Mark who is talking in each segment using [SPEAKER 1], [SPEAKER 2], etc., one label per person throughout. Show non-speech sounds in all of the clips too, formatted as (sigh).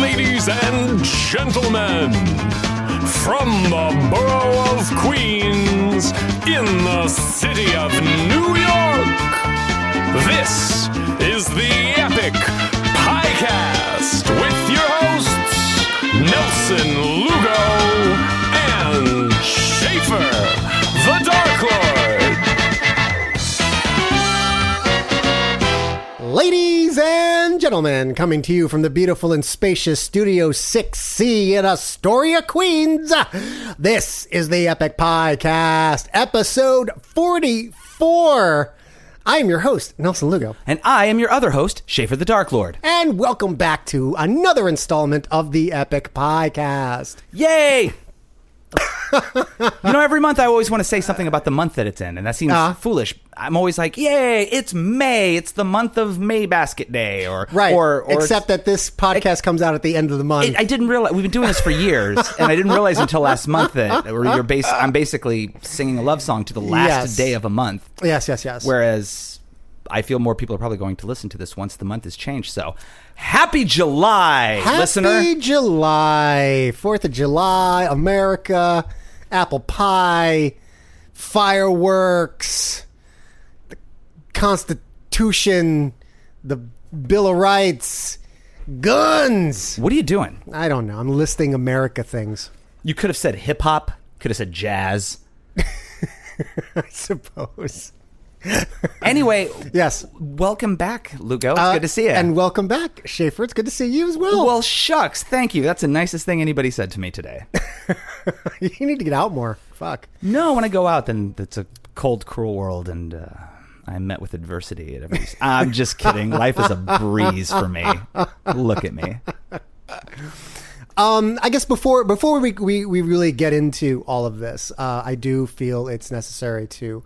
[SPEAKER 1] Ladies and gentlemen, from the borough of Queens, in the city of New York, this is the Epic Podcast with your hosts, Nelson Lugo and Schaefer, the Dark Lord.
[SPEAKER 2] Ladies and gentlemen, coming to you from the beautiful and spacious Studio 6C in Astoria, Queens, this is the Epic Podcast, episode 44. I am your host, Nelson Lugo,
[SPEAKER 3] And I am your other host, Schaefer the Dark Lord.
[SPEAKER 2] and welcome back to another installment of the Epic Podcast.
[SPEAKER 3] Yay! you know, every month I always want to say something about the month that it's in, and that seems
[SPEAKER 2] Uh-huh.
[SPEAKER 3] foolish. I'm always like, "Yay! It's May! It's the month of May Basket Day," or
[SPEAKER 2] Right.
[SPEAKER 3] or, or
[SPEAKER 2] Except that this podcast comes out at the end of the month.
[SPEAKER 3] it, I didn't realize we've been doing this
[SPEAKER 2] (laughs)
[SPEAKER 3] for years, and I didn't realize until last month that or you're bas- I'm basically singing a love song to the last
[SPEAKER 2] Yes.
[SPEAKER 3] day of a month.
[SPEAKER 2] yes, yes, yes.
[SPEAKER 3] Whereas I feel more people are probably going to listen to this once the month has changed. So, happy July,
[SPEAKER 2] Happy
[SPEAKER 3] listener!
[SPEAKER 2] July, Fourth of July, America, apple pie, fireworks, the Constitution, the Bill of Rights, guns.
[SPEAKER 3] What are you doing?
[SPEAKER 2] I don't know. I'm listing America things, (laughs)
[SPEAKER 3] You could have said hip hop. Could have said jazz.
[SPEAKER 2] I suppose.
[SPEAKER 3] Anyway,
[SPEAKER 2] Yes.
[SPEAKER 3] welcome back, Lugo. It's
[SPEAKER 2] Uh,
[SPEAKER 3] good to see you.
[SPEAKER 2] And welcome back, Schaefer. It's good to see you as well.
[SPEAKER 3] well, shucks, thank you. That's the nicest thing anybody said to me today.
[SPEAKER 2] (laughs) you need to get out more. Fuck.
[SPEAKER 3] no, when I go out, then it's a cold, cruel world, and uh, I'm met with adversity at every. I'm just kidding. Life is a breeze for me. Look at me.
[SPEAKER 2] I guess before before we, we, we really get into all of this, uh, I do feel it's necessary to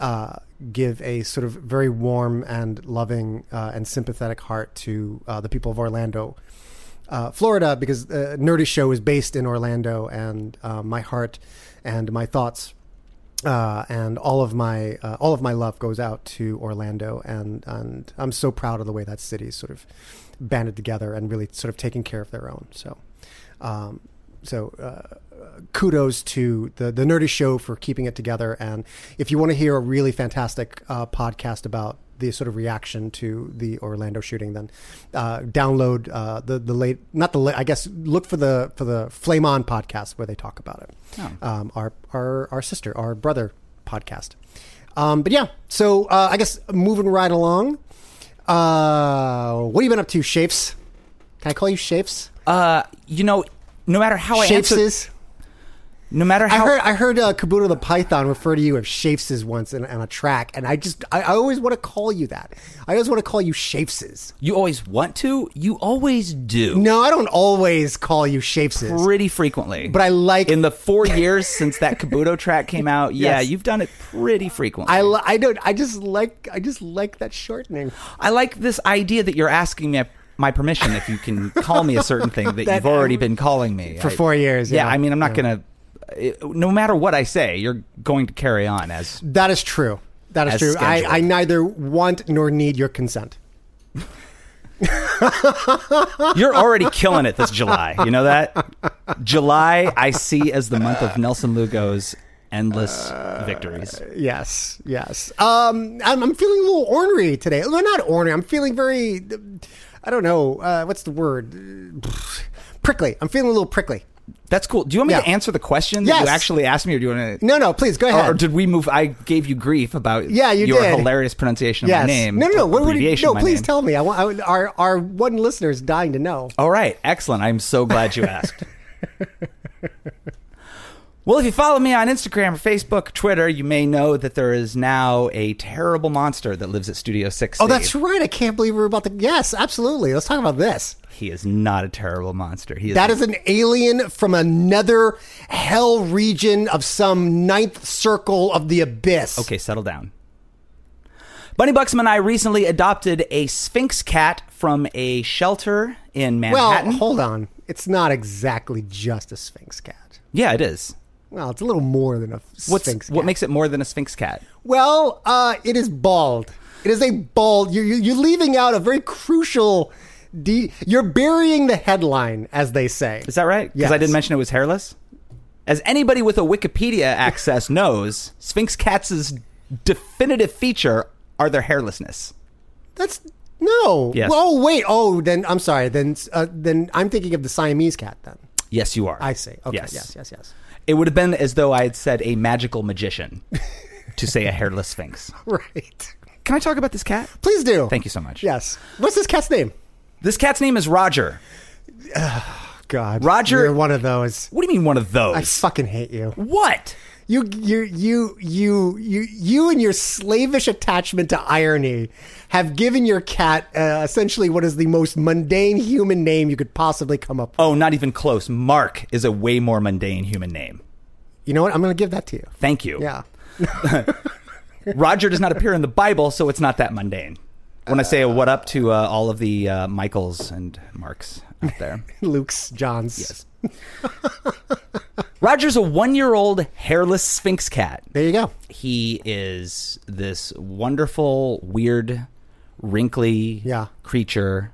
[SPEAKER 2] uh, give a sort of very warm and loving uh, and sympathetic heart to uh, the people of Orlando, uh, Florida, because uh, Nerdy Show is based in Orlando, and uh, my heart and my thoughts uh, and all of my uh, all of my love goes out to Orlando, and and I'm so proud of the way that city's sort of banded together and really sort of taking care of their own. So, um, so uh, kudos to the the Nerdy Show for keeping it together. And if you want to hear a really fantastic uh, podcast about the sort of reaction to the Orlando shooting, then uh, download uh, the the late not the late I guess look for the for the Flame On podcast where they talk about it um, our our our sister, our brother podcast. Um, but yeah, so uh, I guess moving right along. Uh, what have you been up to, Shapes? Can I call you Shapes?
[SPEAKER 3] Uh, you know, no matter how Oh, I answer,
[SPEAKER 2] Shapeses.
[SPEAKER 3] no matter
[SPEAKER 2] I
[SPEAKER 3] how
[SPEAKER 2] heard I heard uh, Kabuto the Python refer to you as Shapeses once in, on a track, and I just I, I always want to call you that. I always want to call you Shapeses.
[SPEAKER 3] you always want to, you always do.
[SPEAKER 2] No, I don't always call you Shapeses.
[SPEAKER 3] pretty frequently.
[SPEAKER 2] But I like-
[SPEAKER 3] in the four years since that Kabuto track
[SPEAKER 2] (laughs)
[SPEAKER 3] came out. Yeah,
[SPEAKER 2] Yes.
[SPEAKER 3] you've done it pretty frequently.
[SPEAKER 2] I li- I don't I just like I just like that shortening.
[SPEAKER 3] I like this idea that you're asking me my permission if you can call me a certain thing
[SPEAKER 2] (laughs)
[SPEAKER 3] that, you've already been calling me
[SPEAKER 2] For
[SPEAKER 3] I-
[SPEAKER 2] four years,
[SPEAKER 3] Yeah,
[SPEAKER 2] yeah.
[SPEAKER 3] I mean, I'm not gonna. it- No matter what I say, you're going to carry on as
[SPEAKER 2] That is true. That is
[SPEAKER 3] As
[SPEAKER 2] true. I,
[SPEAKER 3] scheduled.
[SPEAKER 2] I neither want nor need your consent.
[SPEAKER 3] you're already killing it this July. You know that July I see as the month of Nelson Lugo's endless victories.
[SPEAKER 2] Yes, yes. Um, I'm, I'm feeling a little ornery today. Well, not ornery. I'm feeling very, I don't know, uh, what's the word? Prickly. I'm feeling a little prickly.
[SPEAKER 3] That's cool. Do you want me to
[SPEAKER 2] Yeah.
[SPEAKER 3] answer the question that you
[SPEAKER 2] Yes.
[SPEAKER 3] actually asked me, or do you want to?
[SPEAKER 2] No, no, please go ahead.
[SPEAKER 3] Or, or did we move? I gave you grief about
[SPEAKER 2] Yeah, you
[SPEAKER 3] your
[SPEAKER 2] did.
[SPEAKER 3] hilarious pronunciation of
[SPEAKER 2] yes.
[SPEAKER 3] my name.
[SPEAKER 2] No, no, no. What, what,
[SPEAKER 3] abbreviation
[SPEAKER 2] no,
[SPEAKER 3] of my
[SPEAKER 2] please
[SPEAKER 3] name. Oh,
[SPEAKER 2] tell me. I want I, would- our our one listener is dying to know.
[SPEAKER 3] All right, excellent. I'm so glad
[SPEAKER 2] (laughs)
[SPEAKER 3] you asked. well, if you follow me on Instagram or Facebook, Twitter, you may know that there is now a terrible monster that lives at Studio Six.
[SPEAKER 2] Oh, that's right. I can't believe we're about to. Yes, absolutely. Let's talk about this.
[SPEAKER 3] he is not a terrible monster. He is
[SPEAKER 2] That is an alien from another hell region of some ninth circle of the abyss.
[SPEAKER 3] Okay, settle down. Bunny Buxman and I recently adopted a Sphinx cat from a shelter in
[SPEAKER 2] Well,
[SPEAKER 3] Manhattan.
[SPEAKER 2] hold on. It's not exactly just a sphinx cat.
[SPEAKER 3] yeah, it is.
[SPEAKER 2] Well, it's a little more than a
[SPEAKER 3] What's,
[SPEAKER 2] sphinx cat.
[SPEAKER 3] What makes it more than a Sphinx cat?
[SPEAKER 2] well, uh, it is bald. It is a bald. You're, you're leaving out a very crucial. De- you're burying the headline, as they say.
[SPEAKER 3] Is that right? Because I
[SPEAKER 2] Yes.
[SPEAKER 3] didn't mention it was hairless. As anybody with a (laughs) Wikipedia access knows, Sphinx cats' definitive feature are their hairlessness.
[SPEAKER 2] That's no.
[SPEAKER 3] Yes.
[SPEAKER 2] Oh wait. Oh, then I'm sorry. Then uh, then I'm thinking of the Siamese cat. Then
[SPEAKER 3] Yes, you are.
[SPEAKER 2] I see. Okay. Yes.
[SPEAKER 3] Yes.
[SPEAKER 2] Yes. Yes. Yes. (laughs)
[SPEAKER 3] It would have been as though I had said a magical (laughs) magician to say a hairless Sphinx.
[SPEAKER 2] Right.
[SPEAKER 3] Can I talk about this cat?
[SPEAKER 2] Please do.
[SPEAKER 3] Thank you so much.
[SPEAKER 2] Yes. What's this cat's name?
[SPEAKER 3] This cat's name is Roger.
[SPEAKER 2] God.
[SPEAKER 3] Roger-
[SPEAKER 2] You're one of those.
[SPEAKER 3] What do you mean one of those?
[SPEAKER 2] I fucking hate you.
[SPEAKER 3] what?
[SPEAKER 2] You you you you you you and your slavish attachment to irony have given your cat uh, essentially what is the most mundane human name you could possibly come up with.
[SPEAKER 3] Oh, not even close. Mark is a way more mundane human name.
[SPEAKER 2] You know what? I'm going to give that to you.
[SPEAKER 3] Thank you.
[SPEAKER 2] Yeah. (laughs)
[SPEAKER 3] Roger does not appear in the Bible, so it's not that mundane. When I say a what up to uh, all of the uh, Michaels and Marks out
[SPEAKER 2] (laughs)
[SPEAKER 3] there,
[SPEAKER 2] Luke's John's. Yes.
[SPEAKER 3] Roger's a one year old hairless Sphinx cat.
[SPEAKER 2] There you go.
[SPEAKER 3] He is this wonderful, weird, wrinkly
[SPEAKER 2] Yeah.
[SPEAKER 3] creature.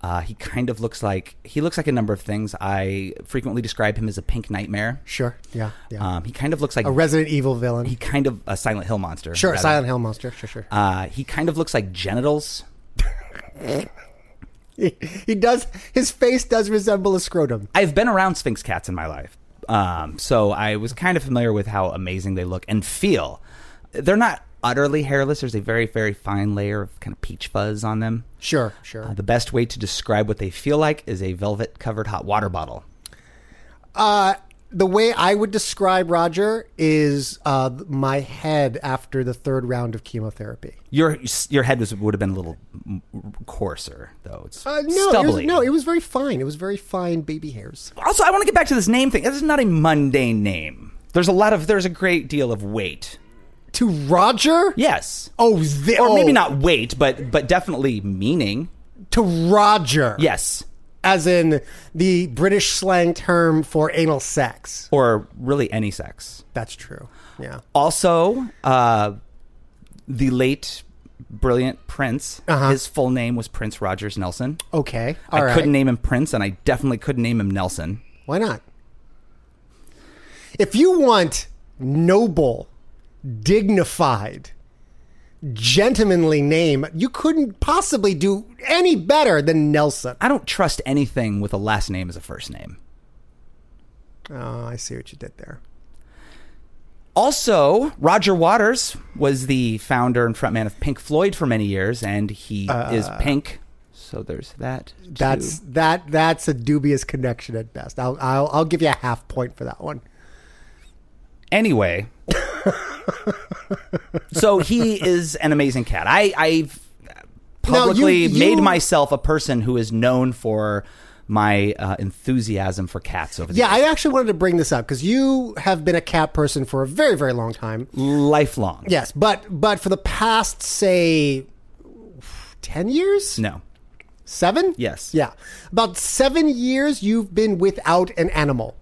[SPEAKER 3] Uh, he kind of looks like he looks like a number of things. I frequently describe him as a pink nightmare.
[SPEAKER 2] Sure. Yeah. Yeah.
[SPEAKER 3] Um, he kind of looks like
[SPEAKER 2] a Resident Evil villain.
[SPEAKER 3] he kind of a Silent Hill monster.
[SPEAKER 2] sure.
[SPEAKER 3] rather.
[SPEAKER 2] Silent Hill monster. Sure. Sure.
[SPEAKER 3] Uh, he kind of looks like genitals.
[SPEAKER 2] he, he does. His face does resemble a scrotum.
[SPEAKER 3] I've been around Sphinx cats in my life, um, so I was kind of familiar with how amazing they look and feel. They're not utterly hairless. There's a very, very fine layer of kind of peach fuzz on them.
[SPEAKER 2] Sure. Sure.
[SPEAKER 3] Uh, the best way to describe what they feel like is a velvet covered hot water bottle.
[SPEAKER 2] the way I would describe Roger is uh, my head after the third round of chemotherapy.
[SPEAKER 3] Your your head was would have been a little m- coarser though. It's
[SPEAKER 2] Uh, no, it was,
[SPEAKER 3] stubbly.
[SPEAKER 2] no, it was very fine. It was very fine baby hairs.
[SPEAKER 3] also i want to get back to this name thing this is not a mundane name there's a lot of there's a great deal of weight
[SPEAKER 2] To Roger?
[SPEAKER 3] yes
[SPEAKER 2] Oh, the,
[SPEAKER 3] or
[SPEAKER 2] oh,
[SPEAKER 3] maybe not weight but but definitely meaning
[SPEAKER 2] to Roger.
[SPEAKER 3] yes
[SPEAKER 2] as in the British slang term for anal sex.
[SPEAKER 3] or really any sex
[SPEAKER 2] That's true. Yeah.
[SPEAKER 3] also uh the late brilliant prince his full name was prince rogers nelson
[SPEAKER 2] Uh-huh. Okay.
[SPEAKER 3] i
[SPEAKER 2] All right.
[SPEAKER 3] couldn't name him prince and i definitely couldn't name him nelson
[SPEAKER 2] Why not? If you want noble, dignified, gentlemanly name, you couldn't possibly do any better than Nelson.
[SPEAKER 3] i don't trust anything with a last name as a first name
[SPEAKER 2] Oh, I see what you did there.
[SPEAKER 3] Also, Roger Waters was the founder and frontman of Pink Floyd for many years, and he is
[SPEAKER 2] Uh.
[SPEAKER 3] pink. So there's that. too.
[SPEAKER 2] That's that. That's a dubious connection at best. I'll I'll, I'll give you a half point for that one. (laughs)
[SPEAKER 3] anyway. so he is an amazing cat. I, I've publicly
[SPEAKER 2] you-
[SPEAKER 3] made
[SPEAKER 2] you-
[SPEAKER 3] myself a person who is known for my uh, enthusiasm for cats over the
[SPEAKER 2] Yeah,
[SPEAKER 3] years.
[SPEAKER 2] I actually wanted to bring this up because you have been a cat person for a very very long time.
[SPEAKER 3] lifelong.
[SPEAKER 2] Yes, but but for the past say ten years,
[SPEAKER 3] No.
[SPEAKER 2] Seven?
[SPEAKER 3] Yes.
[SPEAKER 2] Yeah. About seven years you've been without an animal.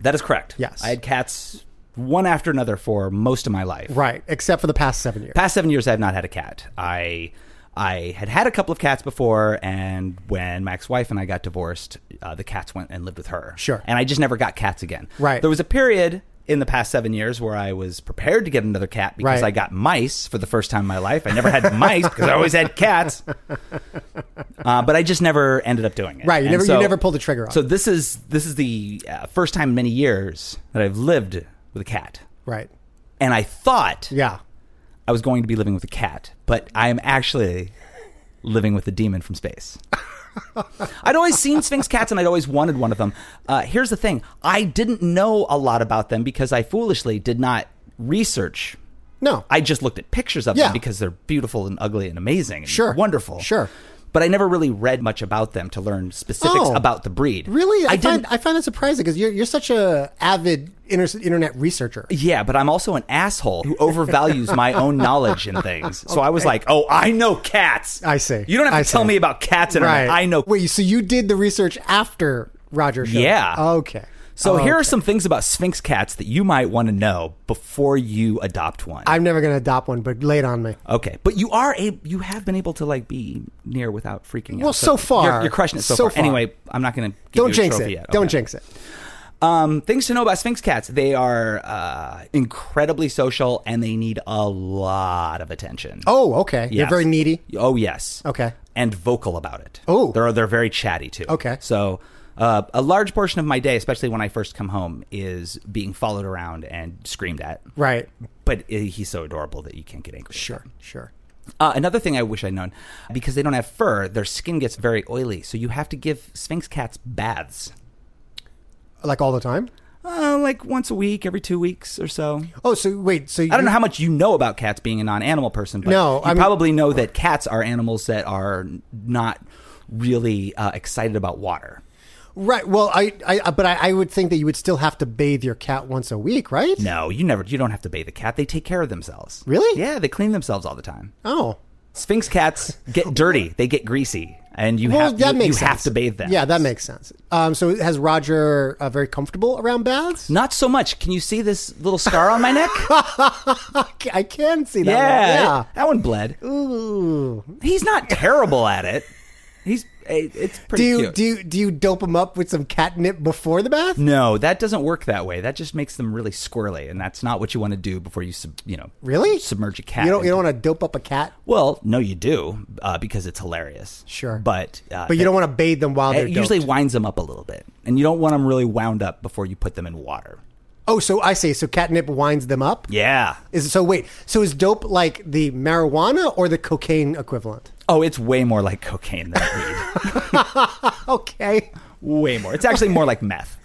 [SPEAKER 3] That is correct.
[SPEAKER 2] Yes.
[SPEAKER 3] I had cats one after another for most of my life.
[SPEAKER 2] Right. Except for the past seven years.
[SPEAKER 3] past seven years i have not had a cat i i had had a couple of cats before and when my ex-wife and i got divorced uh, the cats went and lived with her
[SPEAKER 2] Sure.
[SPEAKER 3] and i just never got cats again
[SPEAKER 2] Right.
[SPEAKER 3] there was a period in the past seven years where I was prepared to get another cat because
[SPEAKER 2] Right.
[SPEAKER 3] I got mice for the first time in my life. I never had mice because I always
[SPEAKER 2] (laughs)
[SPEAKER 3] had cats, uh, but I just never ended up doing it.
[SPEAKER 2] Right, you
[SPEAKER 3] And
[SPEAKER 2] never- you never pulled the trigger on
[SPEAKER 3] So
[SPEAKER 2] it.
[SPEAKER 3] this is this is the uh, first time in many years that I've lived with a cat,
[SPEAKER 2] Right.
[SPEAKER 3] and I thought
[SPEAKER 2] Yeah.
[SPEAKER 3] I was going to be living with a cat, but I am actually living with a demon
[SPEAKER 2] (laughs)
[SPEAKER 3] from space. I'd always seen Sphinx cats and I'd always wanted one of them. Uh, here's the thing I didn't know a lot about them because I foolishly did not research.
[SPEAKER 2] No.
[SPEAKER 3] I just looked at pictures of
[SPEAKER 2] Yeah.
[SPEAKER 3] them because they're beautiful and ugly and amazing and
[SPEAKER 2] Sure.
[SPEAKER 3] wonderful.
[SPEAKER 2] Sure.
[SPEAKER 3] But I never really read much about them to learn specifics
[SPEAKER 2] Oh.
[SPEAKER 3] about the breed.
[SPEAKER 2] Really, I,
[SPEAKER 3] I,
[SPEAKER 2] find
[SPEAKER 3] didn't.
[SPEAKER 2] I find that surprising because you're you're such a avid inter- internet researcher.
[SPEAKER 3] Yeah, but I'm also an asshole who overvalues my own knowledge in things. So I was like, "Oh, I know cats."
[SPEAKER 2] I see.
[SPEAKER 3] You don't have to
[SPEAKER 2] I
[SPEAKER 3] tell
[SPEAKER 2] see.
[SPEAKER 3] me about cats, and right. I know.
[SPEAKER 2] Wait, so you did the research after Roger? Showed up.
[SPEAKER 3] Yeah.
[SPEAKER 2] Okay.
[SPEAKER 3] So
[SPEAKER 2] Oh,
[SPEAKER 3] here are
[SPEAKER 2] okay.
[SPEAKER 3] some things about Sphinx cats that you might want to know before you adopt one.
[SPEAKER 2] I'm never going to adopt one, but lay it on me.
[SPEAKER 3] okay, but you are a you have been able to like be near without freaking out.
[SPEAKER 2] Well, so far.
[SPEAKER 3] you're, you're crushing it so,
[SPEAKER 2] So
[SPEAKER 3] far.
[SPEAKER 2] far.
[SPEAKER 3] Anyway, I'm not going to
[SPEAKER 2] Don't jinx
[SPEAKER 3] a
[SPEAKER 2] it.
[SPEAKER 3] trophy Yet.
[SPEAKER 2] Don't
[SPEAKER 3] Okay.
[SPEAKER 2] jinx it.
[SPEAKER 3] Um, things to know about Sphinx cats: they are uh, incredibly social and they need a lot of attention.
[SPEAKER 2] Oh, okay. You're
[SPEAKER 3] Yes.
[SPEAKER 2] very needy.
[SPEAKER 3] Oh yes.
[SPEAKER 2] Okay.
[SPEAKER 3] And vocal about it.
[SPEAKER 2] Oh.
[SPEAKER 3] They're they're very chatty too.
[SPEAKER 2] Okay.
[SPEAKER 3] So uh, a large portion of my day, especially when I first come home, is being followed around and screamed at.
[SPEAKER 2] Right.
[SPEAKER 3] But uh, he's so adorable that you can't get angry. at
[SPEAKER 2] Sure.
[SPEAKER 3] him.
[SPEAKER 2] Sure.
[SPEAKER 3] Uh, another thing I wish I'd known, because they don't have fur, their skin gets very oily. So you have to give Sphinx cats baths,
[SPEAKER 2] Like all the time.
[SPEAKER 3] uh, like once a week, every two weeks or so.
[SPEAKER 2] Oh, so wait. So
[SPEAKER 3] I don't know how much you know about cats being a non-animal person, but
[SPEAKER 2] No,
[SPEAKER 3] you
[SPEAKER 2] I mean-
[SPEAKER 3] probably know that cats are animals that are not really uh, excited about water.
[SPEAKER 2] Right. Well, I, I but I, I would think that you would still have to bathe your cat once a week, right?
[SPEAKER 3] No, you never. You don't have to bathe a cat. They take care of themselves.
[SPEAKER 2] Really?
[SPEAKER 3] Yeah, they clean themselves all the time.
[SPEAKER 2] Oh.
[SPEAKER 3] Sphinx cats get dirty. They get greasy, and you
[SPEAKER 2] Well,
[SPEAKER 3] have
[SPEAKER 2] that
[SPEAKER 3] you,
[SPEAKER 2] makes
[SPEAKER 3] you
[SPEAKER 2] sense.
[SPEAKER 3] have to bathe them.
[SPEAKER 2] Yeah, that makes sense. Um, so has Roger uh, very comfortable around baths?
[SPEAKER 3] Not so much. Can you see this little scar on
[SPEAKER 2] (laughs)
[SPEAKER 3] my neck? yeah,
[SPEAKER 2] I can see that.
[SPEAKER 3] yeah.
[SPEAKER 2] Yeah.
[SPEAKER 3] That one bled.
[SPEAKER 2] Ooh.
[SPEAKER 3] He's not terrible at it. He's it- it's pretty
[SPEAKER 2] Do you
[SPEAKER 3] cute.
[SPEAKER 2] do you, do you dope him up with some catnip before the bath?
[SPEAKER 3] No, that doesn't work that way. That just makes them really squirrely, and that's not what you want to do before you, sub, you know,
[SPEAKER 2] Really?
[SPEAKER 3] submerge a cat.
[SPEAKER 2] You don't you don't want to dope up a cat,
[SPEAKER 3] Well, no, you do uh, because it's hilarious.
[SPEAKER 2] Sure.
[SPEAKER 3] but uh,
[SPEAKER 2] but you don't want to bathe them while they're
[SPEAKER 3] It Eh, usually
[SPEAKER 2] doped.
[SPEAKER 3] winds them up a little bit, and you don't want them really wound up before you put them in water.
[SPEAKER 2] Oh, so I see. So catnip winds them up.
[SPEAKER 3] Yeah.
[SPEAKER 2] Is so wait. So is dope like the marijuana or the cocaine equivalent?
[SPEAKER 3] Oh, it's way more like cocaine than
[SPEAKER 2] (laughs)
[SPEAKER 3] weed.
[SPEAKER 2] Okay.
[SPEAKER 3] way more. It's actually more like meth.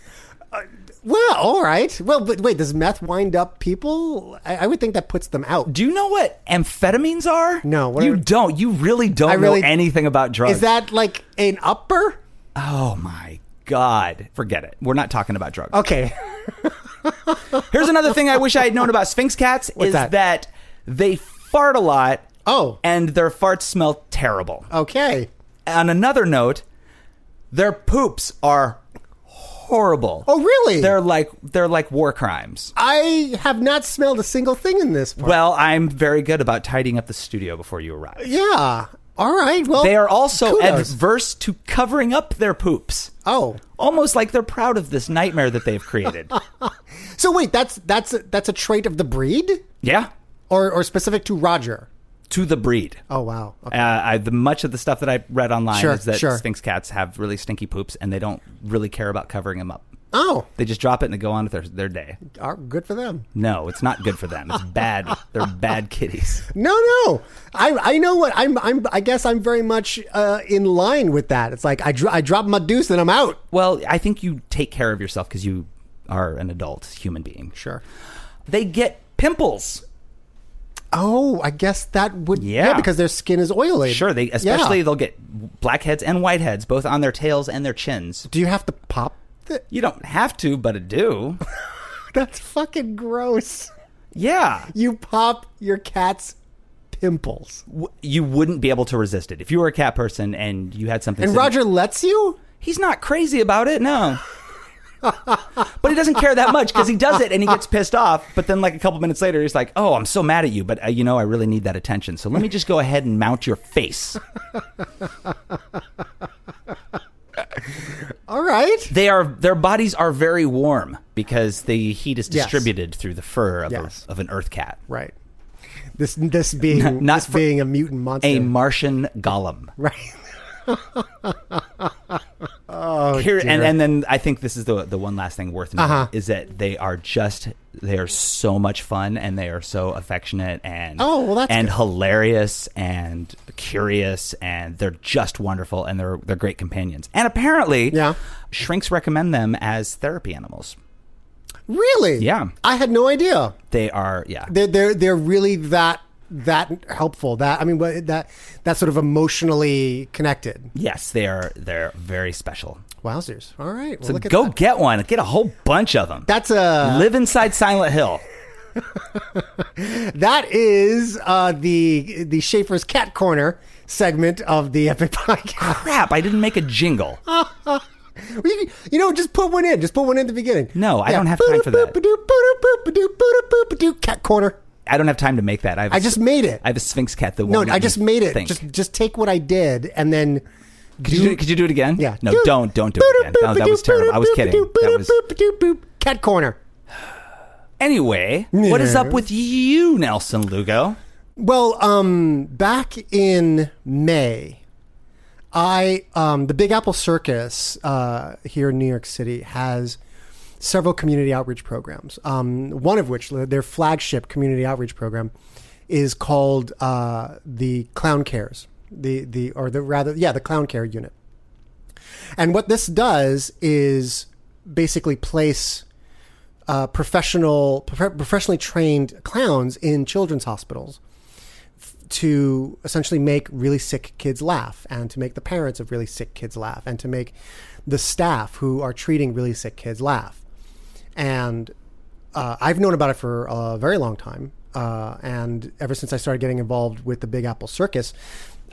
[SPEAKER 2] Well, all right. Well, but wait, does meth wind up people? I, I would think that puts them out.
[SPEAKER 3] Do you know what amphetamines are?
[SPEAKER 2] No, what
[SPEAKER 3] you
[SPEAKER 2] are-
[SPEAKER 3] don't. You really don't
[SPEAKER 2] I really-
[SPEAKER 3] know anything about drugs.
[SPEAKER 2] Is that like an upper?
[SPEAKER 3] Oh my god! Forget it. We're not talking about drugs. (laughs)
[SPEAKER 2] Okay.
[SPEAKER 3] Here's another thing I wish I had known about Sphinx cats is that?
[SPEAKER 2] that?
[SPEAKER 3] they fart a lot.
[SPEAKER 2] Oh.
[SPEAKER 3] And their farts smell terrible.
[SPEAKER 2] Okay.
[SPEAKER 3] On another note, their poops are horrible.
[SPEAKER 2] Oh, really? Ah.
[SPEAKER 3] They're like they're like war crimes.
[SPEAKER 2] I have not smelled a single thing in this. Part.
[SPEAKER 3] Well, I'm very good about tidying up the studio before you arrive.
[SPEAKER 2] yeah. All right. Well,
[SPEAKER 3] They are also
[SPEAKER 2] kudos.
[SPEAKER 3] adverse to covering up their poops.
[SPEAKER 2] Oh.
[SPEAKER 3] Almost like they're proud of this nightmare that
[SPEAKER 2] (laughs)
[SPEAKER 3] they've created.
[SPEAKER 2] So wait, that's that's a, that's a trait of the breed,
[SPEAKER 3] yeah,
[SPEAKER 2] or or specific to Roger.
[SPEAKER 3] to the breed.
[SPEAKER 2] Oh wow. Okay.
[SPEAKER 3] Uh, I, the much of the stuff that I read online
[SPEAKER 2] Sure,
[SPEAKER 3] is that
[SPEAKER 2] sure.
[SPEAKER 3] Sphinx cats have really stinky poops, and they don't really care about covering them up.
[SPEAKER 2] Oh,
[SPEAKER 3] They just drop it and they go on with their their day.
[SPEAKER 2] are- good for them.
[SPEAKER 3] No, it's not good for them. It's bad. They're bad kitties.
[SPEAKER 2] No, no. I I know what I'm I'm I guess I'm very much uh, in line with that. It's like I dro- I drop my deuce and I'm out.
[SPEAKER 3] Well, I think you take care of yourself because you are an adult human being.
[SPEAKER 2] Sure.
[SPEAKER 3] They get pimples.
[SPEAKER 2] Oh, I guess that would
[SPEAKER 3] Yeah.
[SPEAKER 2] because their skin is oily.
[SPEAKER 3] Sure, they especially
[SPEAKER 2] Yeah.
[SPEAKER 3] they'll get blackheads and whiteheads both on their tails and their chins.
[SPEAKER 2] Do you have to pop? The- (laughs)
[SPEAKER 3] You don't have to, but it do.
[SPEAKER 2] That's fucking gross.
[SPEAKER 3] Yeah.
[SPEAKER 2] You pop your cat's pimples,
[SPEAKER 3] W- You wouldn't be able to resist it. If you were a cat person and you had something
[SPEAKER 2] and
[SPEAKER 3] sitting-
[SPEAKER 2] Roger lets you.
[SPEAKER 3] He's not crazy about it, no. but he doesn't care that much because he does it and he gets pissed off. But then, like a couple minutes later, he's like, "Oh, I'm so mad at you, but uh, you know, I really need that attention. So let me just go ahead and mount your face."
[SPEAKER 2] All right.
[SPEAKER 3] They are their bodies are very warm. because the heat is
[SPEAKER 2] Yes.
[SPEAKER 3] distributed through the fur of,
[SPEAKER 2] Yes.
[SPEAKER 3] a, of an earth cat.
[SPEAKER 2] Right. This this being
[SPEAKER 3] Not
[SPEAKER 2] this
[SPEAKER 3] for-
[SPEAKER 2] being a mutant monster.
[SPEAKER 3] A Martian golem.
[SPEAKER 2] (laughs) right.
[SPEAKER 3] Here and,
[SPEAKER 2] dear.
[SPEAKER 3] and then I think this is the the one last thing worth noting
[SPEAKER 2] Uh-huh.
[SPEAKER 3] is that they are just they are so much fun and they are so affectionate and
[SPEAKER 2] Oh, well, that's
[SPEAKER 3] and hilarious and curious and they're just wonderful and they're they're great companions. And apparently
[SPEAKER 2] Yeah.
[SPEAKER 3] shrinks recommend them as therapy animals.
[SPEAKER 2] Really?
[SPEAKER 3] Yeah.
[SPEAKER 2] I had no idea.
[SPEAKER 3] They are yeah.
[SPEAKER 2] They're they're they're really that that helpful. That I mean what- that that sort of emotionally connected.
[SPEAKER 3] yes, they are they're very special.
[SPEAKER 2] Wowzers. All right. Well,
[SPEAKER 3] So
[SPEAKER 2] look at
[SPEAKER 3] go
[SPEAKER 2] that. uh,
[SPEAKER 3] get one. Get a whole bunch of them.
[SPEAKER 2] That's a
[SPEAKER 3] Live inside Silent Hill.
[SPEAKER 2] that is uh, the the Schaefer's Cat Corner segment of the Epic (laughs) Podcast.
[SPEAKER 3] Crap, I didn't make a jingle.
[SPEAKER 2] Uh, We- you know, just put one in. Just put one in at the beginning.
[SPEAKER 3] No, I don't have time for that.
[SPEAKER 2] Boop-a-doop, boop-a-doop, boop-a-doop, boop-a-doop, boop-a-doop. Cat Corner.
[SPEAKER 3] I don't have time to make that. I, have a
[SPEAKER 2] I just
[SPEAKER 3] s-
[SPEAKER 2] made it.
[SPEAKER 3] I have a Sphinx cat. That
[SPEAKER 2] No,
[SPEAKER 3] won't let
[SPEAKER 2] I
[SPEAKER 3] me
[SPEAKER 2] just made it.
[SPEAKER 3] think.
[SPEAKER 2] Just just take what I did and then
[SPEAKER 3] could, you do, could you do it again?
[SPEAKER 2] Yeah.
[SPEAKER 3] No, don't don't do it again. No, that was terrible. I was kidding. That was...
[SPEAKER 2] Cat corner.
[SPEAKER 3] Anyway, what is up with you, Nelson Lugo?
[SPEAKER 2] Well, um, back in May, I um, the Big Apple Circus uh, here in New York City has several community outreach programs. Um, one of which, their flagship community outreach program, is called uh, the Clown Cares. The the or the rather yeah the Clown Care Unit. And what this does is basically place uh, professional, prof- professionally trained clowns in children's hospitals f- to essentially make really sick kids laugh and to make the parents of really sick kids laugh and to make the staff who are treating really sick kids laugh. And uh, I've known about it for a very long time. Uh, and ever since I started getting involved with the Big Apple Circus,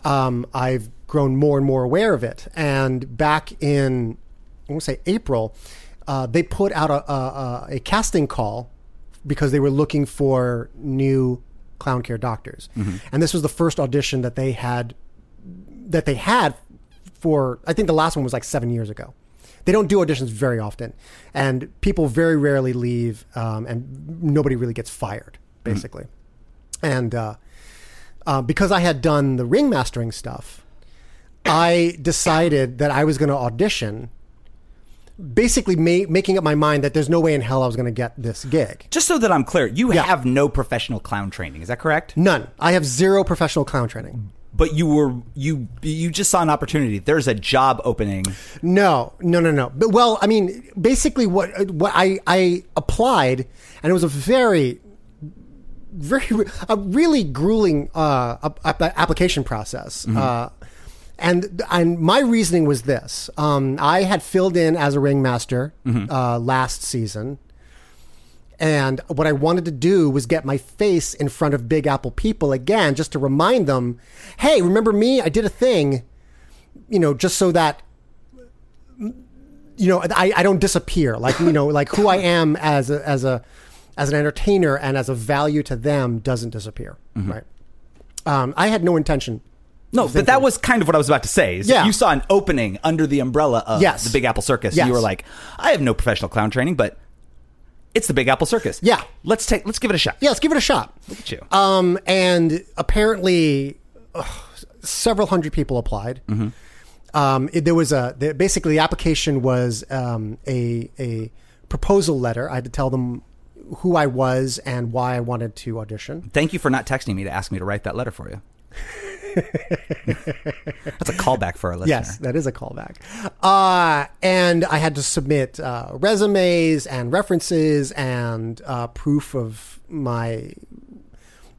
[SPEAKER 2] um, I've grown more and more aware of it. And back in, I want to say April, uh, they put out a, a, a- a casting call because they were looking for new clown care doctors. And this was the first audition that they had that they had for I think the last one was like seven years ago. They don't do auditions very often, and people very rarely leave, um, and nobody really gets fired basically. And uh, uh, because I had done the ring mastering stuff, I decided that I was going to audition. Basically, ma- making up my mind that there's no way in hell I was going to get this gig.
[SPEAKER 3] Just so that I'm clear, you
[SPEAKER 2] Yeah.
[SPEAKER 3] have no professional clown training. Is that correct?
[SPEAKER 2] None. I have zero professional clown training.
[SPEAKER 3] But you were you you just saw an opportunity. There's a job opening.
[SPEAKER 2] No, no, no, no. But well, I mean, basically, what what I I applied, and it was a very, very a really grueling uh, ap- ap- application process. Uh, and and my reasoning was this: um, I had filled in as a ringmaster uh, last season, and what I wanted to do was get my face in front of Big Apple people again, just to remind them, hey, remember me? I did a thing, you know, just so that you know I, I don't disappear like you know like
[SPEAKER 3] (laughs)
[SPEAKER 2] who I am as a, as a as an entertainer and as a value to them doesn't disappear
[SPEAKER 3] Mm-hmm.
[SPEAKER 2] right um, I had no intention
[SPEAKER 3] No, but that was kind of what I was about to say. Is that
[SPEAKER 2] Yeah.
[SPEAKER 3] You saw an opening under the umbrella of
[SPEAKER 2] Yes.
[SPEAKER 3] the Big Apple Circus.
[SPEAKER 2] Yes.
[SPEAKER 3] You were like, I have no professional clown training, but it's the Big Apple Circus.
[SPEAKER 2] Yeah.
[SPEAKER 3] Let's take let's give it a shot.
[SPEAKER 2] yeah let's give it a shot
[SPEAKER 3] Look at you.
[SPEAKER 2] um, and apparently ugh, several hundred people applied
[SPEAKER 3] Mm-hmm.
[SPEAKER 2] um, it- there was a the, basically the application was um, a a proposal letter I had to tell them who I was and why I wanted to audition
[SPEAKER 3] Thank you for not texting me to ask me to write that letter for you. That's a callback for our listener.
[SPEAKER 2] Yes, that is a callback. Uh, and I had to submit uh, resumes and references and uh, proof of my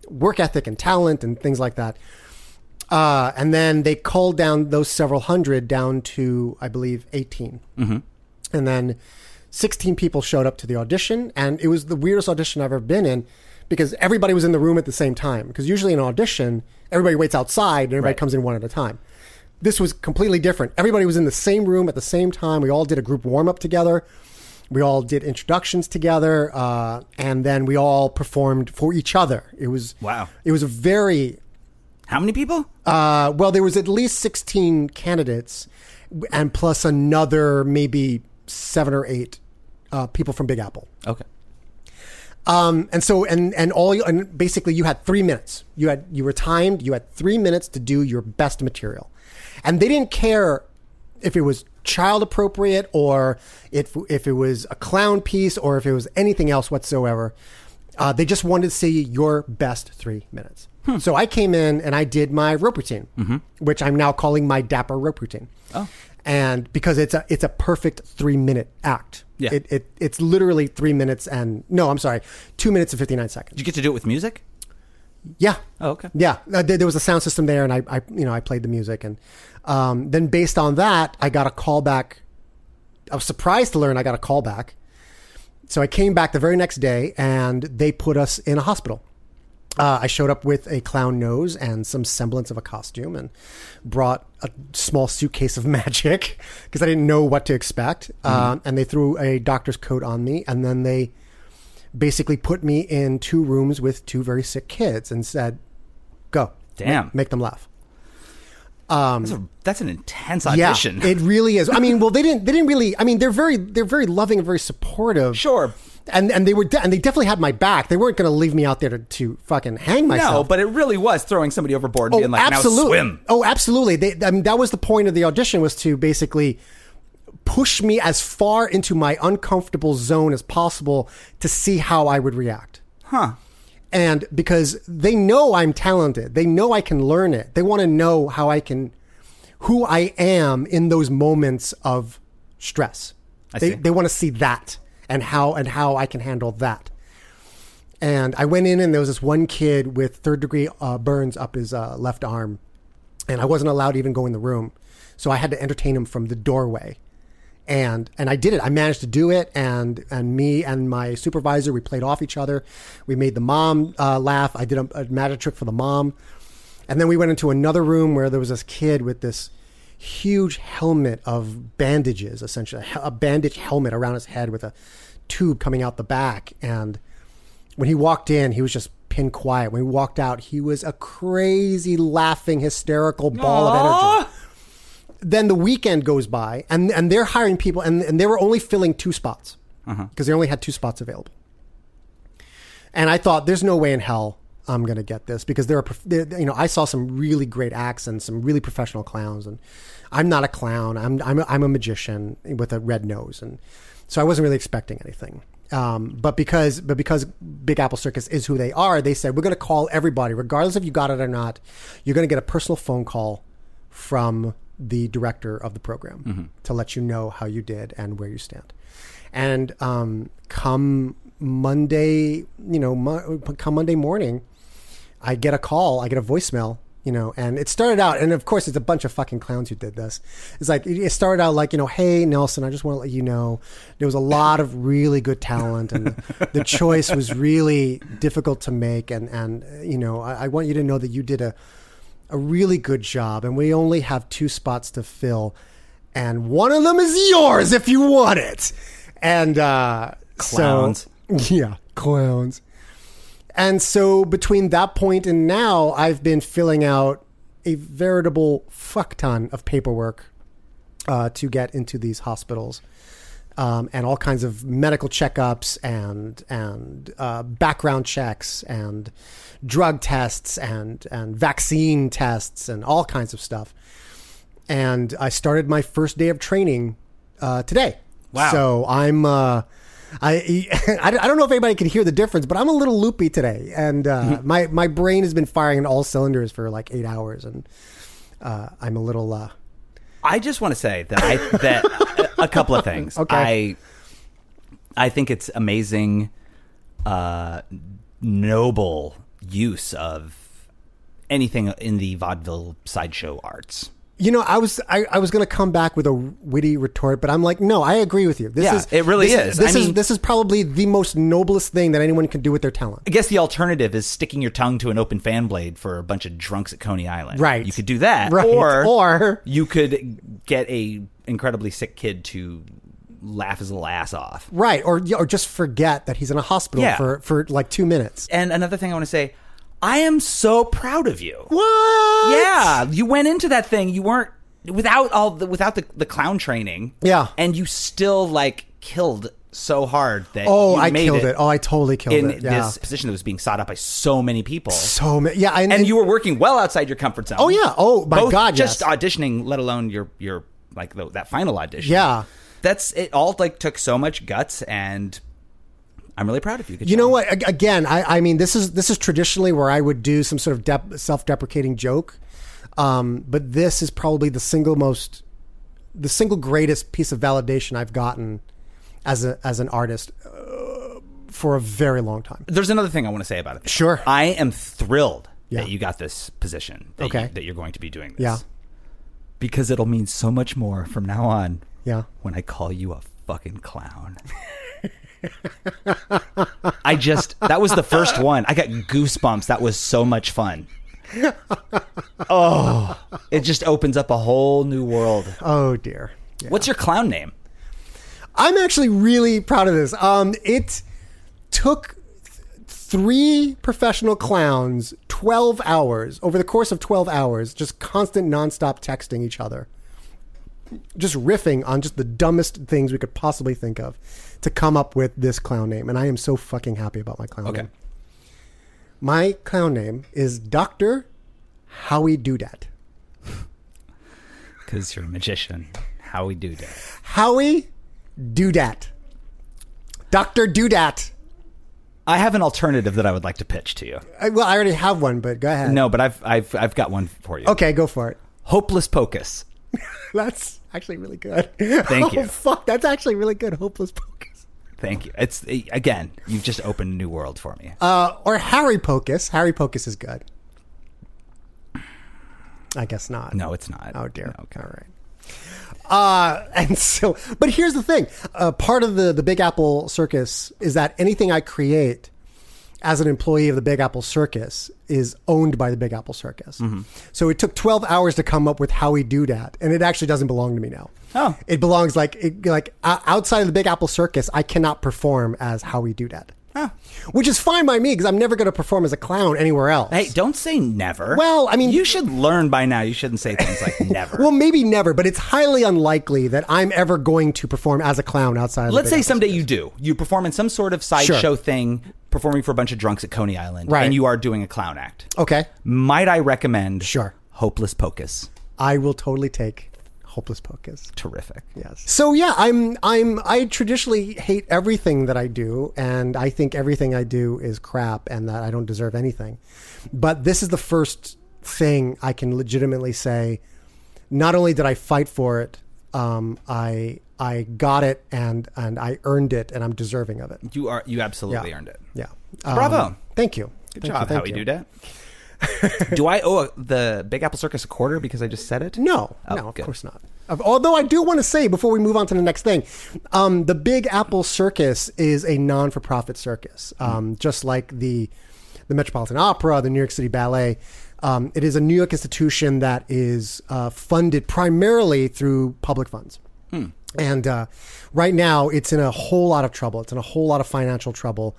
[SPEAKER 2] work ethic and talent and things like that. Uh, and then they called down those several hundred down to, I believe, 18. Mm-hmm. And then 16 people showed up to the audition. And it was the weirdest audition I've ever been in because everybody was in the room at the same time. Because usually in an audition, everybody waits outside and everybody
[SPEAKER 3] Right.
[SPEAKER 2] comes in one at a time. This was completely different. Everybody was in the same room at the same time. We all did a group warm up together. We all did introductions together. Uh, and then we all performed for each other. It was
[SPEAKER 3] Wow.
[SPEAKER 2] It was a very
[SPEAKER 3] How many people?
[SPEAKER 2] uh, well, there was at least 16 candidates, and plus another maybe seven or eight uh, people from Big Apple.
[SPEAKER 3] Okay.
[SPEAKER 2] Um, and so and and all you, and basically you had three minutes. You had you were timed. You had three minutes to do your best material, and they didn't care if it was child appropriate or if if it was a clown piece or if it was anything else whatsoever. Uh, they just wanted to see your best three minutes. So I came in and I did my rope routine, which I'm now calling my dapper rope routine. Oh. And because it's a it's a perfect three minute act.
[SPEAKER 3] Yeah.
[SPEAKER 2] It, it it's literally three minutes and no, I'm sorry, two minutes and fifty nine seconds.
[SPEAKER 3] Did you get to do it with music?
[SPEAKER 2] Yeah.
[SPEAKER 3] Oh, okay.
[SPEAKER 2] Yeah. Uh, there, there was a sound system there, and I, I you know, I played the music, and um, then based on that, I got a call back. I was surprised to learn I got a call back. So I came back the very next day, and they put us in a hospital. Uh, I showed up with a clown nose and some semblance of a costume, and brought a small suitcase of (laughs) magic because I didn't know what to expect.
[SPEAKER 3] Mm-hmm.
[SPEAKER 2] Um, and they threw a doctor's coat on me, and then they basically put me in two rooms with two very sick kids and said, "Go,
[SPEAKER 3] Damn.
[SPEAKER 2] make, make them laugh."
[SPEAKER 3] that's, a, that's an intense
[SPEAKER 2] um, Yeah,
[SPEAKER 3] audition.
[SPEAKER 2] it really is. I mean, well, they didn't. They didn't really. I mean, they're very. They're very loving and very supportive.
[SPEAKER 3] (laughs) Sure.
[SPEAKER 2] And and they were. De- and they definitely had my back. They weren't going to leave me out there to, to fucking hang myself.
[SPEAKER 3] no, but it really was throwing somebody overboard and being like, now swim.
[SPEAKER 2] Oh, absolutely. They, I mean, that was the point of the audition was to basically push me as far into my uncomfortable zone as possible to see how I would react.
[SPEAKER 3] Huh.
[SPEAKER 2] And because they know I'm talented, they know I can learn it. They want to know how I can, who I am in those moments of stress.
[SPEAKER 3] I
[SPEAKER 2] they
[SPEAKER 3] see.
[SPEAKER 2] they want to see that and how and how I can handle that. And I went in, and there was this one kid with third degree uh, burns up his uh, left arm, and I wasn't allowed to even go in the room, so I had to entertain him from the doorway. And and I did it. I managed to do it. And and me and my supervisor, we played off each other. We made the mom uh, laugh. I did a, a magic trick for the mom, and then we went into another room where there was this kid with this huge helmet of bandages, essentially a he- a bandage helmet around his head with a tube coming out the back. And when he walked in, he was just pin quiet. When he walked out, he was a crazy, laughing, hysterical ball of energy. Then the weekend goes by, and, and they're hiring people, and, and they were only filling two spots because they only had two spots available. And I thought, there's no way in hell I'm going to get this because there are, prof- there- you know, I saw some really great acts and some really professional clowns, and I'm not a clown. I'm I'm a, I'm a magician with a red nose, and so I wasn't really expecting anything. Um, but because but because Big Apple Circus is who they are, they said we're going to call everybody, regardless if you got it or not. You're going to get a personal phone call from the director of the program to let you know how you did and where you stand. And um, come Monday, you know, mo- come Monday morning, I get a call, I get a voicemail, you know, and it started out, and of course, it's a bunch of fucking clowns who did this. It's like, it started out like, you know, hey, Nelson, I just want to let you know there was a lot of really good talent, and the choice was really difficult to make. And, and uh, you know, I, I want you to know that you did a, a really good job, and we only have two spots to fill, and one of them is yours if you want it. And uh, so-
[SPEAKER 3] Clowns.
[SPEAKER 2] (laughs) yeah, clowns. And so between that point and now, I've been filling out a veritable fuck ton of paperwork uh, to get into these hospitals. Um, and all kinds of medical checkups and and uh, background checks and drug tests and and vaccine tests and all kinds of stuff. And I started my first day of training uh, today.
[SPEAKER 3] Wow.
[SPEAKER 2] So I'm uh, I, (laughs) I I don't know if anybody can hear the difference, but I'm a little loopy today, and uh, my my brain has been firing on all cylinders for like eight hours, and uh, I'm a little uh,
[SPEAKER 3] I just want to say that I that a couple of
[SPEAKER 2] (laughs)
[SPEAKER 3] things.
[SPEAKER 2] Okay.
[SPEAKER 3] I I think it's amazing, uh, noble use of anything in the vaudeville sideshow arts.
[SPEAKER 2] You know, I was I, I was going to come back with a witty retort, but I'm like, no, I agree with you. This
[SPEAKER 3] Yeah,
[SPEAKER 2] is
[SPEAKER 3] it really
[SPEAKER 2] this,
[SPEAKER 3] is.
[SPEAKER 2] This
[SPEAKER 3] I
[SPEAKER 2] is
[SPEAKER 3] mean-
[SPEAKER 2] this is probably the most noblest thing that anyone can do with their talent.
[SPEAKER 3] I guess the alternative is sticking your tongue to an open fan blade for a bunch of drunks at Coney Island.
[SPEAKER 2] Right.
[SPEAKER 3] You could do that,
[SPEAKER 2] Right. (laughs)
[SPEAKER 3] or
[SPEAKER 2] Or-
[SPEAKER 3] you could get a incredibly sick kid to laugh his little ass off.
[SPEAKER 2] Right, or or just forget that he's in a hospital
[SPEAKER 3] Yeah.
[SPEAKER 2] for for like 2 minutes.
[SPEAKER 3] And another thing I want to say, I am so proud of you.
[SPEAKER 2] What?
[SPEAKER 3] Yeah, you went into that thing. You weren't without all the without the, the clown training.
[SPEAKER 2] Yeah.
[SPEAKER 3] and you still like killed so hard that
[SPEAKER 2] Oh,
[SPEAKER 3] you
[SPEAKER 2] I
[SPEAKER 3] made
[SPEAKER 2] killed it. Oh, I totally killed
[SPEAKER 3] in
[SPEAKER 2] it. Yeah.
[SPEAKER 3] this position that was being sought out by so many people.
[SPEAKER 2] so many. Yeah, and,
[SPEAKER 3] and you were working well outside your comfort zone.
[SPEAKER 2] Oh, yeah. Oh, my
[SPEAKER 3] Both
[SPEAKER 2] God,
[SPEAKER 3] Just
[SPEAKER 2] yes.
[SPEAKER 3] auditioning, let alone your your like the, that final audition.
[SPEAKER 2] Yeah.
[SPEAKER 3] that's it. All like took so much guts, and I'm really proud of you. Good
[SPEAKER 2] You
[SPEAKER 3] job.
[SPEAKER 2] know what? Ag- Again, I, I mean, this is this is traditionally where I would do some sort of dep self-deprecating joke, um, but this is probably the single most, the single greatest piece of validation I've gotten as a as an artist uh, for a very long time.
[SPEAKER 3] There's another thing I want to say about it.
[SPEAKER 2] Sure.
[SPEAKER 3] I am thrilled
[SPEAKER 2] Yeah.
[SPEAKER 3] that you got this position. That
[SPEAKER 2] Okay.
[SPEAKER 3] you, that you're going to be doing this.
[SPEAKER 2] Yeah.
[SPEAKER 3] because it'll mean so much more from now on.
[SPEAKER 2] Yeah.
[SPEAKER 3] when I call you a fucking clown. I just that was the first one. I got goosebumps. That was so much fun. Oh, it just opens up a whole new world.
[SPEAKER 2] Oh dear. Yeah.
[SPEAKER 3] What's your clown name?
[SPEAKER 2] I'm actually really proud of this. Um, it took th- three professional clowns 12 hours over the course of 12 hours, just constant nonstop texting each other, just riffing on just the dumbest things we could possibly think of to come up with this clown name. And I am so fucking happy about my clown
[SPEAKER 3] Okay.
[SPEAKER 2] name. My clown name is Dr. Howie Doodat.
[SPEAKER 3] Because you're a magician. How we do that?
[SPEAKER 2] Howie Doodat. Dr. Doodat.
[SPEAKER 3] I have an alternative that I would like to pitch to you.
[SPEAKER 2] I, well, I already have one, but go ahead.
[SPEAKER 3] No, but I've I've I've got one for you.
[SPEAKER 2] Okay, go for it. (laughs)
[SPEAKER 3] Hopeless Pocus.
[SPEAKER 2] That's actually really good. (laughs)
[SPEAKER 3] Thank
[SPEAKER 2] Oh,
[SPEAKER 3] you.
[SPEAKER 2] fuck, that's actually really good. Hopeless Pocus.
[SPEAKER 3] Thank you. It's again, you've just opened a new world for me.
[SPEAKER 2] Uh, or Harry Pocus. Harry Pocus is good. I guess not.
[SPEAKER 3] no, it's not.
[SPEAKER 2] Oh dear.
[SPEAKER 3] No, okay.
[SPEAKER 2] All right. Uh, (laughs) and so, but here's the thing. Uh, part of the the Big Apple Circus is that anything I create as an employee of the Big Apple Circus is owned by the Big Apple Circus.
[SPEAKER 3] Mm-hmm.
[SPEAKER 2] So it took 12 hours to come up with how we do that, and it actually doesn't belong to me now.
[SPEAKER 3] Oh.
[SPEAKER 2] it belongs like it, like o- outside of the Big Apple Circus, I cannot perform as how we do that. Which is fine by me because I'm never going to perform as a clown anywhere else.
[SPEAKER 3] Hey, don't say never.
[SPEAKER 2] Well, I mean-
[SPEAKER 3] you should learn by now. You shouldn't say
[SPEAKER 2] (laughs)
[SPEAKER 3] things like never.
[SPEAKER 2] Well, maybe never, but it's highly unlikely that I'm ever going to perform as a clown outside. Of
[SPEAKER 3] let's
[SPEAKER 2] the
[SPEAKER 3] say
[SPEAKER 2] big
[SPEAKER 3] someday you do. You perform in some sort of sideshow
[SPEAKER 2] Sure.
[SPEAKER 3] thing, performing for a bunch of drunks at Coney Island,
[SPEAKER 2] Right.
[SPEAKER 3] and you are doing a clown act.
[SPEAKER 2] house. Okay,
[SPEAKER 3] Might I recommend?
[SPEAKER 2] Sure.
[SPEAKER 3] Hopeless Pocus.
[SPEAKER 2] I will totally take hopeless pocus.
[SPEAKER 3] Terrific.
[SPEAKER 2] Yes. So yeah, I'm I'm I traditionally hate everything that I do, and I think everything I do is crap, and that I don't deserve anything. But this is the first thing I can legitimately say. Not only did I fight for it, um, I I got it, and and I earned it, and I'm deserving of it.
[SPEAKER 3] You are. You absolutely
[SPEAKER 2] Yeah.
[SPEAKER 3] earned it.
[SPEAKER 2] Yeah.
[SPEAKER 3] Bravo.
[SPEAKER 2] Thank you. Thank
[SPEAKER 3] Good
[SPEAKER 2] you,
[SPEAKER 3] job.
[SPEAKER 2] thank
[SPEAKER 3] How we
[SPEAKER 2] you.
[SPEAKER 3] do that?
[SPEAKER 2] (laughs)
[SPEAKER 3] do I owe the Big Apple Circus a quarter because I just said it?
[SPEAKER 2] No,
[SPEAKER 3] Oh,
[SPEAKER 2] no, of
[SPEAKER 3] good.
[SPEAKER 2] course not. Of- Although I do want to say before we move on to the next thing, um, the Big Apple Circus is a non-for-profit circus,
[SPEAKER 3] Hmm.
[SPEAKER 2] um, just like the the Metropolitan Opera, the New York City Ballet. Um, it is a New York institution that is uh, funded primarily through public funds.
[SPEAKER 3] Hmm.
[SPEAKER 2] And uh, right now, it's in a whole lot of trouble. It's in a whole lot of financial trouble.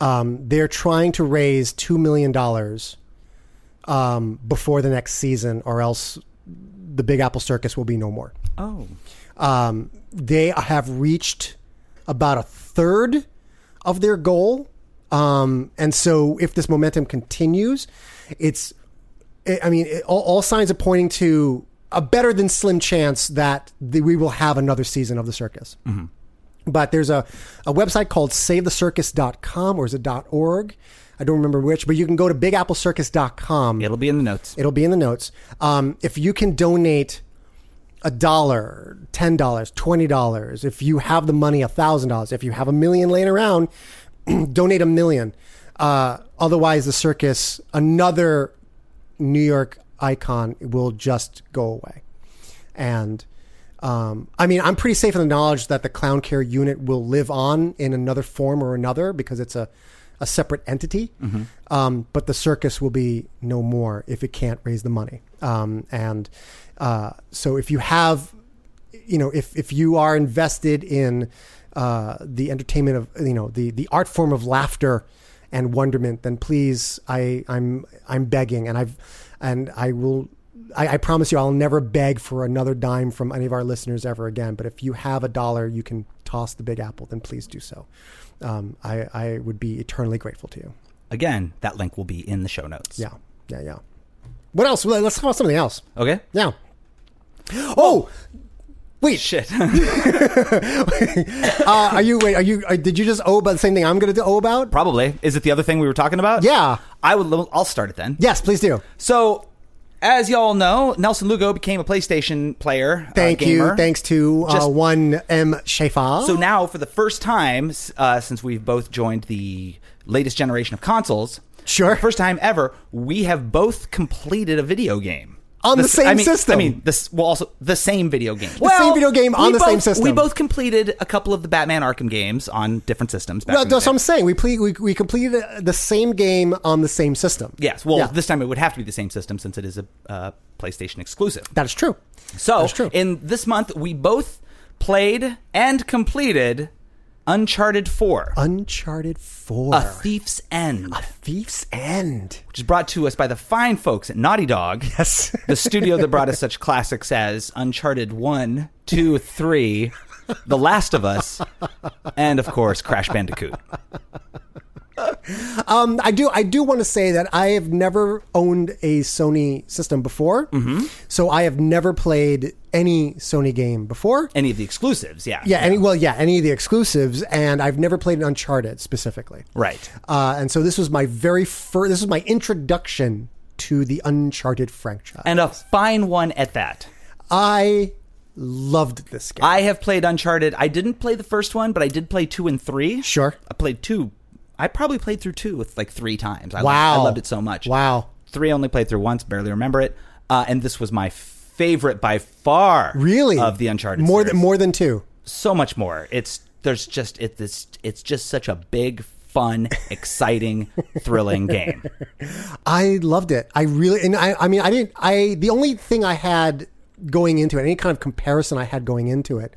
[SPEAKER 2] Um, they're trying to raise two million dollars um, before the next season, or else the Big Apple Circus will be no more.
[SPEAKER 3] Oh.
[SPEAKER 2] Um, they have reached about a third of their goal, um, and so if this momentum continues, it's. I- I mean, it, all, all signs are pointing to a better than slim chance that the, we will have another season of the circus. But there's a, a website called savethecircus.com or is it .org? I don't remember which, but you can go to bigapplecircus.com.
[SPEAKER 3] It'll be in the notes.
[SPEAKER 2] It'll be in the notes. Um, if you can donate a dollar, ten dollars, twenty dollars, if you have the money, a thousand dollars, if you have a million laying around, (clears throat) donate a million. Uh, otherwise, the circus, another New York icon, will just go away. And um, I mean, I'm pretty safe in the knowledge that the clown care unit will live on in another form or another because it's a, a separate entity. Um, but the circus will be no more if it can't raise the money. Um, and uh, so if you have, you know, if, if you are invested in uh, the entertainment of, you know, the, the art form of laughter and wonderment, then please, I, I'm, I'm begging and I've, and I will I, I promise you, I'll never beg for another dime from any of our listeners ever again. But if you have a dollar, you can toss the Big Apple. Then please do so. Um, I, I would be eternally grateful to you.
[SPEAKER 3] Again, that link will be in the show notes.
[SPEAKER 2] Yeah, yeah, yeah. What else? Well, Let's talk about something else.
[SPEAKER 3] Okay. (gasps)
[SPEAKER 2] Yeah. Oh, wait.
[SPEAKER 3] Shit. (laughs)
[SPEAKER 2] Uh, are you? Wait. Are you? Are, did you just owe about the same thing I'm going to owe about?
[SPEAKER 3] Probably. Is it the other thing we were talking about?
[SPEAKER 2] Yeah.
[SPEAKER 3] I would. I'll start it then.
[SPEAKER 2] Yes, please do.
[SPEAKER 3] So, as y'all know, Nelson Lugo became a PlayStation player.
[SPEAKER 2] Thank
[SPEAKER 3] uh,
[SPEAKER 2] you.
[SPEAKER 3] gamer.
[SPEAKER 2] Thanks to uh,
[SPEAKER 3] Just-
[SPEAKER 2] one M Shafa.
[SPEAKER 3] So now, for the first time s- uh, since we've both joined the latest generation of consoles,
[SPEAKER 2] Sure.
[SPEAKER 3] first time ever, we have both completed a video game
[SPEAKER 2] On the
[SPEAKER 3] s-
[SPEAKER 2] same
[SPEAKER 3] I mean,
[SPEAKER 2] system.
[SPEAKER 3] I mean, this well, also the same video game. The well,
[SPEAKER 2] same video game on
[SPEAKER 3] we
[SPEAKER 2] the same
[SPEAKER 3] both-
[SPEAKER 2] system.
[SPEAKER 3] We both completed a couple of the Batman Arkham games on different systems. Back
[SPEAKER 2] Well,
[SPEAKER 3] in the
[SPEAKER 2] that's what
[SPEAKER 3] day.
[SPEAKER 2] I'm saying. We, ple- we we completed the same game on the same system.
[SPEAKER 3] Yes. Well,
[SPEAKER 2] Yeah.
[SPEAKER 3] this time it would have to be the same system since it is a uh, PlayStation exclusive.
[SPEAKER 2] that is true.
[SPEAKER 3] So,
[SPEAKER 2] That's true.
[SPEAKER 3] in this month, we both played and completed Uncharted 4,
[SPEAKER 2] Uncharted Four,
[SPEAKER 3] A Thief's End,
[SPEAKER 2] Thief's End.
[SPEAKER 3] which is brought to us by the fine folks at Naughty Dog.
[SPEAKER 2] Yes.
[SPEAKER 3] the studio that brought
[SPEAKER 2] (laughs)
[SPEAKER 3] us such classics as Uncharted 1, 2, 3, The Last of Us, and of course, Crash Bandicoot.
[SPEAKER 2] Um, (laughs) I do I do want to say that I have never owned a Sony system before,
[SPEAKER 3] Mm-hmm.
[SPEAKER 2] so I have never played any Sony game before.
[SPEAKER 3] Any of the exclusives, yeah.
[SPEAKER 2] Yeah, any well, yeah, any of the exclusives, and I've never played an Uncharted specifically.
[SPEAKER 3] Right.
[SPEAKER 2] Uh, and so this was my very first. This was my introduction to the Uncharted franchise.
[SPEAKER 3] And a fine one at that.
[SPEAKER 2] I loved this game.
[SPEAKER 3] I have played Uncharted. I didn't play the first one, but I did play two and three.
[SPEAKER 2] Sure.
[SPEAKER 3] I played two. I probably played through two with like three times. I
[SPEAKER 2] wow,
[SPEAKER 3] Loved, I loved it so much.
[SPEAKER 2] Wow,
[SPEAKER 3] Three I only played through once, barely remember it. Uh, and this was my favorite by far.
[SPEAKER 2] really?
[SPEAKER 3] Of the Uncharted
[SPEAKER 2] more
[SPEAKER 3] series.
[SPEAKER 2] than more than two.
[SPEAKER 3] so much more. It's there's just it, it's it's just such a big, fun, (laughs) exciting,
[SPEAKER 2] (laughs)
[SPEAKER 3] thrilling game.
[SPEAKER 2] I loved it. I really, and I, I mean, I didn't. I the only thing I had going into it, any kind of comparison I had going into it,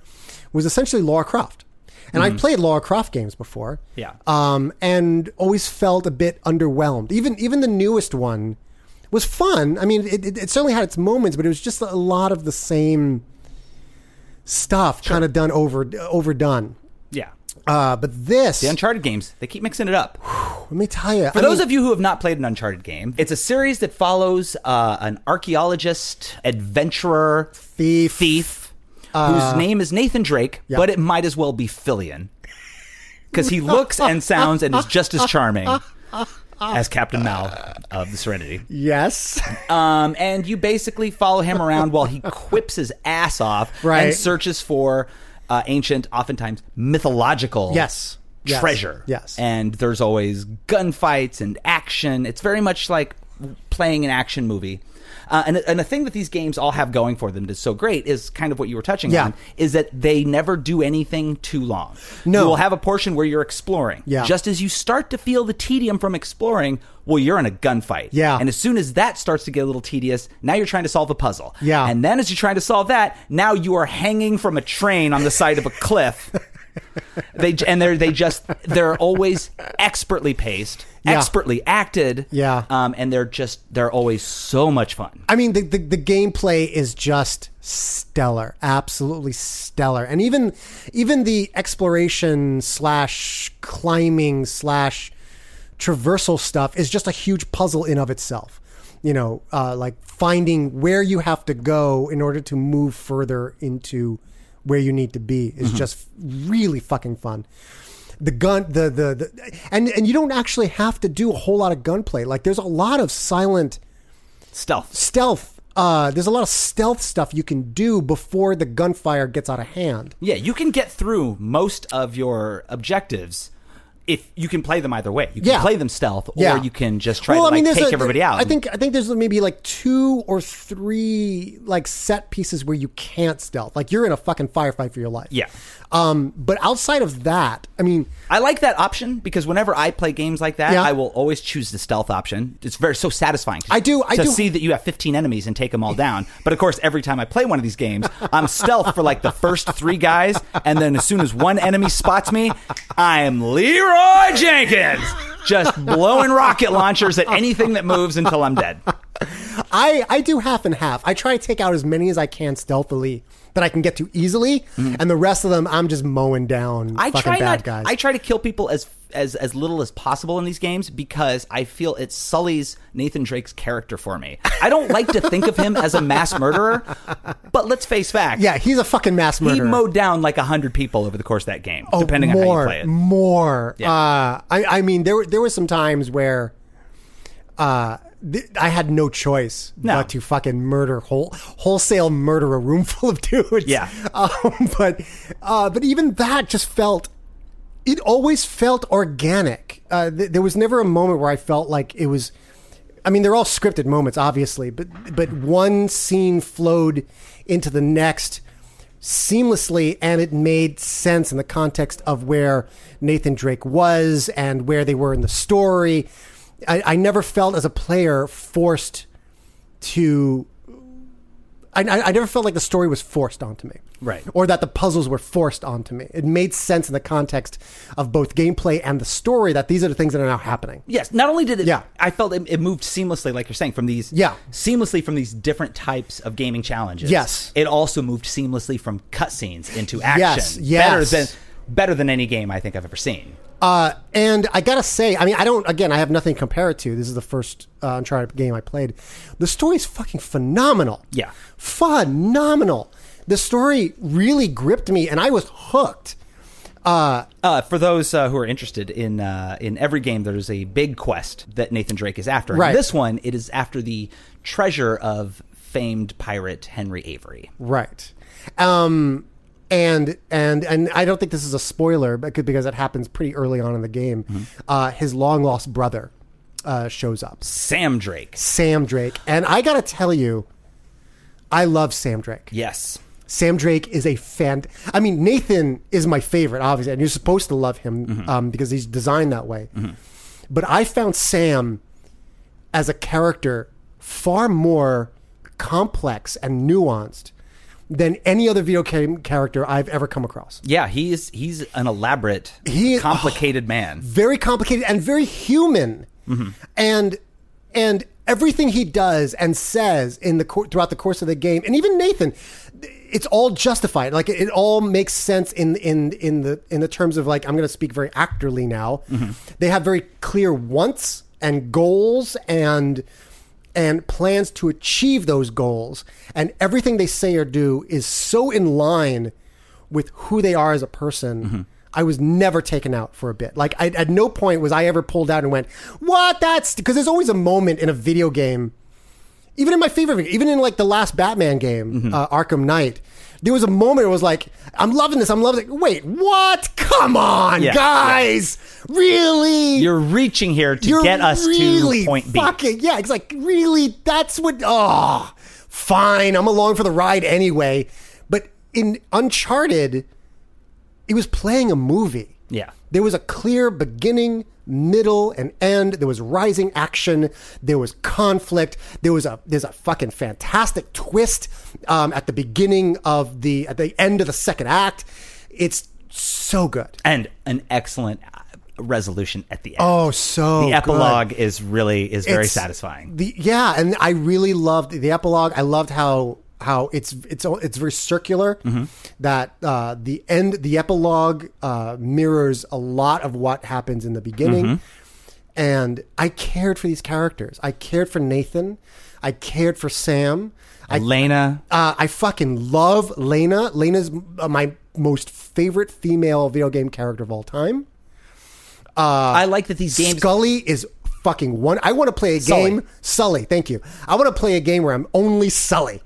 [SPEAKER 2] was essentially Laura Croft. And I played Laura Croft games before,
[SPEAKER 3] Mm-hmm. Yeah.
[SPEAKER 2] um, and always felt a bit underwhelmed. Even even the newest one was fun. I mean, it, it, it certainly had its moments, but it was just a lot of the same stuff, kind of done over overdone.
[SPEAKER 3] Yeah.
[SPEAKER 2] Uh, but this,
[SPEAKER 3] The Uncharted games, they keep mixing it up.
[SPEAKER 2] let me tell you,
[SPEAKER 3] For those of you who have not played an Uncharted game, it's a series that follows uh, an archaeologist, adventurer,
[SPEAKER 2] Thief.
[SPEAKER 3] thief, whose name is Nathan Drake, but it might as well be Fillion, because he looks and sounds and is just as charming as Captain Mal of the Serenity.
[SPEAKER 2] yes, (laughs)
[SPEAKER 3] Um, and you basically follow him around while he quips his ass off
[SPEAKER 2] Right.
[SPEAKER 3] and searches for uh, ancient, oftentimes mythological
[SPEAKER 2] Yes. Yes.
[SPEAKER 3] treasure.
[SPEAKER 2] Yes.
[SPEAKER 3] And there's always gunfights and action. It's very much like playing an action movie. Uh, and, and the thing that these games all have going for them that's so great is kind of what you were touching
[SPEAKER 2] Yeah.
[SPEAKER 3] on is that they never do anything too long.
[SPEAKER 2] No.
[SPEAKER 3] You will have a portion where you're exploring.
[SPEAKER 2] Yeah.
[SPEAKER 3] Just as you start to feel the tedium from exploring, well, you're in a gunfight.
[SPEAKER 2] Yeah.
[SPEAKER 3] And as soon as that starts to get a little tedious, now you're trying to solve a puzzle.
[SPEAKER 2] Yeah.
[SPEAKER 3] And then as you're trying to solve that, now you are hanging from a train on the side of
[SPEAKER 2] (laughs)
[SPEAKER 3] a cliff. They j- and they're they just they're always expertly paced,
[SPEAKER 2] Yeah.
[SPEAKER 3] expertly acted.
[SPEAKER 2] Yeah.
[SPEAKER 3] Um, and they're just they're always so much fun.
[SPEAKER 2] I mean, the, the, the gameplay is just stellar, absolutely stellar, and even even the exploration slash climbing slash traversal stuff is just a huge puzzle in of itself. You know, uh, like finding where you have to go in order to move further into where you need to be is just really fucking fun the gun the, the the and and you don't actually have to do a whole lot of gunplay like there's a lot of silent
[SPEAKER 3] Stealth.
[SPEAKER 2] stealth uh there's a lot of stealth stuff you can do before the gunfire gets out of hand
[SPEAKER 3] Yeah, you can get through most of your objectives if you can play them either way. You can
[SPEAKER 2] Yeah.
[SPEAKER 3] play them stealth, or
[SPEAKER 2] Yeah.
[SPEAKER 3] you can just try
[SPEAKER 2] Well,
[SPEAKER 3] to like,
[SPEAKER 2] there's
[SPEAKER 3] take
[SPEAKER 2] a-
[SPEAKER 3] everybody out.
[SPEAKER 2] I think I think there's maybe like two or three like set pieces where you can't stealth. Like you're in a fucking firefight for your life.
[SPEAKER 3] Yeah.
[SPEAKER 2] Um. But outside of that, I mean,
[SPEAKER 3] I like that option because whenever I play games like that,
[SPEAKER 2] Yeah.
[SPEAKER 3] I will always choose the stealth option. It's very so satisfying. To,
[SPEAKER 2] I do- I
[SPEAKER 3] to
[SPEAKER 2] do-
[SPEAKER 3] see that you have 15 enemies and take them all down. But of course, every time I play one of these games, I'm stealth for like the first three guys, and then as soon as one enemy spots me, I'm Leroy Jenkins, just blowing rocket launchers at anything that moves until I'm dead.
[SPEAKER 2] I, I do half and half. I try to take out as many as I can stealthily that I can get to easily, and the rest of them I'm just mowing down.
[SPEAKER 3] Mm-hmm. I
[SPEAKER 2] fucking
[SPEAKER 3] try
[SPEAKER 2] bad
[SPEAKER 3] not.
[SPEAKER 2] guys.
[SPEAKER 3] I try to kill people as as as little as possible in these games because I feel it sullies Nathan Drake's character for me. I don't like to think of him as a mass murderer, but let's face facts.
[SPEAKER 2] yeah, he's a fucking mass
[SPEAKER 3] he
[SPEAKER 2] murderer.
[SPEAKER 3] mowed down like hundred people over the course of that game,
[SPEAKER 2] Oh,
[SPEAKER 3] depending
[SPEAKER 2] more,
[SPEAKER 3] on how you play it.
[SPEAKER 2] More.
[SPEAKER 3] Yeah.
[SPEAKER 2] Uh, I, I mean, there were there were some times where uh, th- I had no choice
[SPEAKER 3] No.
[SPEAKER 2] but to fucking murder whole wholesale murder a room (laughs) full of dudes.
[SPEAKER 3] Yeah.
[SPEAKER 2] (laughs) Um, but uh, but even that just felt. It always felt organic. Uh, th- there was never a moment where I felt like it was. I mean, they're all scripted moments, obviously, but but one scene flowed into the next seamlessly, and it made sense in the context of where Nathan Drake was and where they were in the story. I, I never felt as a player forced to. I, I I never felt like the story was forced onto me,
[SPEAKER 3] Right.
[SPEAKER 2] Or that the puzzles were forced onto me. It made sense in the context of both gameplay and the story that these are the things that are now happening.
[SPEAKER 3] Yes, not only did it,
[SPEAKER 2] Yeah.
[SPEAKER 3] I felt it, it moved seamlessly, like you're saying, from these,
[SPEAKER 2] Yeah.
[SPEAKER 3] seamlessly from these different types of gaming challenges.
[SPEAKER 2] Yes.
[SPEAKER 3] it also moved seamlessly from cutscenes into action.
[SPEAKER 2] Yes,
[SPEAKER 3] better
[SPEAKER 2] yes.
[SPEAKER 3] than better than any game I think I've ever seen.
[SPEAKER 2] Uh, and I gotta say, I mean, I don't. Again, I have nothing to compare it to. This is the first uh, Uncharted game I played. The story is fucking phenomenal.
[SPEAKER 3] Yeah.
[SPEAKER 2] phenomenal. The story really gripped me, and I was hooked.
[SPEAKER 3] Uh, for those uh, who are interested in uh, in every game, there's a big quest that Nathan Drake is after.
[SPEAKER 2] Right.
[SPEAKER 3] In this one, it is after the treasure of famed pirate Henry Avery.
[SPEAKER 2] Right. Um, and and and I don't think this is a spoiler, but could- because it happens pretty early on in the game. Uh, his long lost brother uh, shows up,
[SPEAKER 3] Sam Drake.
[SPEAKER 2] Sam Drake, and I gotta tell you, I love Sam Drake.
[SPEAKER 3] Yes.
[SPEAKER 2] Sam Drake is a fan. I mean, Nathan is my favorite, obviously, and you're supposed to love him um, because he's designed that way. But I found Sam as a character far more complex and nuanced than any other video game character I've ever come across.
[SPEAKER 3] Yeah, he is. He's an elaborate,
[SPEAKER 2] He- oh,
[SPEAKER 3] complicated man.
[SPEAKER 2] Very complicated and very human, and and everything he does and says in the cour throughout the course of the game, and even Nathan, it's all justified. Like it, it all makes sense in in in the in the terms of like I'm going to speak very actorly now. They have very clear wants and goals and and plans to achieve those goals, and everything they say or do is so in line with who they are as a person. I was never taken out for a bit. Like I, at no point was I ever pulled out and went, "What? That's because there's always a moment in a video game, even in my favorite, video, even in like the last Batman game,
[SPEAKER 3] Mm-hmm.
[SPEAKER 2] uh, Arkham Knight." There was a moment where it was like, "I'm loving this. I'm loving it." Wait, what? Come on,
[SPEAKER 3] Yeah,
[SPEAKER 2] guys! Really?
[SPEAKER 3] You're reaching here to
[SPEAKER 2] You're
[SPEAKER 3] get us
[SPEAKER 2] really
[SPEAKER 3] to point B.
[SPEAKER 2] Fucking yeah, it's like really that's what oh fine, I'm along for the ride anyway. But in Uncharted, it was playing a movie.
[SPEAKER 3] Yeah.
[SPEAKER 2] There was a clear beginning, middle, and end. There was rising action. There was conflict. There was a there's a fucking fantastic twist um, at the beginning of the at the end of the second act. It's so good.
[SPEAKER 3] and an excellent uh, resolution at the end.
[SPEAKER 2] Oh, so
[SPEAKER 3] the
[SPEAKER 2] good.
[SPEAKER 3] epilogue is really is very
[SPEAKER 2] It's-
[SPEAKER 3] satisfying.
[SPEAKER 2] The, yeah, and I really loved the epilogue. I loved how how it's it's it's very circular.
[SPEAKER 3] Mm-hmm.
[SPEAKER 2] That uh, the end, the epilogue uh, mirrors a lot of what happens in the beginning.
[SPEAKER 3] Mm-hmm.
[SPEAKER 2] And I cared for these characters. I cared for Nathan. I cared for Sam. I
[SPEAKER 3] Elena,
[SPEAKER 2] uh, I fucking love Lena. Lena's uh, my most favorite female video game character of all time.
[SPEAKER 3] I like that these games.
[SPEAKER 2] Scully is fucking one. I want to play a
[SPEAKER 3] Sully.
[SPEAKER 2] game. Sully, thank you. I want to play a game where I'm only Sully.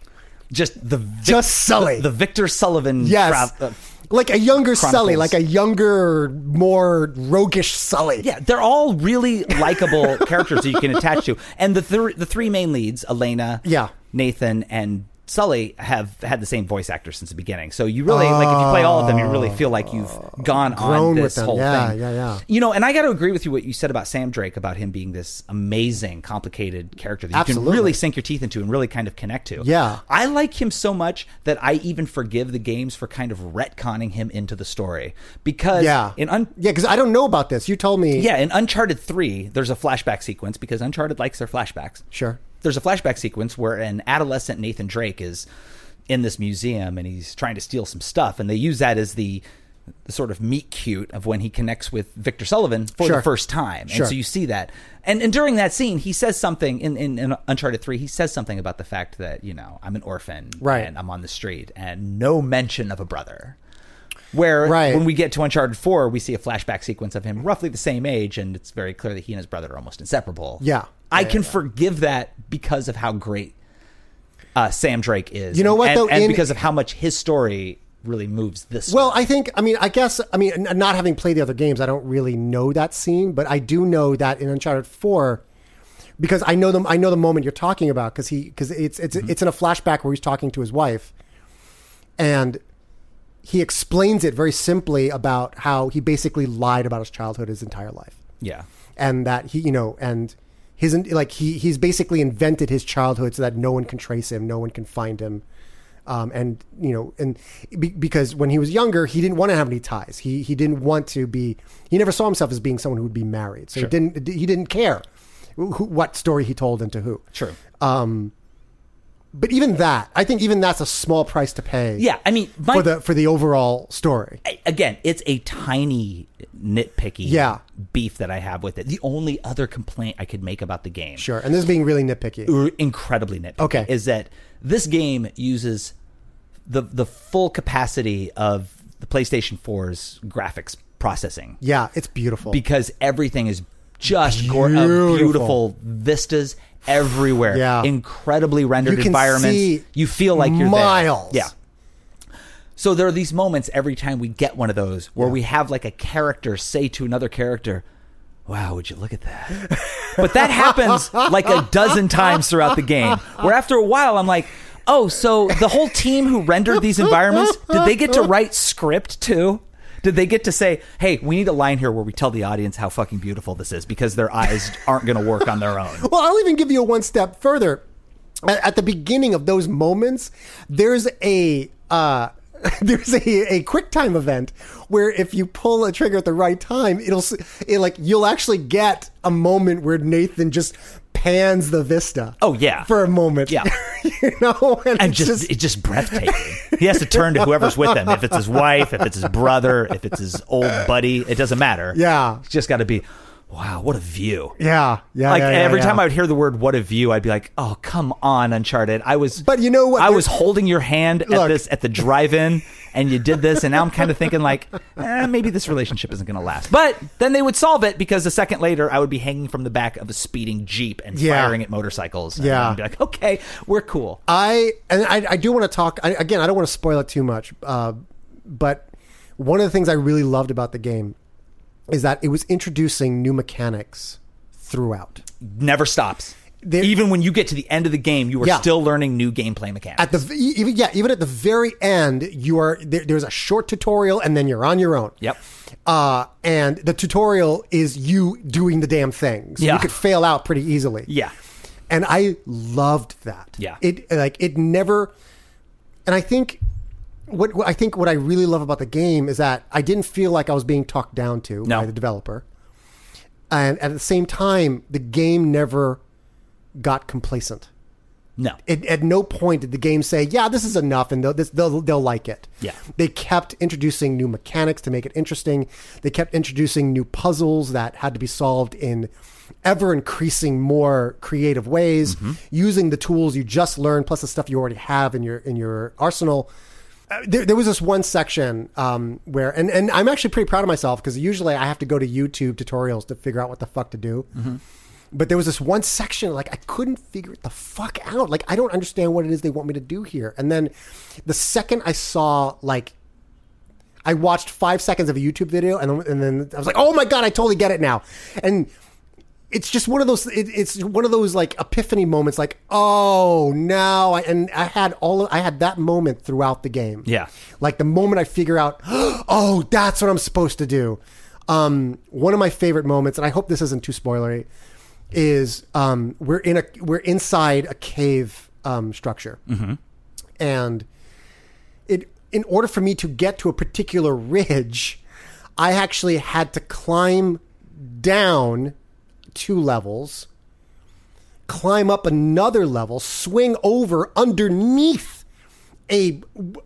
[SPEAKER 3] just the Vic-
[SPEAKER 2] Just Sully.
[SPEAKER 3] the, the Victor Sullivan.
[SPEAKER 2] Yes.
[SPEAKER 3] tra- uh,
[SPEAKER 2] like a younger Sully,
[SPEAKER 3] Chronicles.
[SPEAKER 2] like a younger, more roguish Sully.
[SPEAKER 3] yeah, they're all really
[SPEAKER 2] (laughs)
[SPEAKER 3] likable characters that you can attach to, and the thr the three main leads, Elena,
[SPEAKER 2] Yeah.
[SPEAKER 3] Nathan, and Sully, have had the same voice actor since the beginning. So you really like if you play all of them, you really feel like you've gone
[SPEAKER 2] Grown
[SPEAKER 3] on
[SPEAKER 2] with
[SPEAKER 3] this
[SPEAKER 2] them.
[SPEAKER 3] whole
[SPEAKER 2] Yeah,
[SPEAKER 3] thing.
[SPEAKER 2] yeah, yeah.
[SPEAKER 3] You know, and I got to agree with you what you said about Sam Drake about him being this amazing, complicated character that you
[SPEAKER 2] Absolutely.
[SPEAKER 3] can really sink your teeth into and really kind of connect to.
[SPEAKER 2] Yeah.
[SPEAKER 3] I like him so much that I even forgive the games for kind of retconning him into the story because
[SPEAKER 2] Yeah.
[SPEAKER 3] in un-
[SPEAKER 2] yeah, because I don't know about this. You told me.
[SPEAKER 3] yeah, in Uncharted 3, there's a flashback sequence because Uncharted likes their flashbacks.
[SPEAKER 2] Sure.
[SPEAKER 3] there's a flashback sequence where an adolescent Nathan Drake is in this museum and he's trying to steal some stuff, and they use that as the the sort of meet cute of when he connects with Victor Sullivan for
[SPEAKER 2] Sure.
[SPEAKER 3] the first time. And
[SPEAKER 2] Sure.
[SPEAKER 3] so you see that. And and during that scene, he says something in, in, in Uncharted 3, he says something about the fact that, you know, I'm an orphan
[SPEAKER 2] Right.
[SPEAKER 3] and I'm on the street and no mention of a brother. Where
[SPEAKER 2] Right.
[SPEAKER 3] when we get to Uncharted 4, we see a flashback sequence of him roughly the same age, and it's very clear that he and his brother are almost inseparable.
[SPEAKER 2] Yeah.
[SPEAKER 3] I can forgive that because of how great uh, Sam Drake is.
[SPEAKER 2] You know what,
[SPEAKER 3] And,
[SPEAKER 2] though,
[SPEAKER 3] and
[SPEAKER 2] in-
[SPEAKER 3] because of how much his story really moves this
[SPEAKER 2] Well,
[SPEAKER 3] one.
[SPEAKER 2] I think I mean I guess I mean n- not having played the other games, I don't really know that scene, but I do know that in Uncharted Four, because I know them. I know the moment you're talking about because he because it's it's
[SPEAKER 3] Mm-hmm.
[SPEAKER 2] it's in a flashback where he's talking to his wife, and he explains it very simply about how he basically lied about his childhood his entire life,
[SPEAKER 3] yeah.
[SPEAKER 2] and that he you know and his like he he's basically invented his childhood so that no one can trace him, no one can find him um, and you know, and be, because when he was younger, he didn't want to have any ties. He he didn't want to be. He never saw himself as being someone who would be married. So he didn't. He didn't care who, what story he told and to who. Um,
[SPEAKER 3] True.
[SPEAKER 2] But even that, I think, even that's a small price to pay.
[SPEAKER 3] Yeah, I mean, my,
[SPEAKER 2] For the for the overall story,
[SPEAKER 3] again, it's a tiny nitpicky
[SPEAKER 2] Yeah.
[SPEAKER 3] beef that I have with it. The only other complaint I could make about the game,
[SPEAKER 2] sure. And this is being really nitpicky.
[SPEAKER 3] r- incredibly nitpicky,
[SPEAKER 2] Okay.
[SPEAKER 3] is that this game uses the the full capacity of the PlayStation 4's graphics processing
[SPEAKER 2] Yeah, it's beautiful.
[SPEAKER 3] because everything is just gor- uh,
[SPEAKER 2] Beautiful.
[SPEAKER 3] beautiful. vistas everywhere.
[SPEAKER 2] Yeah.
[SPEAKER 3] Incredibly rendered
[SPEAKER 2] You can
[SPEAKER 3] environments.
[SPEAKER 2] see
[SPEAKER 3] you feel like you're there.
[SPEAKER 2] miles.
[SPEAKER 3] Yeah. So there are these moments every time we get one of those where we have like a character say to another character, Wow, would you look at that? But that happens like a dozen times throughout the game. Where after a while I'm like, Oh, so the whole team who rendered these environments, did they get to write script too? Did they get to say, "Hey, we need a line here where we tell the audience how fucking beautiful this is because their eyes aren't going to work on their own."
[SPEAKER 2] Well, I'll even give you one step further. At, at the beginning of those moments, there's a uh, (laughs) there's a, a quick time event where if you pull a trigger at the right time, it'll s- it like you'll actually get a moment where Nathan just pans the vista.
[SPEAKER 3] Oh, yeah.
[SPEAKER 2] for a moment.
[SPEAKER 3] Yeah.
[SPEAKER 2] (laughs) you know, and,
[SPEAKER 3] and
[SPEAKER 2] it's
[SPEAKER 3] just, it's just breathtaking. He has to turn to whoever's with him. If it's his wife, if it's his brother, if it's his old buddy, it doesn't matter.
[SPEAKER 2] Yeah.
[SPEAKER 3] it's just got to be. Wow, what a view!
[SPEAKER 2] yeah, yeah.
[SPEAKER 3] like
[SPEAKER 2] yeah, yeah,
[SPEAKER 3] every
[SPEAKER 2] yeah.
[SPEAKER 3] time I would hear the word "what a view," I'd be like, "Oh, come on, Uncharted." I was,
[SPEAKER 2] But you know what?
[SPEAKER 3] I
[SPEAKER 2] There-
[SPEAKER 3] was holding your hand
[SPEAKER 2] Look.
[SPEAKER 3] at this at the drive-in, and you did this, and now I'm kind of thinking like, eh, maybe this relationship isn't going to last. But then they would solve it because a second later, I would be hanging from the back of a speeding jeep and
[SPEAKER 2] Yeah.
[SPEAKER 3] firing at motorcycles. and
[SPEAKER 2] Yeah.
[SPEAKER 3] I'd be like, okay, we're cool.
[SPEAKER 2] I and I, I do want to talk I, again. I don't want to spoil it too much, uh, but one of the things I really loved about the game is that it was introducing new mechanics throughout.
[SPEAKER 3] never stops.
[SPEAKER 2] There-
[SPEAKER 3] Even when you get to the end of the game, you are
[SPEAKER 2] Yeah.
[SPEAKER 3] still learning new gameplay mechanics.
[SPEAKER 2] At the v- even yeah, even at the very end, you are there, there's a short tutorial, and then you're on your own.
[SPEAKER 3] Yep.
[SPEAKER 2] Uh, and the tutorial is you doing the damn thing, so you
[SPEAKER 3] Yeah.
[SPEAKER 2] could fail out pretty easily.
[SPEAKER 3] yeah.
[SPEAKER 2] and I loved that.
[SPEAKER 3] Yeah.
[SPEAKER 2] it like it never. And I think what, what I think what I really love about the game is that I didn't feel like I was being talked down to
[SPEAKER 3] No.
[SPEAKER 2] by the developer, and at the same time, the game never got complacent.
[SPEAKER 3] No.
[SPEAKER 2] It, at no point did the game say, "Yeah, this is enough," and they'll this, they'll, they'll like it.
[SPEAKER 3] Yeah.
[SPEAKER 2] they kept introducing new mechanics to make it interesting. They kept introducing new puzzles that had to be solved in ever increasing more creative ways, using the tools you just learned plus the stuff you already have in your in your arsenal. Uh, There, there was this one section um, where, and, and I'm actually pretty proud of myself because usually I have to go to YouTube tutorials to figure out what the fuck to do but there was this one section like I couldn't figure it the fuck out. Like I don't understand what it is they want me to do here. And then the second I saw like I watched five seconds of a YouTube video and then, and then I was like, oh my god, I totally get it now. And it's just one of those. It, it's one of those like epiphany moments. Like oh now, I, and I had all of, I had that moment throughout the game.
[SPEAKER 3] Yeah.
[SPEAKER 2] Like the moment I figure out, (gasps) oh, that's what I'm supposed to do. Um, one of my favorite moments, and I hope this isn't too spoilery, is um, we're in a we're inside a cave um, structure, and it in order for me to get to a particular ridge, I actually had to climb down two levels, climb up another level, swing over underneath a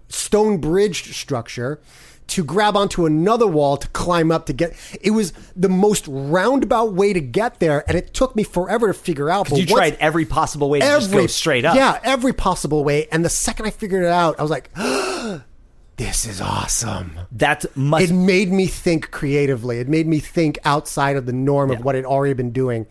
[SPEAKER 2] stone bridged structure to grab onto another wall to climb up to get it was the most roundabout way to get there and it took me forever to figure out but
[SPEAKER 3] You
[SPEAKER 2] once-
[SPEAKER 3] tried every possible way to just go straight up.
[SPEAKER 2] yeah every possible way and the second i figured it out i was like (gasps) this is awesome
[SPEAKER 3] That must
[SPEAKER 2] it made me think creatively. It made me think outside of the norm of what I'd already been doing.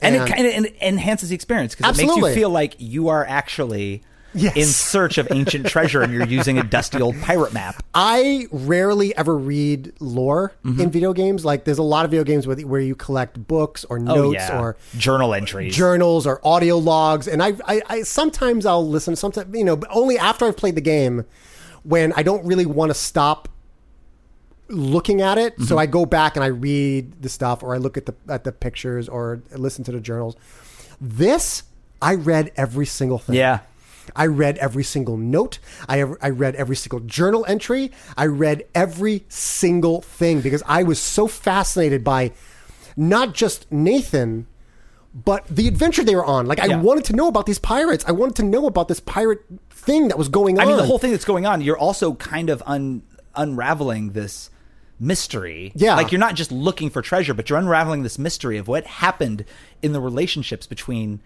[SPEAKER 3] and, it kind of and it enhances the experience because it makes you
[SPEAKER 2] Absolutely.
[SPEAKER 3] feel like you are actually
[SPEAKER 2] Yes.
[SPEAKER 3] in search of ancient treasure and you're using a dusty old
[SPEAKER 2] (laughs)
[SPEAKER 3] pirate map.
[SPEAKER 2] I rarely ever read lore
[SPEAKER 3] Mm-hmm.
[SPEAKER 2] in video games. Like, there's a lot of video games where, where you collect books or notes
[SPEAKER 3] oh yeah,
[SPEAKER 2] or
[SPEAKER 3] journal entries.
[SPEAKER 2] journals or audio logs, and I, I, I sometimes I'll listen. Sometimes you know, but only after I've played the game when I don't really want to stop looking at it. So I go back and I read the stuff, or I look at the at the pictures, or listen to the journals. This I read every single thing.
[SPEAKER 3] yeah,
[SPEAKER 2] I read every single note. I, I read every single journal entry. I read every single thing because I was so fascinated by not just Nathan, but the adventure they were on. Like, I
[SPEAKER 3] Yeah.
[SPEAKER 2] wanted to know about these pirates. I wanted to know about this pirate thing that was going on.
[SPEAKER 3] I mean the whole thing that's going on. You're also kind of un, unraveling this mystery.
[SPEAKER 2] Yeah.
[SPEAKER 3] like you're not just looking for treasure, but you're unraveling this mystery of what happened in the relationships between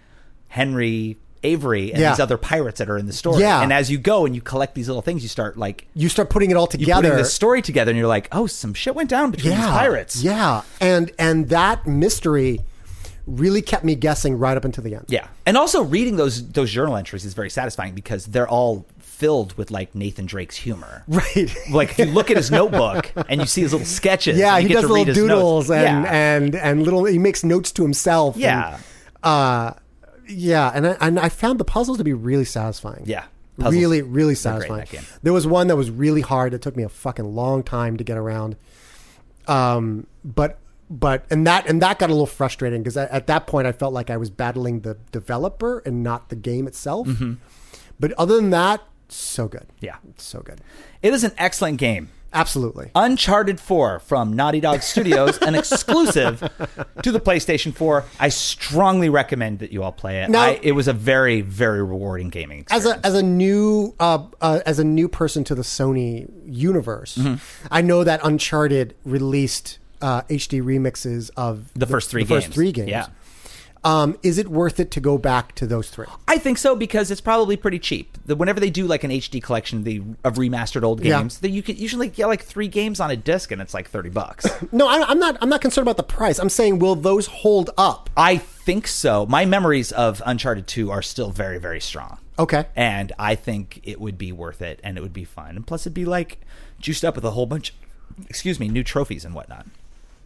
[SPEAKER 3] Henry Avery and
[SPEAKER 2] Yeah.
[SPEAKER 3] these other pirates that are in the story.
[SPEAKER 2] Yeah.
[SPEAKER 3] and as you go and you collect these little things, you start like
[SPEAKER 2] You start putting it all
[SPEAKER 3] you're
[SPEAKER 2] together.
[SPEAKER 3] putting this story together, and you're like, oh, some shit went down between these pirates.
[SPEAKER 2] Yeah. And, and that mystery really kept me guessing right up until the end.
[SPEAKER 3] Yeah, and also reading those those journal entries is very satisfying because they're all filled with like Nathan Drake's humor.
[SPEAKER 2] Right.
[SPEAKER 3] Like if you look at his notebook and you see his little sketches.
[SPEAKER 2] Yeah, he
[SPEAKER 3] and you get
[SPEAKER 2] does
[SPEAKER 3] to read
[SPEAKER 2] little
[SPEAKER 3] his notes.
[SPEAKER 2] doodles and,
[SPEAKER 3] yeah.
[SPEAKER 2] and and little. He makes notes to himself.
[SPEAKER 3] Yeah.
[SPEAKER 2] And, uh, yeah, and I, and I found the puzzles to be really satisfying.
[SPEAKER 3] Yeah. Puzzles
[SPEAKER 2] really, really
[SPEAKER 3] great in that
[SPEAKER 2] satisfying.
[SPEAKER 3] game.
[SPEAKER 2] There was one that was really hard. It took me a fucking long time to get around. Um, but but and that and that got a little frustrating because at, at that point I felt like I was battling the developer and not the game itself. But other than that, so good.
[SPEAKER 3] Mm-hmm. Yeah.
[SPEAKER 2] so good.
[SPEAKER 3] it is an excellent game.
[SPEAKER 2] Absolutely.
[SPEAKER 3] Uncharted 4 from Naughty Dog Studios, an exclusive to the PlayStation 4. I strongly recommend that you all play it.
[SPEAKER 2] Now-
[SPEAKER 3] I, it was a very, very rewarding gaming
[SPEAKER 2] as
[SPEAKER 3] experience.
[SPEAKER 2] a as a new uh, uh, as a new person to the Sony universe,
[SPEAKER 3] Mm-hmm.
[SPEAKER 2] I know that Uncharted released uh, HD remixes of
[SPEAKER 3] the, first three
[SPEAKER 2] the
[SPEAKER 3] games.
[SPEAKER 2] first three games.
[SPEAKER 3] Yeah.
[SPEAKER 2] Um, is it worth it to go back to those three?
[SPEAKER 3] I think so because it's probably pretty cheap. The, whenever they do like an HD collection the, of remastered old
[SPEAKER 2] Yeah.
[SPEAKER 3] games, that you could usually get like three games on a disc, and it's like thirty bucks. (coughs)
[SPEAKER 2] No, I, I'm not. I'm not concerned about the price. I'm saying, will those hold up?
[SPEAKER 3] I think so. My memories of Uncharted Two are still very very strong.
[SPEAKER 2] Okay.
[SPEAKER 3] and I think it would be worth it, and it would be fun, and plus it'd be like juiced up with a whole bunch, excuse me, new trophies and whatnot.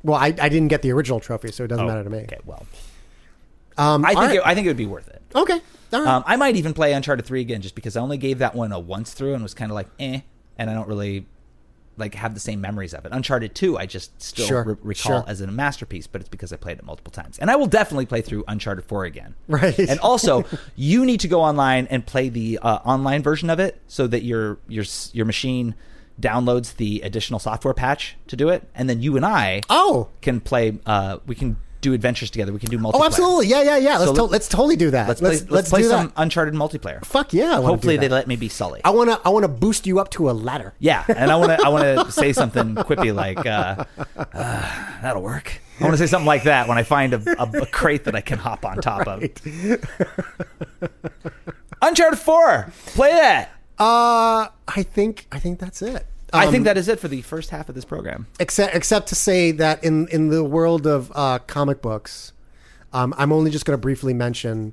[SPEAKER 2] Well, I, I didn't get the original trophy, so it doesn't matter to me.
[SPEAKER 3] Oh, Okay, well,
[SPEAKER 2] Um,
[SPEAKER 3] I think
[SPEAKER 2] all right.
[SPEAKER 3] it, I think it would be worth it.
[SPEAKER 2] okay. All right.
[SPEAKER 3] Um, I might even play Uncharted 3 again just because I only gave that one a once through and was kind of like, eh, and I don't really like have the same memories of it. Uncharted 2, I just still
[SPEAKER 2] Sure,
[SPEAKER 3] re- recall
[SPEAKER 2] sure.
[SPEAKER 3] as a masterpiece, but it's because I played it multiple times. And I will definitely play through Uncharted 4 again.
[SPEAKER 2] Right.
[SPEAKER 3] And also, (laughs) you need to go online and play the uh, online version of it so that your your s- your machine downloads the additional software patch to do it, and then you and I
[SPEAKER 2] oh.
[SPEAKER 3] can play. Uh, we can do adventures together. We can do multiplayer.
[SPEAKER 2] Oh, absolutely. Yeah, yeah, yeah. Let's
[SPEAKER 3] So
[SPEAKER 2] to-
[SPEAKER 3] let-
[SPEAKER 2] let's totally do that.
[SPEAKER 3] Let's play, let's, play
[SPEAKER 2] do
[SPEAKER 3] some
[SPEAKER 2] that.
[SPEAKER 3] Uncharted multiplayer.
[SPEAKER 2] Fuck yeah! I wanna do
[SPEAKER 3] Hopefully
[SPEAKER 2] that.
[SPEAKER 3] they let me be Sully.
[SPEAKER 2] I wanna I wanna boost you up to a ladder.
[SPEAKER 3] yeah, and I want to I want to say something quippy like uh, uh, that'll work. I want to say something like that when I find a, a, a crate that I can hop on top of. (laughs) Uncharted Four, play that.
[SPEAKER 2] Uh, I think I think that's it. Uh,
[SPEAKER 3] I think that is it for the first half of this program.
[SPEAKER 2] except except to say that in in the world of uh, comic books, um, I'm only just going to briefly mention.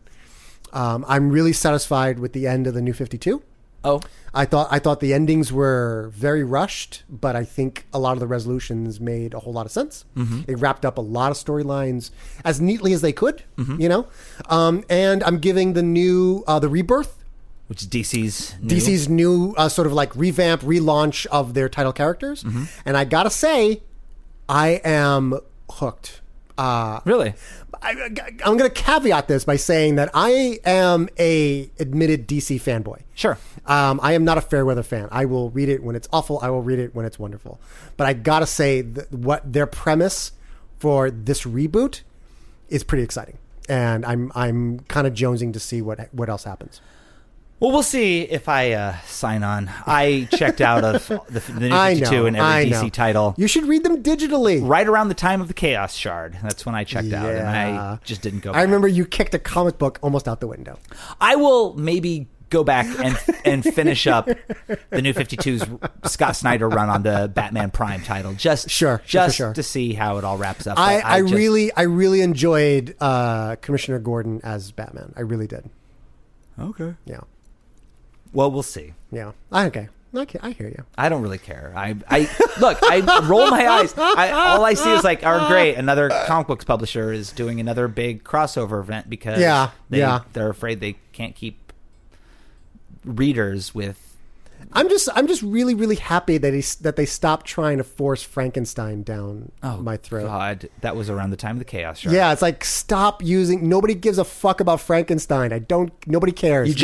[SPEAKER 2] Um, I'm really satisfied with the end of the New Fifty Two.
[SPEAKER 3] Oh,
[SPEAKER 2] I thought I thought the endings were very rushed, but I think a lot of the resolutions made a whole lot of sense.
[SPEAKER 3] Mm-hmm.
[SPEAKER 2] It wrapped up a lot of storylines as neatly as they could,
[SPEAKER 3] Mm-hmm.
[SPEAKER 2] you know. Um, and I'm giving the new uh, the rebirth
[SPEAKER 3] which is DC's new.
[SPEAKER 2] DC's new uh, sort of like revamp, relaunch of their title characters, and I gotta say, I am hooked. Uh,
[SPEAKER 3] really.
[SPEAKER 2] I, am gonna caveat this by saying that I am a admitted DC fanboy.
[SPEAKER 3] Sure.
[SPEAKER 2] Um, I am not a fair weather fan. I will read it when it's awful. I will read it when it's wonderful. But I gotta say, th- what their premise for this reboot is pretty exciting. and I'm I'm kind of jonesing to see what what else happens.
[SPEAKER 3] Well, we'll see if I uh, sign on. I checked out of the, the (laughs)
[SPEAKER 2] I
[SPEAKER 3] New 52
[SPEAKER 2] know.
[SPEAKER 3] and
[SPEAKER 2] I
[SPEAKER 3] every
[SPEAKER 2] know.
[SPEAKER 3] DC title
[SPEAKER 2] You should read them digitally.
[SPEAKER 3] right around the time of the Chaos Shard. That's when I checked out, and
[SPEAKER 2] Yeah.
[SPEAKER 3] I just didn't go. Back.
[SPEAKER 2] I remember you kicked a comic book almost out the window.
[SPEAKER 3] I will maybe go back and and
[SPEAKER 2] (laughs)
[SPEAKER 3] finish up the New 52's Scott Snyder run on the Batman Prime title. Just
[SPEAKER 2] Sure, sure,
[SPEAKER 3] just
[SPEAKER 2] sure.
[SPEAKER 3] to see how it all wraps up.
[SPEAKER 2] I,
[SPEAKER 3] But
[SPEAKER 2] I,
[SPEAKER 3] just-
[SPEAKER 2] really I really enjoyed uh, Commissioner Gordon as Batman. I really did.
[SPEAKER 3] okay.
[SPEAKER 2] Yeah,
[SPEAKER 3] Well, we'll see.
[SPEAKER 2] yeah. I, okay, I, ca- I hear you.
[SPEAKER 3] I don't really care. I, I look. I roll my eyes. I, all I see is like, "Oh, great! Another comic books publisher is doing another big crossover event because
[SPEAKER 2] Yeah,
[SPEAKER 3] they,
[SPEAKER 2] yeah.
[SPEAKER 3] they're afraid they can't keep readers with."
[SPEAKER 2] I'm just I'm just really really happy that he s- that they stopped trying to force Frankenstein down my throat.
[SPEAKER 3] Oh, God, that was around the time of the chaos. Show.
[SPEAKER 2] Yeah, it's like stop using. Nobody gives a fuck about Frankenstein. I don't. Nobody cares.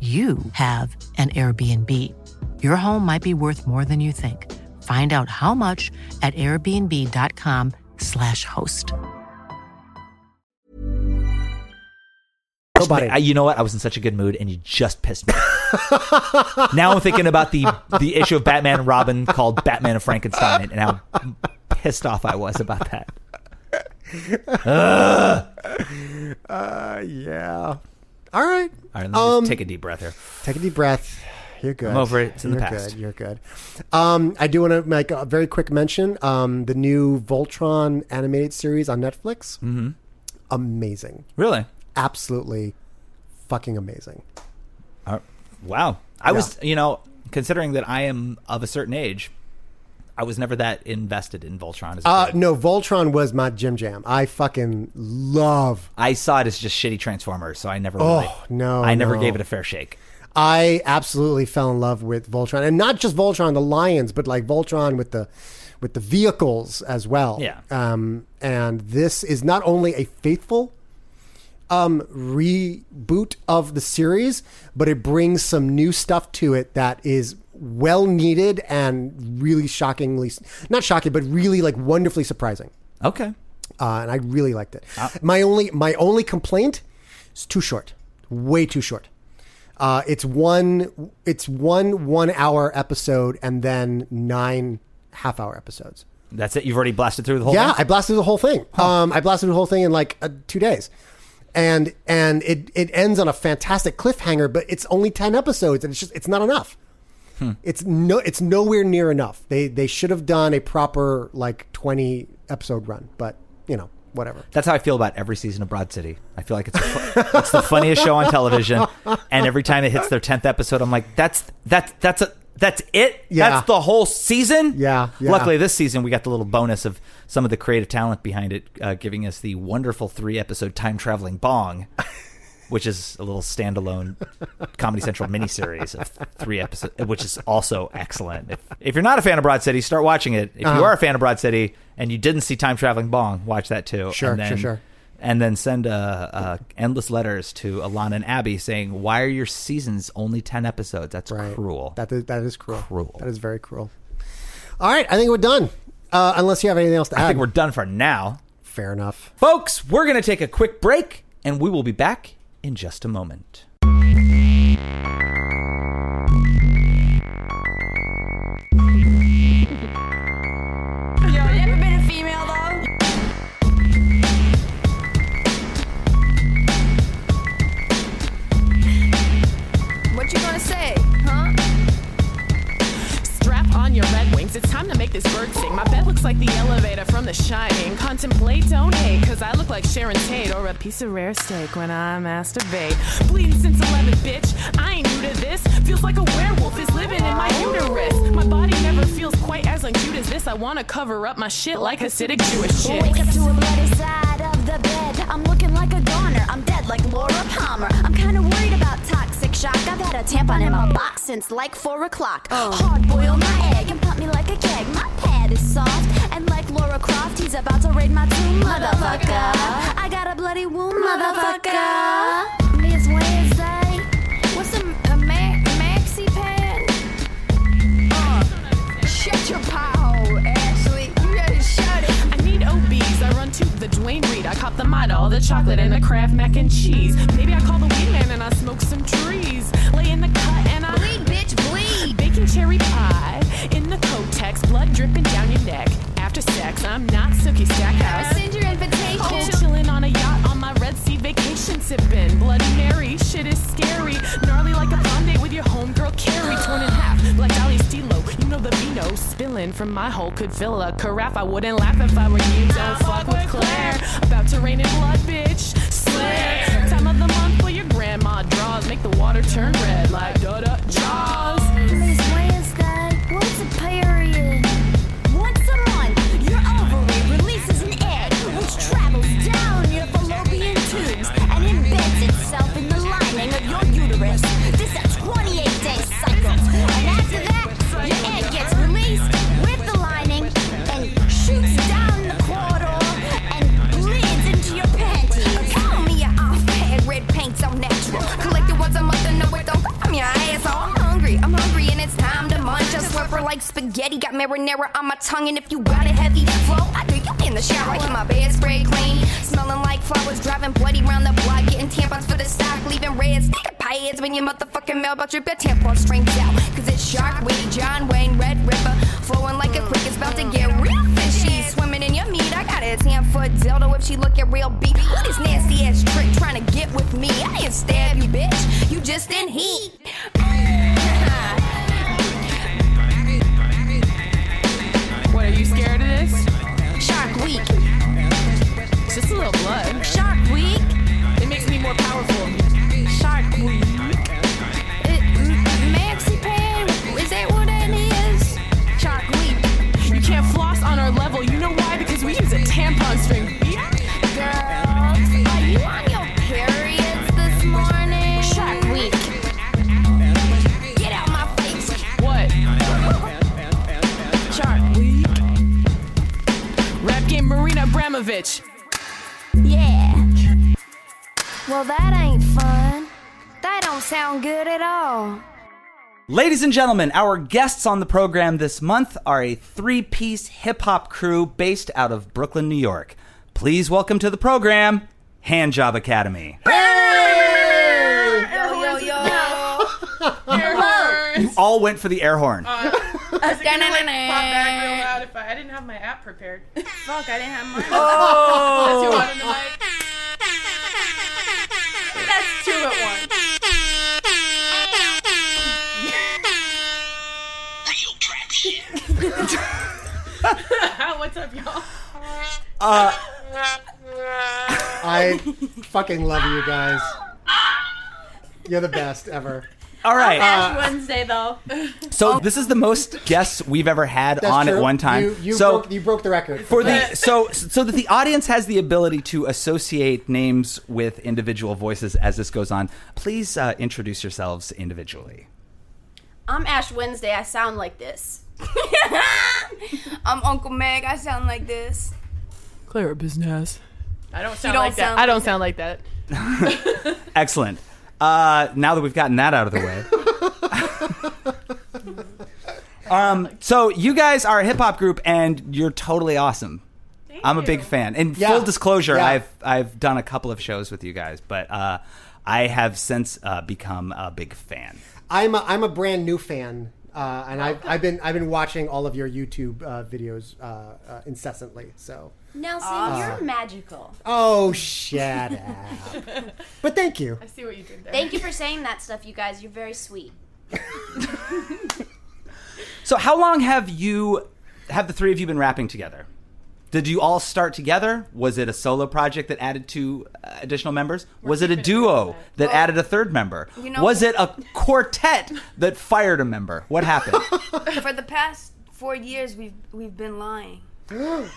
[SPEAKER 4] you have an Airbnb. Your home might be worth more than you think. Find out how much at airbnb.com/slash host.
[SPEAKER 2] Nobody.
[SPEAKER 3] I, uh, you know what? I was in such a good mood, and you just pissed me. (laughs) off. now I'm thinking about the the issue of Batman and Robin called Batman and Frankenstein, and how pissed off I was about that.
[SPEAKER 2] Uh, yeah. All right.
[SPEAKER 3] All right, let me
[SPEAKER 2] Um,
[SPEAKER 3] just take a deep breath here.
[SPEAKER 2] Take a deep breath. You're good.
[SPEAKER 3] I'm over it. It's in the
[SPEAKER 2] You're
[SPEAKER 3] past.
[SPEAKER 2] Good. You're good. Um, I do want to make a very quick mention. Um, the new Voltron animated series on Netflix. Mm-hmm. Amazing.
[SPEAKER 3] Really?
[SPEAKER 2] Absolutely fucking amazing.
[SPEAKER 3] Uh, wow. I was, you know, considering that I am of a certain age, I was never that invested in Voltron. As a
[SPEAKER 2] Uh,
[SPEAKER 3] kid.
[SPEAKER 2] no, Voltron was my Jim Jam. I fucking love
[SPEAKER 3] I saw it as just shitty Transformers, so I never.
[SPEAKER 2] Oh,
[SPEAKER 3] really,
[SPEAKER 2] no,
[SPEAKER 3] I never
[SPEAKER 2] no.
[SPEAKER 3] gave it a fair shake.
[SPEAKER 2] I absolutely fell in love with Voltron, and not just Voltron the lions, but like Voltron with the with the vehicles as well.
[SPEAKER 3] Yeah.
[SPEAKER 2] Um, and this is not only a faithful um, reboot of the series, but it brings some new stuff to it that is well needed and really shockingly not shocking, but really like wonderfully surprising.
[SPEAKER 3] Okay.
[SPEAKER 2] Uh, and I really liked it. my only my only complaint is too short, way too short. Uh, it's one it's one one hour episode and then nine half hour episodes.
[SPEAKER 3] That's it. You've already blasted through the whole.
[SPEAKER 2] Yeah,
[SPEAKER 3] thing?
[SPEAKER 2] I blasted the whole thing. Um, I blasted the whole thing in like uh, two days, and and it it ends on a fantastic cliffhanger. But it's only ten episodes, and it's just it's not enough. It's no it's nowhere near enough. They they should have done a proper like twenty episode run, but you know whatever.
[SPEAKER 3] That's how I feel about every season of Broad City. I feel like it's the fu- it's the funniest show on television, and every time it hits their tenth episode, I'm like, that's that's that's a. That's it.
[SPEAKER 2] Yeah.
[SPEAKER 3] That's the whole season.
[SPEAKER 2] Yeah, yeah.
[SPEAKER 3] Luckily, this season we got the little bonus of some of the creative talent behind it, uh, giving us the wonderful three-episode time traveling bong, which is a little standalone Comedy Central miniseries of three episodes, which is also excellent. If, if you're not a fan of Broad City, start watching it. If
[SPEAKER 2] Uh-huh.
[SPEAKER 3] you are a fan of Broad City and you didn't see Time Traveling Bong, watch that too
[SPEAKER 2] Sure,
[SPEAKER 3] and then,
[SPEAKER 2] sure, sure.
[SPEAKER 3] And then send uh, uh, endless letters to Alana and Abby saying, "Why are your seasons only ten episodes? That's
[SPEAKER 2] Right.
[SPEAKER 3] cruel."
[SPEAKER 2] That is, that is cruel.
[SPEAKER 3] Cruel.
[SPEAKER 2] That is very cruel. All right, I think we're done. Uh, unless you have anything else to add.
[SPEAKER 3] I think we're done for now,
[SPEAKER 2] Fair enough.
[SPEAKER 3] folks. We're gonna take a quick break, and we will be back in just a moment.
[SPEAKER 5] Yo, you ever been a female though?
[SPEAKER 6] say, huh? Strap on your red wings, it's time to make this bird sing. My bed looks like the elevator from The Shining. Contemplate, don't hate, cause I look like Sharon Tate or a piece of rare steak when I masturbate. Bleeding since 11, bitch, I ain't new to this. Feels like a werewolf is living in my uterus. My body never feels quite as uncute as this. I wanna cover up my shit like Hasidic Jewish shit.
[SPEAKER 7] Wake up to a bloody side of the bed. I'm looking like a goner. I'm dead like Laura Palmer. I'm kind of worried about toxic shock. I've had a tampon in my box since like four o'clock. Hard boil my egg and pop me like a keg. My pad is soft and like Laura Croft, he's about to raid my tomb, motherfucker. I got a bloody womb, motherfucker. Miss Wednesday, what's a, a maxi pad? Uh,
[SPEAKER 8] Shut your pothole, Ashley. You gotta shut it.
[SPEAKER 6] I need OBs. I run to the Dwayne Reed. I cop the Mido, all the chocolate, and the Kraft mac and cheese. Maybe I call the weed man and I smoke some trees. Lay in the cut and I
[SPEAKER 8] Bleed, bitch, bleed.
[SPEAKER 6] baking cherry pie in the Kotex, blood dripping down your neck. After sex, I'm not Sookie
[SPEAKER 8] I'll
[SPEAKER 6] Stackhouse.
[SPEAKER 8] send your invitation.
[SPEAKER 6] Oh, chilling on a yacht on my Red Sea vacation, sipping Bloody Mary. Shit is scary, gnarly like a blind date with your homegirl Carrie, torn in half like Dolly Stilo. You know the vino spilling from my hole could fill a carafe. I wouldn't laugh if I were you. Don't fuck with Claire. About to rain in blood, bitch. Slayer. Time of the month where your grandma draws, make the water turn red like da da jaws.
[SPEAKER 7] Miss Wednesday, what's a period? Once a month, your ovary releases an egg, which travels down your fallopian tubes and embeds itself in the lining of your uterus. This is a 28-day cycle, and after that, your egg gets released with the lining and shoots down the corridor and bleeds into your panties.
[SPEAKER 8] Call me an off pad, red paint so natural. Collected once a month and no it don't come from your asshole. I'm hungry, I'm hungry and it's time to munch. I swerve like spaghetti, got marinara on my tongue. And if you got a heavy flow, I do you in the shower. Get my bed spray clean, smelling like flowers. Driving bloody round the block, getting tampons for the stock, leaving red sticker pads when your motherfucking mailbox rip your tampon strings out. Cause it's shark weed, John Wayne, Red Ripper, flowing like a creek. It's about to get real fishy, swimming in your meat. I got a ten foot dildo if she look at real beat. Look this nasty ass trick trying to get with me. I didn't stab you, bitch. You just in heat.
[SPEAKER 6] What, are you scared of this?
[SPEAKER 8] Shark week,
[SPEAKER 6] It's just a little blood.
[SPEAKER 8] shark week,
[SPEAKER 6] It makes me more powerful.
[SPEAKER 8] shark week. It- m- Maxi pad, is that what that is? Shark week.
[SPEAKER 6] You can't floss on our level. You know why? Because we use a tampon string.
[SPEAKER 8] Girls, are you on your periods this morning? Shark Week. Get out my face.
[SPEAKER 6] What?
[SPEAKER 8] Shark Week.
[SPEAKER 6] Rap game Marina Abramovich.
[SPEAKER 8] Yeah. Well, that ain't fun. That don't sound good at all.
[SPEAKER 3] Ladies and gentlemen, our guests on the program this month are a three piece hip hop crew based out of Brooklyn, New York. Please welcome to the program Handjob Academy.
[SPEAKER 8] (laughs)
[SPEAKER 9] Yo, yo, yo.
[SPEAKER 3] You all went for the air horn.
[SPEAKER 9] Uh, I was gonna like, pop back real loud if I, I didn't have my app
[SPEAKER 6] (laughs)
[SPEAKER 9] prepared. Fuck, I didn't have mine.
[SPEAKER 6] Oh.
[SPEAKER 9] That's too loud in the mic. That's two at once. What's up, y'all?
[SPEAKER 2] I (laughs) fucking love you guys. You're the best ever.
[SPEAKER 3] All right.
[SPEAKER 9] Wednesday though.
[SPEAKER 3] So, this is the most guests we've ever had
[SPEAKER 2] That's
[SPEAKER 3] on
[SPEAKER 2] true.
[SPEAKER 3] at one time.
[SPEAKER 2] You, you,
[SPEAKER 3] so,
[SPEAKER 2] broke, you broke the record. (laughs)
[SPEAKER 3] for the so so that the audience has the ability to associate names with individual voices as this goes on. Please uh, introduce yourselves individually.
[SPEAKER 9] I'm Ash Wednesday. I sound like this.
[SPEAKER 8] (laughs) I'm Uncle Meg. I sound like this.
[SPEAKER 6] Claire Business. I don't sound
[SPEAKER 9] don't
[SPEAKER 6] like that.
[SPEAKER 9] sound
[SPEAKER 6] I don't sound like that.
[SPEAKER 3] Excellent. Uh, now that we've gotten that out of the way. um, so you guys are a hip hop group and you're totally awesome. I'm a big fan. And
[SPEAKER 2] Yeah.
[SPEAKER 3] full disclosure,
[SPEAKER 2] Yeah.
[SPEAKER 3] I've I've done a couple of shows with you guys, but uh, I have since uh, become a big fan.
[SPEAKER 2] I'm a, I'm a brand new fan, uh, and I've, I've been I've been watching all of your YouTube uh, videos uh, uh, incessantly. So
[SPEAKER 7] Nelson,
[SPEAKER 8] Ah.
[SPEAKER 7] you're magical.
[SPEAKER 2] oh shut up. But thank you.
[SPEAKER 6] (laughs) See what you did there.
[SPEAKER 7] Thank you for saying that stuff, you guys. You're very sweet.
[SPEAKER 3] So how long have you have the three of you been rapping together? Did you all start together? Was it a solo project that added two uh, additional members? was it a duo that added a third member?
[SPEAKER 8] know-
[SPEAKER 3] was it
[SPEAKER 6] (laughs)
[SPEAKER 3] a quartet that fired a member? What happened?
[SPEAKER 8] For the past four years, we've we've been lying.
[SPEAKER 2] What?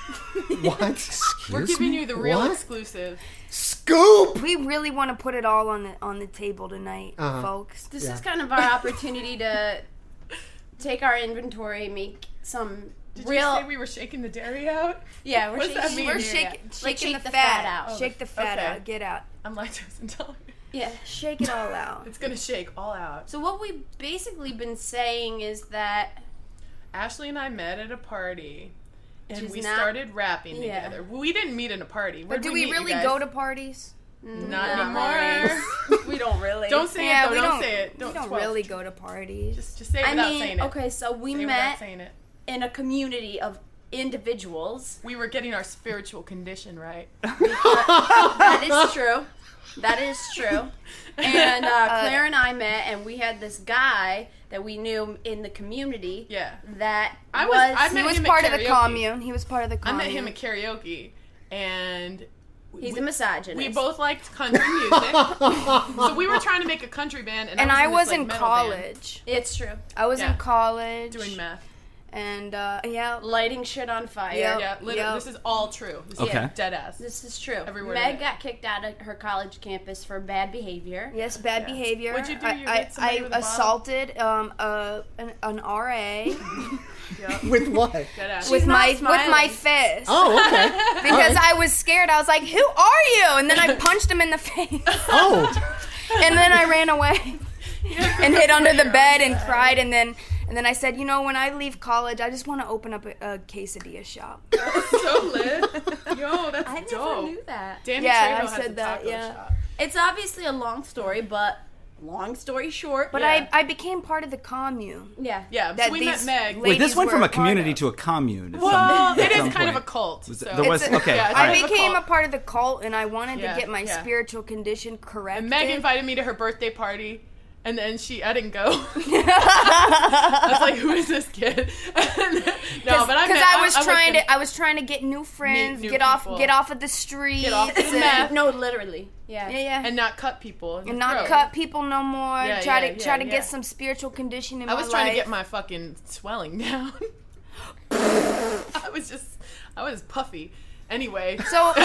[SPEAKER 6] We're giving you the real
[SPEAKER 2] What?
[SPEAKER 6] exclusive.
[SPEAKER 2] Scoop!
[SPEAKER 8] We really want to put it all on the on the table tonight,
[SPEAKER 2] Uh, Uh-huh.
[SPEAKER 8] folks.
[SPEAKER 9] This is kind of our opportunity to take our inventory, make some
[SPEAKER 6] Did
[SPEAKER 9] real.
[SPEAKER 6] you say we were shaking the dairy out?
[SPEAKER 9] yeah, we're
[SPEAKER 6] What's
[SPEAKER 9] shaking,
[SPEAKER 6] that mean?
[SPEAKER 9] we're
[SPEAKER 6] Yeah,
[SPEAKER 9] shaking,
[SPEAKER 6] yeah.
[SPEAKER 9] shaking
[SPEAKER 8] Shaking
[SPEAKER 9] the, fat, out.
[SPEAKER 8] Shake the fat
[SPEAKER 6] okay.
[SPEAKER 8] out. Get out.
[SPEAKER 6] I'm lactose intolerant.
[SPEAKER 9] yeah.
[SPEAKER 8] Shake it all out.
[SPEAKER 6] It's gonna shake all out.
[SPEAKER 9] So what we've basically been saying is that
[SPEAKER 6] Ashley and I met at a party, and
[SPEAKER 9] Which is
[SPEAKER 6] we
[SPEAKER 9] not-
[SPEAKER 6] started rapping
[SPEAKER 9] Yeah.
[SPEAKER 6] together. We didn't meet in a party. Where
[SPEAKER 8] But do we really go to parties?
[SPEAKER 6] Not
[SPEAKER 9] No.
[SPEAKER 6] anymore. (laughs)
[SPEAKER 9] (laughs) we don't really.
[SPEAKER 6] don't say it
[SPEAKER 8] Yeah,
[SPEAKER 6] though.
[SPEAKER 8] we
[SPEAKER 6] Don't,
[SPEAKER 8] don't.
[SPEAKER 6] say it. Don't
[SPEAKER 8] we don't
[SPEAKER 6] twelve.
[SPEAKER 8] really go to parties.
[SPEAKER 6] Just, just say it
[SPEAKER 9] I
[SPEAKER 6] without
[SPEAKER 9] mean,
[SPEAKER 6] saying it.
[SPEAKER 9] okay, so we
[SPEAKER 6] Say it without
[SPEAKER 9] met
[SPEAKER 6] saying it.
[SPEAKER 9] in a community of individuals.
[SPEAKER 6] We were getting our spiritual condition right.
[SPEAKER 9] That
[SPEAKER 6] (laughs)
[SPEAKER 9] is true. That is true. And uh, Claire and I met, and we had this guy that we knew in the community.
[SPEAKER 6] Yeah.
[SPEAKER 9] That
[SPEAKER 6] I was-
[SPEAKER 9] was.
[SPEAKER 6] I met
[SPEAKER 8] He was
[SPEAKER 6] him at
[SPEAKER 8] part of the
[SPEAKER 6] karaoke.
[SPEAKER 8] commune. He was part of the
[SPEAKER 6] I
[SPEAKER 8] commune.
[SPEAKER 6] met him at karaoke, and
[SPEAKER 9] he's a misogynist.
[SPEAKER 6] we both liked country music. so we were trying to make a country band, and,
[SPEAKER 8] and I was
[SPEAKER 6] in,
[SPEAKER 8] in
[SPEAKER 6] this, like, metal band
[SPEAKER 8] college.
[SPEAKER 9] It's true.
[SPEAKER 8] I was
[SPEAKER 6] Yeah.
[SPEAKER 8] in college
[SPEAKER 6] doing math.
[SPEAKER 8] and uh, yeah,
[SPEAKER 9] Lighting shit on fire.
[SPEAKER 8] Yep.
[SPEAKER 6] Yeah, literally,
[SPEAKER 8] Yep.
[SPEAKER 6] this is all true. This
[SPEAKER 3] Okay.
[SPEAKER 6] is dead ass.
[SPEAKER 9] This is true.
[SPEAKER 6] Every word of
[SPEAKER 9] Meg
[SPEAKER 6] it.
[SPEAKER 9] got kicked out of her college campus for bad behavior.
[SPEAKER 8] yes, bad behavior.
[SPEAKER 6] What'd you do? You
[SPEAKER 8] I,
[SPEAKER 6] hit
[SPEAKER 8] I,
[SPEAKER 6] somebody with a
[SPEAKER 8] I
[SPEAKER 6] bottle?
[SPEAKER 8] assaulted um, a, an, an RA
[SPEAKER 2] With what?
[SPEAKER 6] dead ass.
[SPEAKER 8] with my with
[SPEAKER 9] smiling.
[SPEAKER 8] my fist
[SPEAKER 2] Oh,
[SPEAKER 8] (laughs)
[SPEAKER 2] okay.
[SPEAKER 8] because I was scared. I was like, "Who are you?" And
[SPEAKER 2] (laughs)
[SPEAKER 8] then I punched him in the face.
[SPEAKER 2] Oh,
[SPEAKER 8] and then I ran
[SPEAKER 6] (laughs)
[SPEAKER 8] away and hid under the bed and cried and then and then I said, you know, when I leave college, I just want to open up a, a quesadilla shop.
[SPEAKER 6] (laughs) so lit. Yo, that's
[SPEAKER 9] I never
[SPEAKER 6] dope.
[SPEAKER 9] knew that.
[SPEAKER 6] Danny
[SPEAKER 8] Yeah,
[SPEAKER 6] Trejo
[SPEAKER 8] I
[SPEAKER 6] has
[SPEAKER 8] said
[SPEAKER 6] a
[SPEAKER 8] that,
[SPEAKER 6] taco
[SPEAKER 8] yeah.
[SPEAKER 6] shop.
[SPEAKER 9] It's obviously a long story, but long story short.
[SPEAKER 8] But I, I became part of the commune.
[SPEAKER 9] yeah.
[SPEAKER 6] Yeah, so
[SPEAKER 8] That
[SPEAKER 6] we met
[SPEAKER 8] these
[SPEAKER 6] Meg.
[SPEAKER 3] Wait, this
[SPEAKER 8] Ladies
[SPEAKER 3] went
[SPEAKER 8] were
[SPEAKER 3] from a
[SPEAKER 8] a part
[SPEAKER 3] community
[SPEAKER 8] of-
[SPEAKER 3] to a commune. at
[SPEAKER 6] Well,
[SPEAKER 3] some-
[SPEAKER 6] it
[SPEAKER 3] at
[SPEAKER 6] is
[SPEAKER 3] some
[SPEAKER 6] kind of a
[SPEAKER 3] point.
[SPEAKER 6] cult.
[SPEAKER 3] Was-
[SPEAKER 6] so-
[SPEAKER 3] there was
[SPEAKER 8] It's a-
[SPEAKER 3] okay.
[SPEAKER 6] Yeah, it's
[SPEAKER 3] all
[SPEAKER 8] I
[SPEAKER 3] right.
[SPEAKER 6] a
[SPEAKER 8] became a
[SPEAKER 6] cult.
[SPEAKER 8] part of the cult and I wanted
[SPEAKER 6] Yeah,
[SPEAKER 8] to get my
[SPEAKER 6] yeah.
[SPEAKER 8] spiritual condition corrected.
[SPEAKER 6] And Meg invited me to her birthday party, and then she, I didn't go. (laughs) I was like, who is this kid? (laughs) no, but I
[SPEAKER 8] because
[SPEAKER 6] met-
[SPEAKER 8] I, was
[SPEAKER 6] I'm with
[SPEAKER 8] trying
[SPEAKER 6] them.
[SPEAKER 8] to, I was trying to get new friends,
[SPEAKER 6] new
[SPEAKER 8] get
[SPEAKER 6] people.
[SPEAKER 8] off, get off of the streets,
[SPEAKER 6] off the
[SPEAKER 8] and,
[SPEAKER 6] meth.
[SPEAKER 9] No, literally. Yeah.
[SPEAKER 8] yeah, yeah,
[SPEAKER 6] and not cut people.
[SPEAKER 8] and not
[SPEAKER 6] throat.
[SPEAKER 8] cut people no more.
[SPEAKER 6] Yeah,
[SPEAKER 8] try
[SPEAKER 6] yeah,
[SPEAKER 8] to, try
[SPEAKER 6] yeah,
[SPEAKER 8] to
[SPEAKER 6] yeah.
[SPEAKER 8] get some spiritual condition in
[SPEAKER 6] I
[SPEAKER 8] my
[SPEAKER 6] was trying to get
[SPEAKER 8] life.
[SPEAKER 6] my fucking swelling (laughs) down. I was just, I was puffy. Anyway,
[SPEAKER 8] (laughs) so
[SPEAKER 6] (laughs)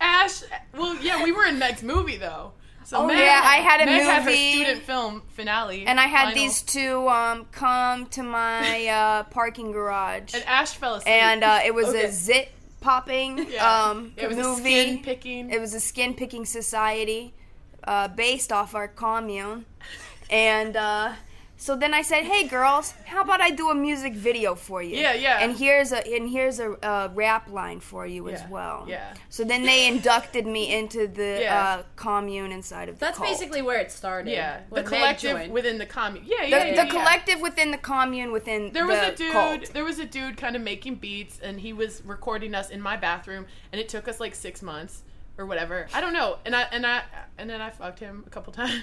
[SPEAKER 6] Ash. Well, yeah, we were in Meg's movie though. So Meg,
[SPEAKER 8] Oh, yeah, I had a
[SPEAKER 6] Meg had her
[SPEAKER 8] movie.
[SPEAKER 6] student film finale,
[SPEAKER 8] And I had
[SPEAKER 6] final,
[SPEAKER 8] these two um, come to my uh, parking garage,
[SPEAKER 6] And Ash fell asleep.
[SPEAKER 8] and uh, it was
[SPEAKER 6] Okay.
[SPEAKER 8] a zit popping
[SPEAKER 6] (laughs) Yeah.
[SPEAKER 8] um,
[SPEAKER 6] it was
[SPEAKER 8] movie.
[SPEAKER 6] a skin picking.
[SPEAKER 8] It was a skin picking society uh, based off our commune, and uh, so then I said, "Hey girls, how about I do a music video for you?
[SPEAKER 6] Yeah, yeah.
[SPEAKER 8] And here's a and here's a uh, rap line for you
[SPEAKER 6] Yeah,
[SPEAKER 8] as well.
[SPEAKER 6] yeah.
[SPEAKER 8] So then they inducted me into the
[SPEAKER 6] Yeah.
[SPEAKER 8] uh, commune inside of the
[SPEAKER 9] That's
[SPEAKER 8] cult.
[SPEAKER 9] basically where it started.
[SPEAKER 6] yeah, the
[SPEAKER 9] when Meg
[SPEAKER 6] collective
[SPEAKER 9] joined.
[SPEAKER 6] within the commune. Yeah,
[SPEAKER 8] the,
[SPEAKER 6] yeah, yeah,
[SPEAKER 8] the
[SPEAKER 6] yeah.
[SPEAKER 8] collective within the commune within
[SPEAKER 6] There was
[SPEAKER 8] the
[SPEAKER 6] a dude.
[SPEAKER 8] cult.
[SPEAKER 6] There was a dude kind of making beats, and he was recording us in my bathroom, and it took us like six months or whatever. I don't know. And I and I and then I fucked him a couple (laughs) times.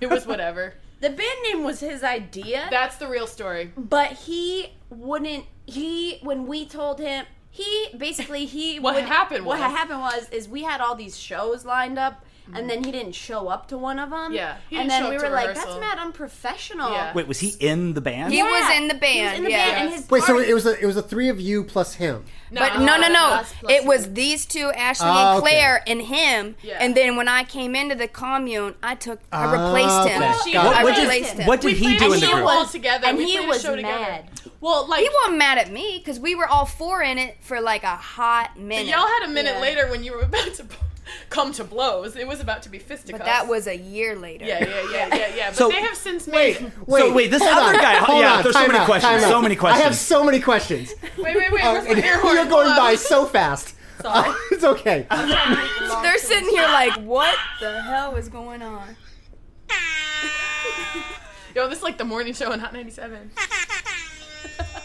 [SPEAKER 6] it was whatever.
[SPEAKER 9] the band name was his idea,
[SPEAKER 6] That's the real story.
[SPEAKER 9] but he wouldn't. He when we told him, he basically he
[SPEAKER 6] (laughs) What
[SPEAKER 9] would-
[SPEAKER 6] happened
[SPEAKER 9] What
[SPEAKER 6] was-
[SPEAKER 9] happened was is we had all these shows lined up. And then he didn't show up to one of them.
[SPEAKER 6] Yeah, he didn't
[SPEAKER 9] and then
[SPEAKER 6] show
[SPEAKER 9] we
[SPEAKER 6] up
[SPEAKER 9] were
[SPEAKER 6] to
[SPEAKER 9] like,
[SPEAKER 6] rehearsal.
[SPEAKER 9] "That's mad unprofessional."
[SPEAKER 6] Yeah.
[SPEAKER 3] Wait, was he in the band?
[SPEAKER 8] He was in the
[SPEAKER 9] He was
[SPEAKER 8] band.
[SPEAKER 9] in the
[SPEAKER 8] yeah.
[SPEAKER 9] band, and his
[SPEAKER 2] wait. So
[SPEAKER 9] party-
[SPEAKER 2] it was a, it was the three of you plus him.
[SPEAKER 8] But no, no, no.
[SPEAKER 9] Us plus
[SPEAKER 8] It was these two, Ashley
[SPEAKER 2] Ah,
[SPEAKER 8] and
[SPEAKER 2] okay.
[SPEAKER 8] Claire, and him.
[SPEAKER 6] Yeah.
[SPEAKER 8] And then when I came into the commune, I took, I
[SPEAKER 2] Ah,
[SPEAKER 8] replaced him.
[SPEAKER 2] okay.
[SPEAKER 6] Got
[SPEAKER 8] I
[SPEAKER 6] it. What
[SPEAKER 3] did-
[SPEAKER 8] replaced him.
[SPEAKER 3] what did
[SPEAKER 6] We
[SPEAKER 3] he
[SPEAKER 6] played
[SPEAKER 3] do in the
[SPEAKER 6] a show
[SPEAKER 3] group?
[SPEAKER 6] all together.
[SPEAKER 9] And
[SPEAKER 6] we
[SPEAKER 9] he
[SPEAKER 6] played a
[SPEAKER 9] was
[SPEAKER 6] show
[SPEAKER 9] mad.
[SPEAKER 6] together. Well, like
[SPEAKER 8] He wasn't mad at me because we were all four in it for like a hot minute.
[SPEAKER 6] y'all had a minute later when you were about to come to blows. It was about to be fisticuffs.
[SPEAKER 8] but that was a year later.
[SPEAKER 6] yeah, yeah, yeah, yeah, yeah. But
[SPEAKER 3] So-
[SPEAKER 6] they have since (laughs) made.
[SPEAKER 2] Wait,
[SPEAKER 3] So wait, this
[SPEAKER 2] hold
[SPEAKER 3] other
[SPEAKER 2] on,
[SPEAKER 3] guy-
[SPEAKER 2] Hold
[SPEAKER 3] yeah,
[SPEAKER 2] on,
[SPEAKER 3] there's so
[SPEAKER 2] time
[SPEAKER 3] many
[SPEAKER 2] out,
[SPEAKER 3] questions,
[SPEAKER 2] time out.
[SPEAKER 3] so many
[SPEAKER 2] I have
[SPEAKER 3] questions.
[SPEAKER 2] so many questions.
[SPEAKER 6] Wait, wait, wait.
[SPEAKER 2] Uh,
[SPEAKER 6] Where's
[SPEAKER 2] and
[SPEAKER 6] my air
[SPEAKER 2] (laughs)
[SPEAKER 6] horn?
[SPEAKER 2] you're going
[SPEAKER 6] Hold
[SPEAKER 2] by
[SPEAKER 6] on.
[SPEAKER 2] so fast.
[SPEAKER 9] Sorry.
[SPEAKER 2] (laughs) it's okay.
[SPEAKER 8] They're sitting here like, what the hell is going on?
[SPEAKER 6] Yo, this is like the morning show on Hot 97.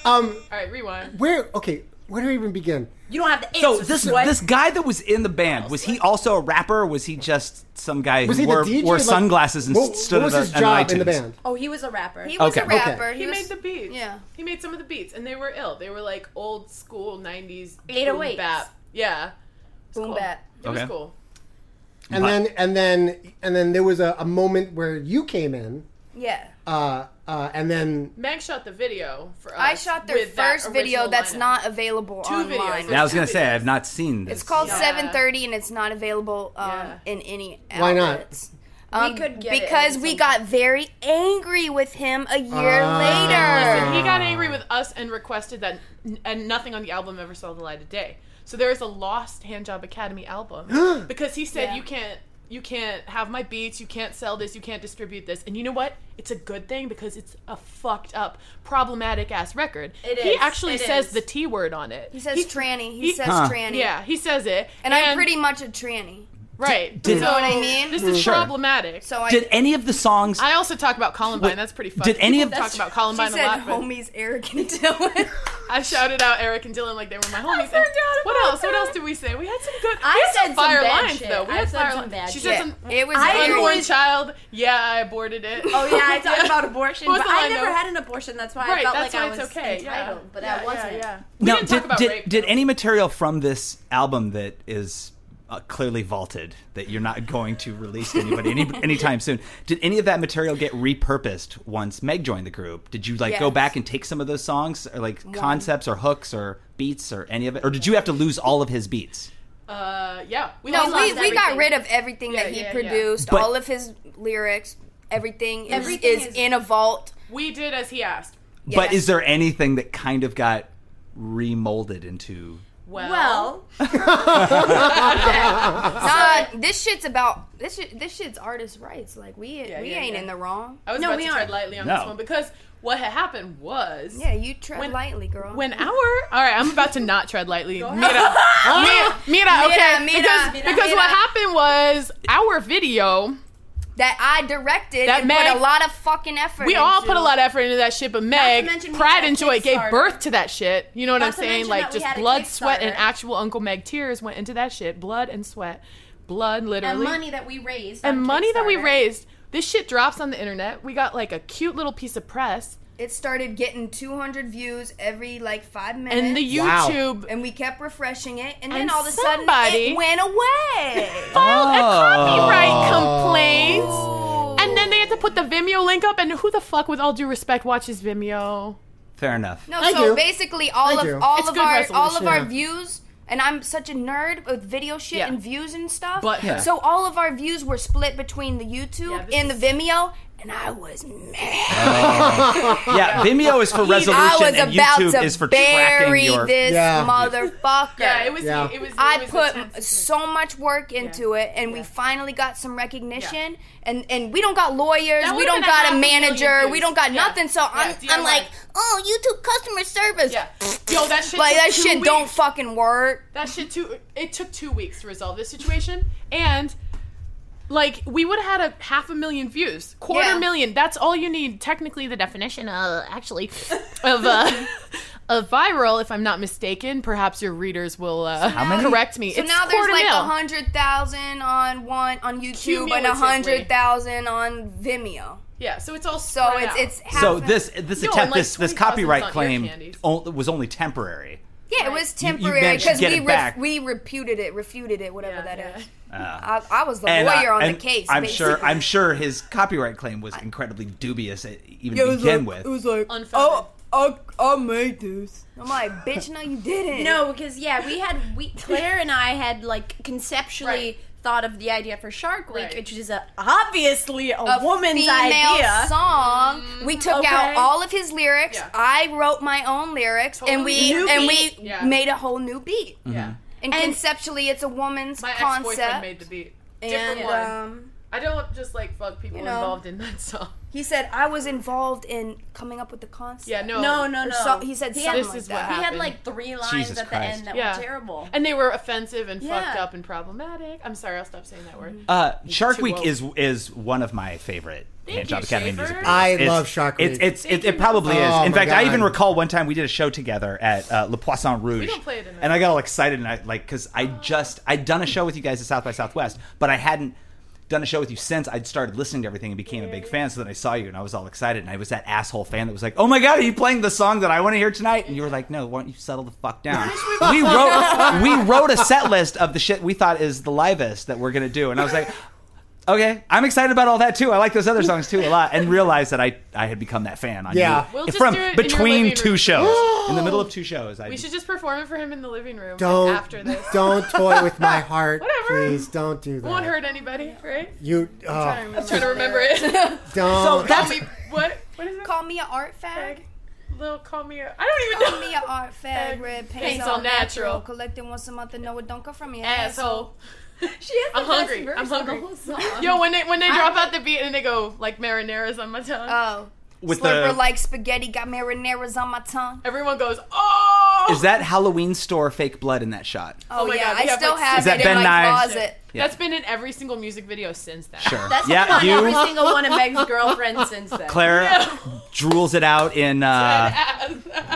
[SPEAKER 2] Um,
[SPEAKER 6] All right, rewind.
[SPEAKER 2] where? Okay, where do we even begin?
[SPEAKER 9] You don't have the answer.
[SPEAKER 3] So this
[SPEAKER 9] sweat.
[SPEAKER 3] this guy that was in the band was he also a rapper? Was he just some guy
[SPEAKER 2] Was
[SPEAKER 3] who
[SPEAKER 2] he
[SPEAKER 3] wore,
[SPEAKER 2] the DJ?
[SPEAKER 3] wore
[SPEAKER 2] Like,
[SPEAKER 3] sunglasses and
[SPEAKER 2] what,
[SPEAKER 3] stood
[SPEAKER 2] what was
[SPEAKER 3] at a-
[SPEAKER 2] his
[SPEAKER 3] at an
[SPEAKER 2] job in the
[SPEAKER 3] iTunes?
[SPEAKER 2] band?
[SPEAKER 9] oh, he was a rapper.
[SPEAKER 8] He was
[SPEAKER 3] Okay.
[SPEAKER 8] a rapper.
[SPEAKER 6] He,
[SPEAKER 8] was-
[SPEAKER 6] made the beats.
[SPEAKER 8] Yeah.
[SPEAKER 6] He made some of the beats, and they were ill. They were like old school '90s
[SPEAKER 9] 808s.
[SPEAKER 6] boom bap. Yeah. It was
[SPEAKER 9] Boom
[SPEAKER 6] cool.
[SPEAKER 9] bap.
[SPEAKER 6] It was
[SPEAKER 3] Okay.
[SPEAKER 6] cool.
[SPEAKER 3] Oh,
[SPEAKER 2] And then and then and then there was a, a moment where you came in,
[SPEAKER 8] Yeah.
[SPEAKER 2] uh, uh, and then
[SPEAKER 6] Meg shot the video for us.
[SPEAKER 8] I shot their
[SPEAKER 6] with that
[SPEAKER 8] first video
[SPEAKER 6] original
[SPEAKER 8] that's
[SPEAKER 6] lineup.
[SPEAKER 8] not available
[SPEAKER 6] Two videos.
[SPEAKER 8] online.
[SPEAKER 3] Now, I was gonna say I've not seen this.
[SPEAKER 8] It's called
[SPEAKER 6] Yeah.
[SPEAKER 8] 7:30, and it's not available um,
[SPEAKER 6] Yeah.
[SPEAKER 8] in any.
[SPEAKER 2] Why not?
[SPEAKER 8] outlets. Um,
[SPEAKER 9] could get it
[SPEAKER 8] because
[SPEAKER 9] at
[SPEAKER 8] we
[SPEAKER 9] some
[SPEAKER 8] got very angry with him a year
[SPEAKER 2] Ah.
[SPEAKER 8] later.
[SPEAKER 6] He got angry with us and requested that, and nothing on the album ever saw the light of day. So there is a lost Handjob Academy
[SPEAKER 3] (gasps)
[SPEAKER 6] album because he said
[SPEAKER 9] Yeah.
[SPEAKER 6] you can't, you can't have my beats, you can't sell this, you can't distribute this. And you know what? It's a good thing because it's a fucked up, problematic ass record.
[SPEAKER 9] It
[SPEAKER 6] he
[SPEAKER 9] is.
[SPEAKER 6] actually
[SPEAKER 9] It
[SPEAKER 6] says
[SPEAKER 9] is.
[SPEAKER 6] the t word on it.
[SPEAKER 8] He says tranny. He, says tranny.
[SPEAKER 6] Yeah, he says it.
[SPEAKER 8] And, I'm pretty much a tranny.
[SPEAKER 6] right.
[SPEAKER 3] Did-
[SPEAKER 6] so
[SPEAKER 3] You know
[SPEAKER 8] what I mean?
[SPEAKER 6] This is
[SPEAKER 3] Sure.
[SPEAKER 6] problematic.
[SPEAKER 8] So I.
[SPEAKER 3] Did any of the songs?
[SPEAKER 6] I also talk about Columbine. That's pretty fucked.
[SPEAKER 3] did any
[SPEAKER 6] People
[SPEAKER 3] of-
[SPEAKER 6] talk about
[SPEAKER 8] she
[SPEAKER 6] Columbine a
[SPEAKER 8] said,
[SPEAKER 6] lot? but-
[SPEAKER 8] "Homies, Eric and (laughs) Dylan."
[SPEAKER 6] I shouted out Eric and Dylan like they were my homies.
[SPEAKER 9] forgot
[SPEAKER 6] And what
[SPEAKER 9] about
[SPEAKER 6] else? What
[SPEAKER 9] that.
[SPEAKER 6] else did we say? We had some good.
[SPEAKER 9] I
[SPEAKER 6] we had
[SPEAKER 9] said
[SPEAKER 6] some
[SPEAKER 9] some
[SPEAKER 6] fire
[SPEAKER 9] bad
[SPEAKER 6] lines
[SPEAKER 9] shit.
[SPEAKER 6] though. We
[SPEAKER 9] I
[SPEAKER 6] had
[SPEAKER 9] said
[SPEAKER 6] fire
[SPEAKER 9] some
[SPEAKER 6] lines.
[SPEAKER 9] bad
[SPEAKER 6] she
[SPEAKER 9] shit.
[SPEAKER 6] said some
[SPEAKER 8] it was.
[SPEAKER 9] I
[SPEAKER 8] very-
[SPEAKER 6] unborn
[SPEAKER 9] always-
[SPEAKER 6] child. Yeah, I aborted it.
[SPEAKER 9] Oh yeah,
[SPEAKER 6] (laughs)
[SPEAKER 9] I talked about abortion,
[SPEAKER 6] Who's
[SPEAKER 9] but
[SPEAKER 6] the
[SPEAKER 9] I
[SPEAKER 6] line
[SPEAKER 9] never
[SPEAKER 6] though?
[SPEAKER 9] had an abortion. That's why I
[SPEAKER 6] Right,
[SPEAKER 9] felt
[SPEAKER 6] that's
[SPEAKER 9] like I
[SPEAKER 6] why
[SPEAKER 9] was
[SPEAKER 6] it's okay.
[SPEAKER 9] entitled,
[SPEAKER 6] yeah.
[SPEAKER 9] but
[SPEAKER 6] yeah,
[SPEAKER 9] I wasn't.
[SPEAKER 6] Yeah, yeah. We
[SPEAKER 3] No,
[SPEAKER 6] didn't
[SPEAKER 3] did
[SPEAKER 6] talk about
[SPEAKER 3] did,
[SPEAKER 6] rape,
[SPEAKER 3] did
[SPEAKER 6] though.
[SPEAKER 3] any material from this album that is uh, clearly vaulted that you're not going to release to anybody
[SPEAKER 8] (laughs)
[SPEAKER 3] any, anytime soon? Did any of that material get repurposed once Meg joined the group? Did you like go
[SPEAKER 8] Yes.
[SPEAKER 3] back and take some of those songs or like concepts or hooks or beats or any of it, or did you have to lose all of his beats?
[SPEAKER 6] Uh, yeah. We
[SPEAKER 8] No,
[SPEAKER 6] lost
[SPEAKER 8] we, we got
[SPEAKER 6] everything.
[SPEAKER 8] rid of everything that he
[SPEAKER 6] yeah, yeah.
[SPEAKER 8] produced,
[SPEAKER 3] But-
[SPEAKER 8] all of his lyrics, everything, is-
[SPEAKER 9] Everything
[SPEAKER 8] is,
[SPEAKER 9] is-
[SPEAKER 8] in a vault.
[SPEAKER 6] We did as he asked.
[SPEAKER 3] But
[SPEAKER 8] Yes.
[SPEAKER 3] is there anything that kind of got remolded into?
[SPEAKER 6] Well,
[SPEAKER 8] (laughs)
[SPEAKER 9] Well,
[SPEAKER 8] Nah, this shit's about this. Shit, this shit's artist rights. Like we we
[SPEAKER 6] yeah,
[SPEAKER 8] ain't
[SPEAKER 6] yeah. Oh.
[SPEAKER 8] in the wrong.
[SPEAKER 6] I was
[SPEAKER 9] No,
[SPEAKER 6] about
[SPEAKER 9] we
[SPEAKER 6] to tread
[SPEAKER 9] aren't.
[SPEAKER 6] lightly on
[SPEAKER 3] No.
[SPEAKER 6] this one because what had happened was
[SPEAKER 8] Yeah, you tread
[SPEAKER 6] When-
[SPEAKER 8] lightly, girl.
[SPEAKER 6] When our all right, I'm about to not tread
[SPEAKER 9] (laughs)
[SPEAKER 6] lightly. Mira, Mira, Mira, okay,
[SPEAKER 8] Mira,
[SPEAKER 6] because,
[SPEAKER 8] Mira,
[SPEAKER 6] because
[SPEAKER 8] Mira.
[SPEAKER 6] what happened was our video.
[SPEAKER 8] that I directed
[SPEAKER 6] That
[SPEAKER 8] and
[SPEAKER 6] Meg-
[SPEAKER 8] put a lot of fucking effort.
[SPEAKER 6] We all
[SPEAKER 8] into.
[SPEAKER 6] put a lot of effort into that shit, but Meg,
[SPEAKER 9] mention we
[SPEAKER 6] pride
[SPEAKER 9] had
[SPEAKER 6] and joy gave
[SPEAKER 9] Kickstarter.
[SPEAKER 6] birth to that shit. You know what
[SPEAKER 9] Not
[SPEAKER 6] I'm
[SPEAKER 9] to
[SPEAKER 6] saying?
[SPEAKER 9] mention
[SPEAKER 6] Like
[SPEAKER 9] that we
[SPEAKER 6] just
[SPEAKER 9] had a
[SPEAKER 6] blood, sweat, and
[SPEAKER 9] Kickstarter.
[SPEAKER 6] actual Uncle Meg tears went into that shit. Blood and sweat, blood literally,
[SPEAKER 9] and money that we raised.
[SPEAKER 6] And
[SPEAKER 9] on
[SPEAKER 6] money that we
[SPEAKER 9] Kickstarter.
[SPEAKER 6] raised. This shit drops on the internet. We got like a cute little piece of press,
[SPEAKER 8] It started getting 200 views every like five minutes.
[SPEAKER 6] and the
[SPEAKER 2] Wow.
[SPEAKER 6] YouTube
[SPEAKER 8] and we kept refreshing it, and,
[SPEAKER 6] And
[SPEAKER 8] then all of a sudden
[SPEAKER 6] somebody-
[SPEAKER 8] it went away.
[SPEAKER 6] filed a
[SPEAKER 3] Oh.
[SPEAKER 6] copyright complaint. And then they had to put the Vimeo link up, and who the fuck, with all due respect, watches Vimeo?
[SPEAKER 3] Fair enough.
[SPEAKER 8] No,
[SPEAKER 2] Thank
[SPEAKER 8] so
[SPEAKER 2] you.
[SPEAKER 8] basically all
[SPEAKER 2] Thank
[SPEAKER 8] of
[SPEAKER 2] you.
[SPEAKER 8] all
[SPEAKER 6] It's
[SPEAKER 8] of
[SPEAKER 6] good
[SPEAKER 8] our all of
[SPEAKER 6] resolution.
[SPEAKER 8] our
[SPEAKER 2] Yeah.
[SPEAKER 8] views and I'm such a nerd with video shit
[SPEAKER 6] Yeah.
[SPEAKER 8] and views and stuff.
[SPEAKER 6] But- Yeah.
[SPEAKER 8] So all of our views were split between the YouTube
[SPEAKER 6] this
[SPEAKER 8] and the Vimeo and I was mad.
[SPEAKER 3] Yeah, Vimeo is for resolution,
[SPEAKER 8] I was
[SPEAKER 3] and
[SPEAKER 8] about
[SPEAKER 3] YouTube
[SPEAKER 8] to
[SPEAKER 3] is for
[SPEAKER 8] bury
[SPEAKER 3] tracking your.
[SPEAKER 8] this
[SPEAKER 2] Yeah.
[SPEAKER 8] motherfucker.
[SPEAKER 6] Yeah, it was.
[SPEAKER 2] Yeah.
[SPEAKER 6] It was. It
[SPEAKER 8] I
[SPEAKER 6] was
[SPEAKER 8] put
[SPEAKER 6] intense.
[SPEAKER 8] so much work into it, and we finally got some recognition. And and we don't got lawyers,
[SPEAKER 6] That
[SPEAKER 8] we
[SPEAKER 6] would've
[SPEAKER 8] don't
[SPEAKER 6] been a half
[SPEAKER 8] got a
[SPEAKER 6] a million
[SPEAKER 8] manager, we
[SPEAKER 6] views.
[SPEAKER 8] don't got
[SPEAKER 6] Yeah.
[SPEAKER 8] nothing. So
[SPEAKER 6] Yeah,
[SPEAKER 8] I'm
[SPEAKER 6] DIY.
[SPEAKER 8] I'm like, oh, YouTube customer service.
[SPEAKER 6] Yeah. Yo, that shit.
[SPEAKER 8] Like
[SPEAKER 6] took
[SPEAKER 8] that
[SPEAKER 6] two
[SPEAKER 8] shit
[SPEAKER 6] weeks.
[SPEAKER 8] don't fucking work.
[SPEAKER 6] That shit too. It took two weeks to resolve this situation, and like we would have had a half a million views, quarter
[SPEAKER 8] Yeah.
[SPEAKER 6] million. That's all you need. Technically, the definition, uh,
[SPEAKER 8] (laughs)
[SPEAKER 6] actually, of uh, of viral, if I'm not mistaken. Perhaps your readers will uh,
[SPEAKER 3] many?
[SPEAKER 6] correct me.
[SPEAKER 8] So
[SPEAKER 6] it's
[SPEAKER 8] now there's
[SPEAKER 6] quarter
[SPEAKER 8] like
[SPEAKER 6] mil.
[SPEAKER 8] a hundred thousand on one on YouTube and a
[SPEAKER 6] Cumulatively.
[SPEAKER 8] hundred thousand on Vimeo.
[SPEAKER 6] Yeah, so it's all
[SPEAKER 8] So
[SPEAKER 6] spread out.
[SPEAKER 8] it's it's half
[SPEAKER 3] So
[SPEAKER 8] a-
[SPEAKER 3] this this
[SPEAKER 6] No,
[SPEAKER 3] attempt
[SPEAKER 6] and, like,
[SPEAKER 3] this this
[SPEAKER 6] 20,000 's
[SPEAKER 3] copyright
[SPEAKER 6] on ear
[SPEAKER 3] claim
[SPEAKER 6] candies.
[SPEAKER 3] o- was only temporary.
[SPEAKER 8] yeah, it was
[SPEAKER 3] You- you
[SPEAKER 8] temporary
[SPEAKER 3] managed to
[SPEAKER 8] because
[SPEAKER 3] get
[SPEAKER 8] we
[SPEAKER 3] it
[SPEAKER 8] re-
[SPEAKER 3] back.
[SPEAKER 8] we reputed it, refuted it, whatever that is.
[SPEAKER 6] yeah.
[SPEAKER 8] I, I was the
[SPEAKER 3] And, uh,
[SPEAKER 8] lawyer on
[SPEAKER 3] and
[SPEAKER 8] the case.
[SPEAKER 3] I'm
[SPEAKER 8] basically.
[SPEAKER 3] sure I'm sure his copyright claim was incredibly dubious uh, even to begin with.
[SPEAKER 8] like, oh,
[SPEAKER 6] Unfounded.
[SPEAKER 8] I, I made this. I'm like, bitch, no, you didn't.
[SPEAKER 9] No, because yeah, we had we Claire and I had like conceptually
[SPEAKER 6] Right.
[SPEAKER 9] thought of the idea for Shark Week,
[SPEAKER 6] Right.
[SPEAKER 9] which is a, obviously a,
[SPEAKER 8] a
[SPEAKER 9] woman's
[SPEAKER 8] female
[SPEAKER 9] idea.
[SPEAKER 8] song. We took
[SPEAKER 9] okay.
[SPEAKER 8] out all of his lyrics.
[SPEAKER 6] Yeah.
[SPEAKER 8] I wrote my own lyrics, and we
[SPEAKER 9] New
[SPEAKER 8] and
[SPEAKER 9] beat.
[SPEAKER 8] we
[SPEAKER 6] Yeah.
[SPEAKER 8] made a whole new beat.
[SPEAKER 3] Mm-hmm.
[SPEAKER 6] yeah.
[SPEAKER 8] And, conceptually, it's a woman's
[SPEAKER 6] My ex-boyfriend
[SPEAKER 8] concept.
[SPEAKER 6] made the beat. Different
[SPEAKER 8] and
[SPEAKER 6] one.
[SPEAKER 8] um,
[SPEAKER 6] I don't just like fuck people
[SPEAKER 8] You know.
[SPEAKER 6] involved in that song.
[SPEAKER 8] He said I was involved in coming up with the concept.
[SPEAKER 6] Yeah, no.
[SPEAKER 9] No, no,
[SPEAKER 8] Or
[SPEAKER 9] no.
[SPEAKER 8] so- he said
[SPEAKER 9] had,
[SPEAKER 8] something like
[SPEAKER 6] is
[SPEAKER 8] that.
[SPEAKER 6] what
[SPEAKER 9] He had
[SPEAKER 6] happened.
[SPEAKER 9] like three lines
[SPEAKER 3] Jesus
[SPEAKER 9] at the
[SPEAKER 3] Christ.
[SPEAKER 9] end that
[SPEAKER 6] Yeah.
[SPEAKER 9] were terrible.
[SPEAKER 6] And they were offensive and fucked
[SPEAKER 9] Yeah.
[SPEAKER 6] up and problematic. I'm sorry, I'll stop saying that word.
[SPEAKER 3] Uh, Shark
[SPEAKER 6] too
[SPEAKER 3] Week
[SPEAKER 6] woke.
[SPEAKER 3] is is one of my favorite
[SPEAKER 6] Thank
[SPEAKER 3] Handjob
[SPEAKER 6] you,
[SPEAKER 3] Academy
[SPEAKER 6] Schaefer.
[SPEAKER 3] music. videos.
[SPEAKER 2] I
[SPEAKER 3] It's-
[SPEAKER 2] love Shark Week.
[SPEAKER 3] It's, it's, it,
[SPEAKER 6] Thank
[SPEAKER 3] it
[SPEAKER 6] you.
[SPEAKER 3] probably is.
[SPEAKER 2] Oh,
[SPEAKER 3] In
[SPEAKER 2] my
[SPEAKER 3] fact, I
[SPEAKER 2] God.
[SPEAKER 3] even recall one time we did a show together at uh, Le Poisson Rouge,
[SPEAKER 6] don't play it enough.
[SPEAKER 3] and I got all excited and I like because I just I'd done a show with you guys at South by Southwest, but I hadn't done a show with you since I'd started listening to everything and became a big fan. So then I saw you and I was all excited and I was that asshole fan that was like, "Oh my god, are you playing the song that I want to hear tonight?" And you were like, "No, why don't you settle the fuck down?" we wrote we wrote a set list of the shit we thought is the livest that we're gonna do, and I was like. Okay, I'm excited about all that too. I like those other songs too a lot, and realized that I, I had become that fan. I
[SPEAKER 2] Yeah.
[SPEAKER 3] knew-
[SPEAKER 6] We'll just
[SPEAKER 3] from
[SPEAKER 6] do it in your
[SPEAKER 3] between
[SPEAKER 6] living
[SPEAKER 3] two
[SPEAKER 6] room.
[SPEAKER 3] shows, in the middle of two shows. I
[SPEAKER 6] We should just perform it for him in the living room
[SPEAKER 2] Don't
[SPEAKER 6] after this.
[SPEAKER 2] don't toy with my heart,
[SPEAKER 6] Whatever.
[SPEAKER 2] please. Don't do that.
[SPEAKER 6] Won't hurt anybody, right?
[SPEAKER 2] You uh,
[SPEAKER 6] I'm trying to remember
[SPEAKER 8] (laughs)
[SPEAKER 3] (laughs)
[SPEAKER 6] it.
[SPEAKER 2] don't.
[SPEAKER 3] So that's
[SPEAKER 6] Call me what? What is it?
[SPEAKER 8] Call me an art fag.
[SPEAKER 6] Little call me. A, I don't even
[SPEAKER 8] Call
[SPEAKER 6] know.
[SPEAKER 8] me an art fag. Red paints,
[SPEAKER 6] Paints
[SPEAKER 8] all
[SPEAKER 6] all natural.
[SPEAKER 8] natural. Collecting once a month and no, it don't come from your (laughs) asshole.
[SPEAKER 6] (laughs) asshole.
[SPEAKER 9] She has the
[SPEAKER 6] I'm
[SPEAKER 9] best
[SPEAKER 6] hungry.
[SPEAKER 9] verse
[SPEAKER 6] I'm
[SPEAKER 9] of the
[SPEAKER 6] hungry.
[SPEAKER 9] whole song.
[SPEAKER 6] Yo, when they when they drop out the beat and they go like marinaras on my tongue,
[SPEAKER 8] Oh.
[SPEAKER 3] with
[SPEAKER 8] Slurper
[SPEAKER 3] the
[SPEAKER 8] like spaghetti, got marinaras on my tongue.
[SPEAKER 6] everyone goes oh.
[SPEAKER 3] is that Halloween store fake blood in that shot?
[SPEAKER 8] Oh,
[SPEAKER 6] my
[SPEAKER 8] yeah,
[SPEAKER 6] God, we
[SPEAKER 8] I
[SPEAKER 6] have,
[SPEAKER 8] still
[SPEAKER 6] like,
[SPEAKER 8] have
[SPEAKER 3] Is that
[SPEAKER 8] it
[SPEAKER 3] Ben
[SPEAKER 8] in my
[SPEAKER 3] Nye?
[SPEAKER 8] closet.
[SPEAKER 3] Yeah.
[SPEAKER 6] That's been in every single music video since then.
[SPEAKER 3] (laughs)
[SPEAKER 6] (laughs)
[SPEAKER 3] Sure.
[SPEAKER 9] That's
[SPEAKER 3] yeah,
[SPEAKER 9] been on every
[SPEAKER 3] you
[SPEAKER 9] single one of Meg's girlfriends since then.
[SPEAKER 3] Claire drools it out in uh,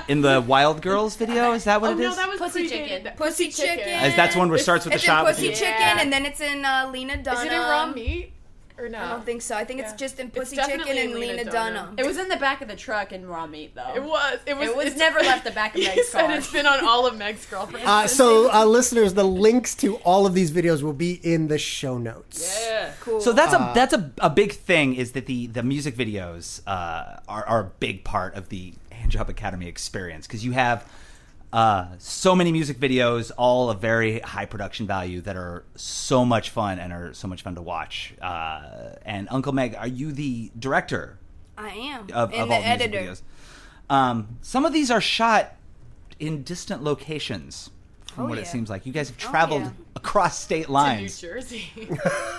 [SPEAKER 3] in the Wild Girls video. Is that what
[SPEAKER 6] Oh
[SPEAKER 3] it is?
[SPEAKER 6] no, that was
[SPEAKER 9] Pussy
[SPEAKER 6] predated.
[SPEAKER 9] chicken.
[SPEAKER 6] That-
[SPEAKER 8] Pussy chicken.
[SPEAKER 3] As that's one where it starts with
[SPEAKER 8] It's
[SPEAKER 3] the
[SPEAKER 8] in
[SPEAKER 3] shot. with
[SPEAKER 8] pussy
[SPEAKER 3] the-
[SPEAKER 8] chicken,
[SPEAKER 9] Yeah.
[SPEAKER 8] and then it's in uh, Lena Dunham.
[SPEAKER 6] Is it in raw meat or no?
[SPEAKER 8] I don't think so. I think it's just in pussy
[SPEAKER 6] definitely
[SPEAKER 8] chicken and
[SPEAKER 6] in Lena
[SPEAKER 8] Lena,
[SPEAKER 6] Dunham.
[SPEAKER 8] Dunham.
[SPEAKER 9] It was in the back of the truck in raw meat though.
[SPEAKER 6] It was. It was.
[SPEAKER 9] It was
[SPEAKER 6] it's- (laughs)
[SPEAKER 9] never left the back of
[SPEAKER 6] You
[SPEAKER 9] Meg's
[SPEAKER 6] said
[SPEAKER 9] car.
[SPEAKER 6] It's been on all of Meg's girlfriends.
[SPEAKER 2] Uh, so, uh, listeners, the links to all of these videos will be in the show notes.
[SPEAKER 6] Yeah.
[SPEAKER 3] So that's
[SPEAKER 8] Uh,
[SPEAKER 3] a that's a, a big thing is that the the music videos uh, are are a big part of the Handjob Academy experience because you have uh, so many music videos, all of very high production value that are so much fun and are so much fun to watch. Uh, and Uncle Meg, are you the director
[SPEAKER 8] I am.
[SPEAKER 3] of,
[SPEAKER 8] and
[SPEAKER 3] of
[SPEAKER 8] the
[SPEAKER 3] all the music
[SPEAKER 8] editor.
[SPEAKER 3] videos? Um, some of these are shot in distant locations. From what it
[SPEAKER 8] Oh, yeah. Oh,
[SPEAKER 3] seems like, you guys have traveled
[SPEAKER 8] yeah.
[SPEAKER 3] across state
[SPEAKER 6] New
[SPEAKER 3] lines.
[SPEAKER 8] (laughs)
[SPEAKER 6] Jersey.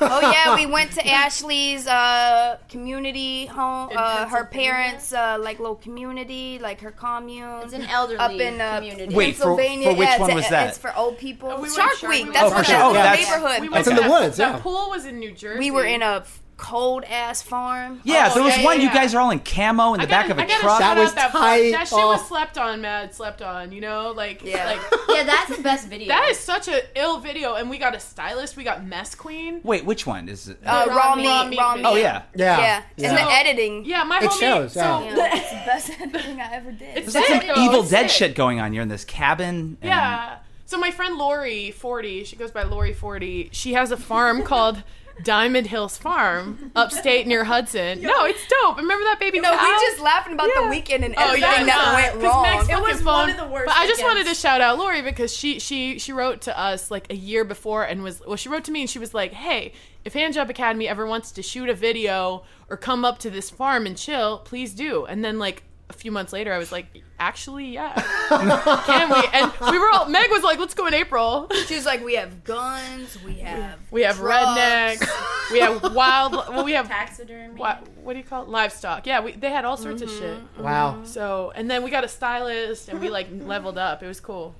[SPEAKER 8] Oh yeah,
[SPEAKER 3] (laughs)
[SPEAKER 8] we went to Ashley's uh, community home.
[SPEAKER 6] In
[SPEAKER 8] Uh, her
[SPEAKER 6] Pennsylvania?
[SPEAKER 8] parents, uh, like little community, like her commune.
[SPEAKER 9] It's an elderly
[SPEAKER 8] up in uh,
[SPEAKER 9] community.
[SPEAKER 3] Wait, for-
[SPEAKER 8] Pennsylvania.
[SPEAKER 3] for which
[SPEAKER 8] yeah, it's
[SPEAKER 3] one
[SPEAKER 8] a-
[SPEAKER 3] was that?
[SPEAKER 8] It's for old people.
[SPEAKER 6] Uh, we went
[SPEAKER 8] Shark,
[SPEAKER 6] Shark
[SPEAKER 8] Week.
[SPEAKER 6] Week.
[SPEAKER 8] That's
[SPEAKER 3] Oh,
[SPEAKER 8] what
[SPEAKER 3] for
[SPEAKER 8] that
[SPEAKER 3] Shark- oh,
[SPEAKER 8] little
[SPEAKER 3] that's-
[SPEAKER 8] neighborhood.
[SPEAKER 6] We went
[SPEAKER 2] That's in
[SPEAKER 6] to
[SPEAKER 2] the
[SPEAKER 6] that-
[SPEAKER 2] woods,
[SPEAKER 6] That
[SPEAKER 2] yeah.
[SPEAKER 6] pool was in New Jersey.
[SPEAKER 8] we were in a cold ass farm.
[SPEAKER 3] Yeah,
[SPEAKER 6] Oh,
[SPEAKER 3] there was
[SPEAKER 6] yeah,
[SPEAKER 3] one.
[SPEAKER 6] yeah,
[SPEAKER 3] You
[SPEAKER 6] yeah.
[SPEAKER 3] guys are all in camo in the
[SPEAKER 6] I
[SPEAKER 3] back
[SPEAKER 6] gotta-
[SPEAKER 3] of a
[SPEAKER 6] I gotta
[SPEAKER 3] truck.
[SPEAKER 6] shout
[SPEAKER 2] That was
[SPEAKER 6] out that part.
[SPEAKER 2] tight.
[SPEAKER 6] That shit was
[SPEAKER 2] Oh.
[SPEAKER 6] slept on, mad slept on. You know, like
[SPEAKER 8] Yeah.
[SPEAKER 6] like
[SPEAKER 9] yeah, that's the best video.
[SPEAKER 6] that is such an ill video. And we got a stylist. We got mess queen.
[SPEAKER 3] Wait, which one is it?
[SPEAKER 8] Uh, raw,
[SPEAKER 6] Raw
[SPEAKER 8] meat,
[SPEAKER 6] meat,
[SPEAKER 8] raw
[SPEAKER 6] meat
[SPEAKER 8] meat.
[SPEAKER 6] video.
[SPEAKER 3] oh yeah,
[SPEAKER 2] Yeah.
[SPEAKER 8] Yeah, and
[SPEAKER 6] So-
[SPEAKER 8] the editing. (laughs)
[SPEAKER 6] Yeah, my
[SPEAKER 2] It
[SPEAKER 6] homie.
[SPEAKER 2] shows,
[SPEAKER 6] so,
[SPEAKER 2] yeah.
[SPEAKER 8] Yeah, it's the best editing I ever did.
[SPEAKER 6] It's
[SPEAKER 3] there's like some
[SPEAKER 6] sick, though.
[SPEAKER 3] Evil
[SPEAKER 6] It's
[SPEAKER 3] Dead
[SPEAKER 6] sick.
[SPEAKER 3] shit going on. You're in this cabin. and-
[SPEAKER 6] Yeah. So my friend Lori Forty, she goes by Lori Forty. She has a farm (laughs) called Diamond Hills Farm upstate near Hudson. No, it's dope. Remember that baby?
[SPEAKER 8] no, we
[SPEAKER 6] cow?
[SPEAKER 8] just laughing about
[SPEAKER 6] Yeah.
[SPEAKER 8] the weekend and
[SPEAKER 6] Oh,
[SPEAKER 8] everything
[SPEAKER 6] yeah, nah.
[SPEAKER 8] that
[SPEAKER 6] 'Cause
[SPEAKER 8] went wrong.
[SPEAKER 6] Meg's fucking
[SPEAKER 9] was one
[SPEAKER 6] phone-
[SPEAKER 9] of the worst
[SPEAKER 6] But I just wanted to
[SPEAKER 9] weekends.
[SPEAKER 6] shout out Lori because she she she wrote to us like a year before and was well, she wrote to me and she was like, "Hey, if Handjob Academy ever wants to shoot a video or come up to this farm and chill, please do." And then like. A few months later, I was like, "Actually,
[SPEAKER 9] (laughs)
[SPEAKER 6] yeah, can we?" And we were all. Meg was like, "Let's go in April."
[SPEAKER 8] She's like, we have guns, we have
[SPEAKER 6] We have
[SPEAKER 8] drugs.
[SPEAKER 6] rednecks. We have wild. Well, we have
[SPEAKER 9] taxidermy. Mm-hmm,
[SPEAKER 6] what? What do you call it? livestock? Yeah, we, they had all sorts of shit.
[SPEAKER 2] Wow.
[SPEAKER 6] So, and then we got a stylist, and we
[SPEAKER 9] (laughs)
[SPEAKER 6] like leveled up. It was cool.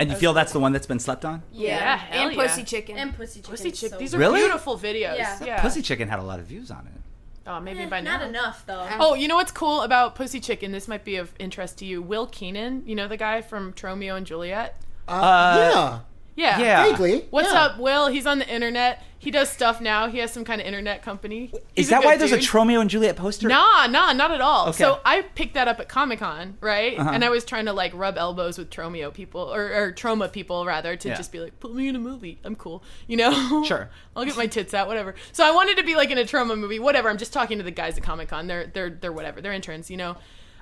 [SPEAKER 3] and you feel that's the one that's been slept on.
[SPEAKER 9] Yeah.
[SPEAKER 6] Yeah, hell
[SPEAKER 8] and pussy
[SPEAKER 6] yeah.
[SPEAKER 8] chicken.
[SPEAKER 9] And pussy chicken.
[SPEAKER 6] Pussy chick.
[SPEAKER 9] so-
[SPEAKER 6] These are
[SPEAKER 3] Really?
[SPEAKER 6] beautiful videos. Yeah.
[SPEAKER 9] Yeah.
[SPEAKER 3] Pussy Chicken had a lot of views on it.
[SPEAKER 6] Oh, maybe
[SPEAKER 9] Eh,
[SPEAKER 6] by now.
[SPEAKER 9] not enough though.
[SPEAKER 6] Oh, you know what's cool about Pussy Chicken? This might be of interest to you. Will Keenan, you know the guy from Tromeo and Juliet?
[SPEAKER 2] Uh,
[SPEAKER 6] Yeah.
[SPEAKER 3] Yeah.
[SPEAKER 2] yeah. Vaguely.
[SPEAKER 6] What's
[SPEAKER 2] yeah.
[SPEAKER 6] up, Will? He's on the internet. He does stuff now. He has some kind of internet company. He's
[SPEAKER 3] Is that
[SPEAKER 6] good
[SPEAKER 3] why there's a
[SPEAKER 6] dude.
[SPEAKER 3] Tromeo and Juliet poster?
[SPEAKER 6] Nah, nah, not at all.
[SPEAKER 3] Okay. Uh-huh.
[SPEAKER 6] So I picked that up at Comic Con, right? And I was trying to like rub elbows with Tromeo people or, or Troma people rather to
[SPEAKER 3] Yeah.
[SPEAKER 6] just be like, put me in a movie. I'm cool, you know? (laughs)
[SPEAKER 3] Sure.
[SPEAKER 6] I'll get my tits out, whatever. So I wanted to be like in a Troma movie, whatever. I'm just talking to the guys at Comic Con. They're they're they're whatever. They're interns, you know.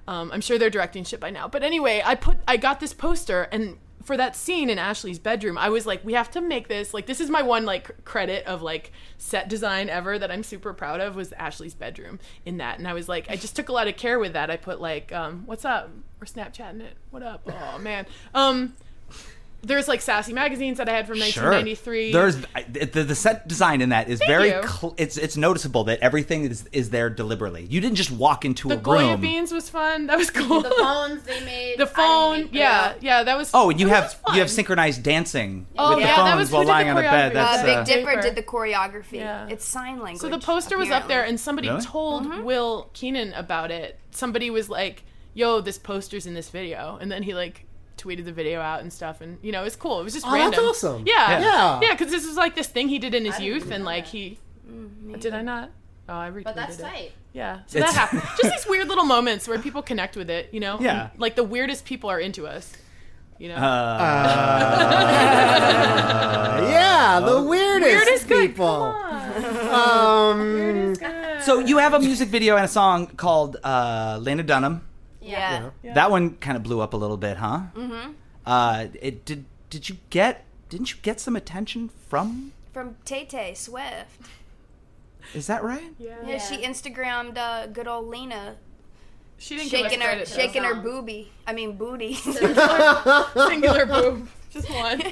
[SPEAKER 6] Um, I'm sure they're directing shit by now. But anyway, I put I got this poster and. For that scene in Ashley's bedroom, I was like, we have to make this. Like, this is my one like c- credit of like set design ever that I'm super proud of was Ashley's bedroom in that. And I was like, I just took a lot of care with that. I put like, um, what's up? We're Snapchatting it. What up? Oh man. Um, there's like sassy magazines that I had from 1993.
[SPEAKER 3] There's I- the, the set design in that is very
[SPEAKER 6] you.
[SPEAKER 3] cl- it's it's noticeable that everything is is there deliberately. You didn't just walk into
[SPEAKER 6] the
[SPEAKER 3] a
[SPEAKER 6] Goya
[SPEAKER 3] room.
[SPEAKER 6] beans was fun. That was cool.
[SPEAKER 9] The
[SPEAKER 6] (laughs)
[SPEAKER 9] phones they made.
[SPEAKER 6] The
[SPEAKER 9] I
[SPEAKER 6] phone,
[SPEAKER 9] made
[SPEAKER 6] yeah,
[SPEAKER 9] that.
[SPEAKER 6] yeah, that was.
[SPEAKER 3] Oh, and you
[SPEAKER 6] that
[SPEAKER 3] have
[SPEAKER 6] was fun.
[SPEAKER 3] you have synchronized dancing
[SPEAKER 6] Oh,
[SPEAKER 3] with
[SPEAKER 6] yeah,
[SPEAKER 3] the
[SPEAKER 6] that
[SPEAKER 3] phones
[SPEAKER 6] was- who
[SPEAKER 3] while
[SPEAKER 6] did the
[SPEAKER 3] lying on a
[SPEAKER 6] choreography?
[SPEAKER 3] bed.
[SPEAKER 6] Uh,
[SPEAKER 3] That's
[SPEAKER 6] Big
[SPEAKER 3] uh,
[SPEAKER 6] Dip-
[SPEAKER 8] Dipper
[SPEAKER 6] Paper.
[SPEAKER 8] did the choreography.
[SPEAKER 6] Yeah.
[SPEAKER 8] It's sign language.
[SPEAKER 6] So the poster was up there,
[SPEAKER 8] apparently.
[SPEAKER 6] and somebody
[SPEAKER 3] Really?
[SPEAKER 6] told
[SPEAKER 9] Mm-hmm.
[SPEAKER 6] Will Keenan about it. Somebody was like, "Yo, this poster's in this video," and then he like tweeted the video out and stuff, and you know, it's cool. It was just
[SPEAKER 2] Oh, that's
[SPEAKER 6] random.
[SPEAKER 2] awesome.
[SPEAKER 6] Yeah,
[SPEAKER 2] Yeah.
[SPEAKER 6] yeah, because this was like this thing he did in his youth, and like he did I not? Oh, I retweeted
[SPEAKER 9] Mm-hmm. But that's
[SPEAKER 6] it.
[SPEAKER 9] tight.
[SPEAKER 6] Yeah, so
[SPEAKER 3] It's-
[SPEAKER 6] that happened.
[SPEAKER 3] (laughs)
[SPEAKER 6] Just these weird little moments where people connect with it, you know?
[SPEAKER 3] Yeah.
[SPEAKER 6] Like the weirdest people are into us, you know?
[SPEAKER 3] uh,
[SPEAKER 2] yeah, the weirdest,
[SPEAKER 6] weirdest good,
[SPEAKER 2] people. (laughs) Um,
[SPEAKER 3] so you have a music video and a song called uh, Lena Dunham.
[SPEAKER 8] Yeah.
[SPEAKER 3] That one kind of blew up a little bit, huh? Mm-hmm. Uh, it did. Did you get? Didn't you get some attention from?
[SPEAKER 8] From Tay Tay Swift.
[SPEAKER 3] Is that right?
[SPEAKER 8] Yeah, she Instagrammed uh, good old Lena
[SPEAKER 6] she didn't give
[SPEAKER 8] shaking
[SPEAKER 6] us
[SPEAKER 8] her
[SPEAKER 6] credit. though. (laughs)
[SPEAKER 8] shaking her booby. I mean
[SPEAKER 9] (laughs)
[SPEAKER 8] booty. (laughs)
[SPEAKER 6] Singular boob. Just one.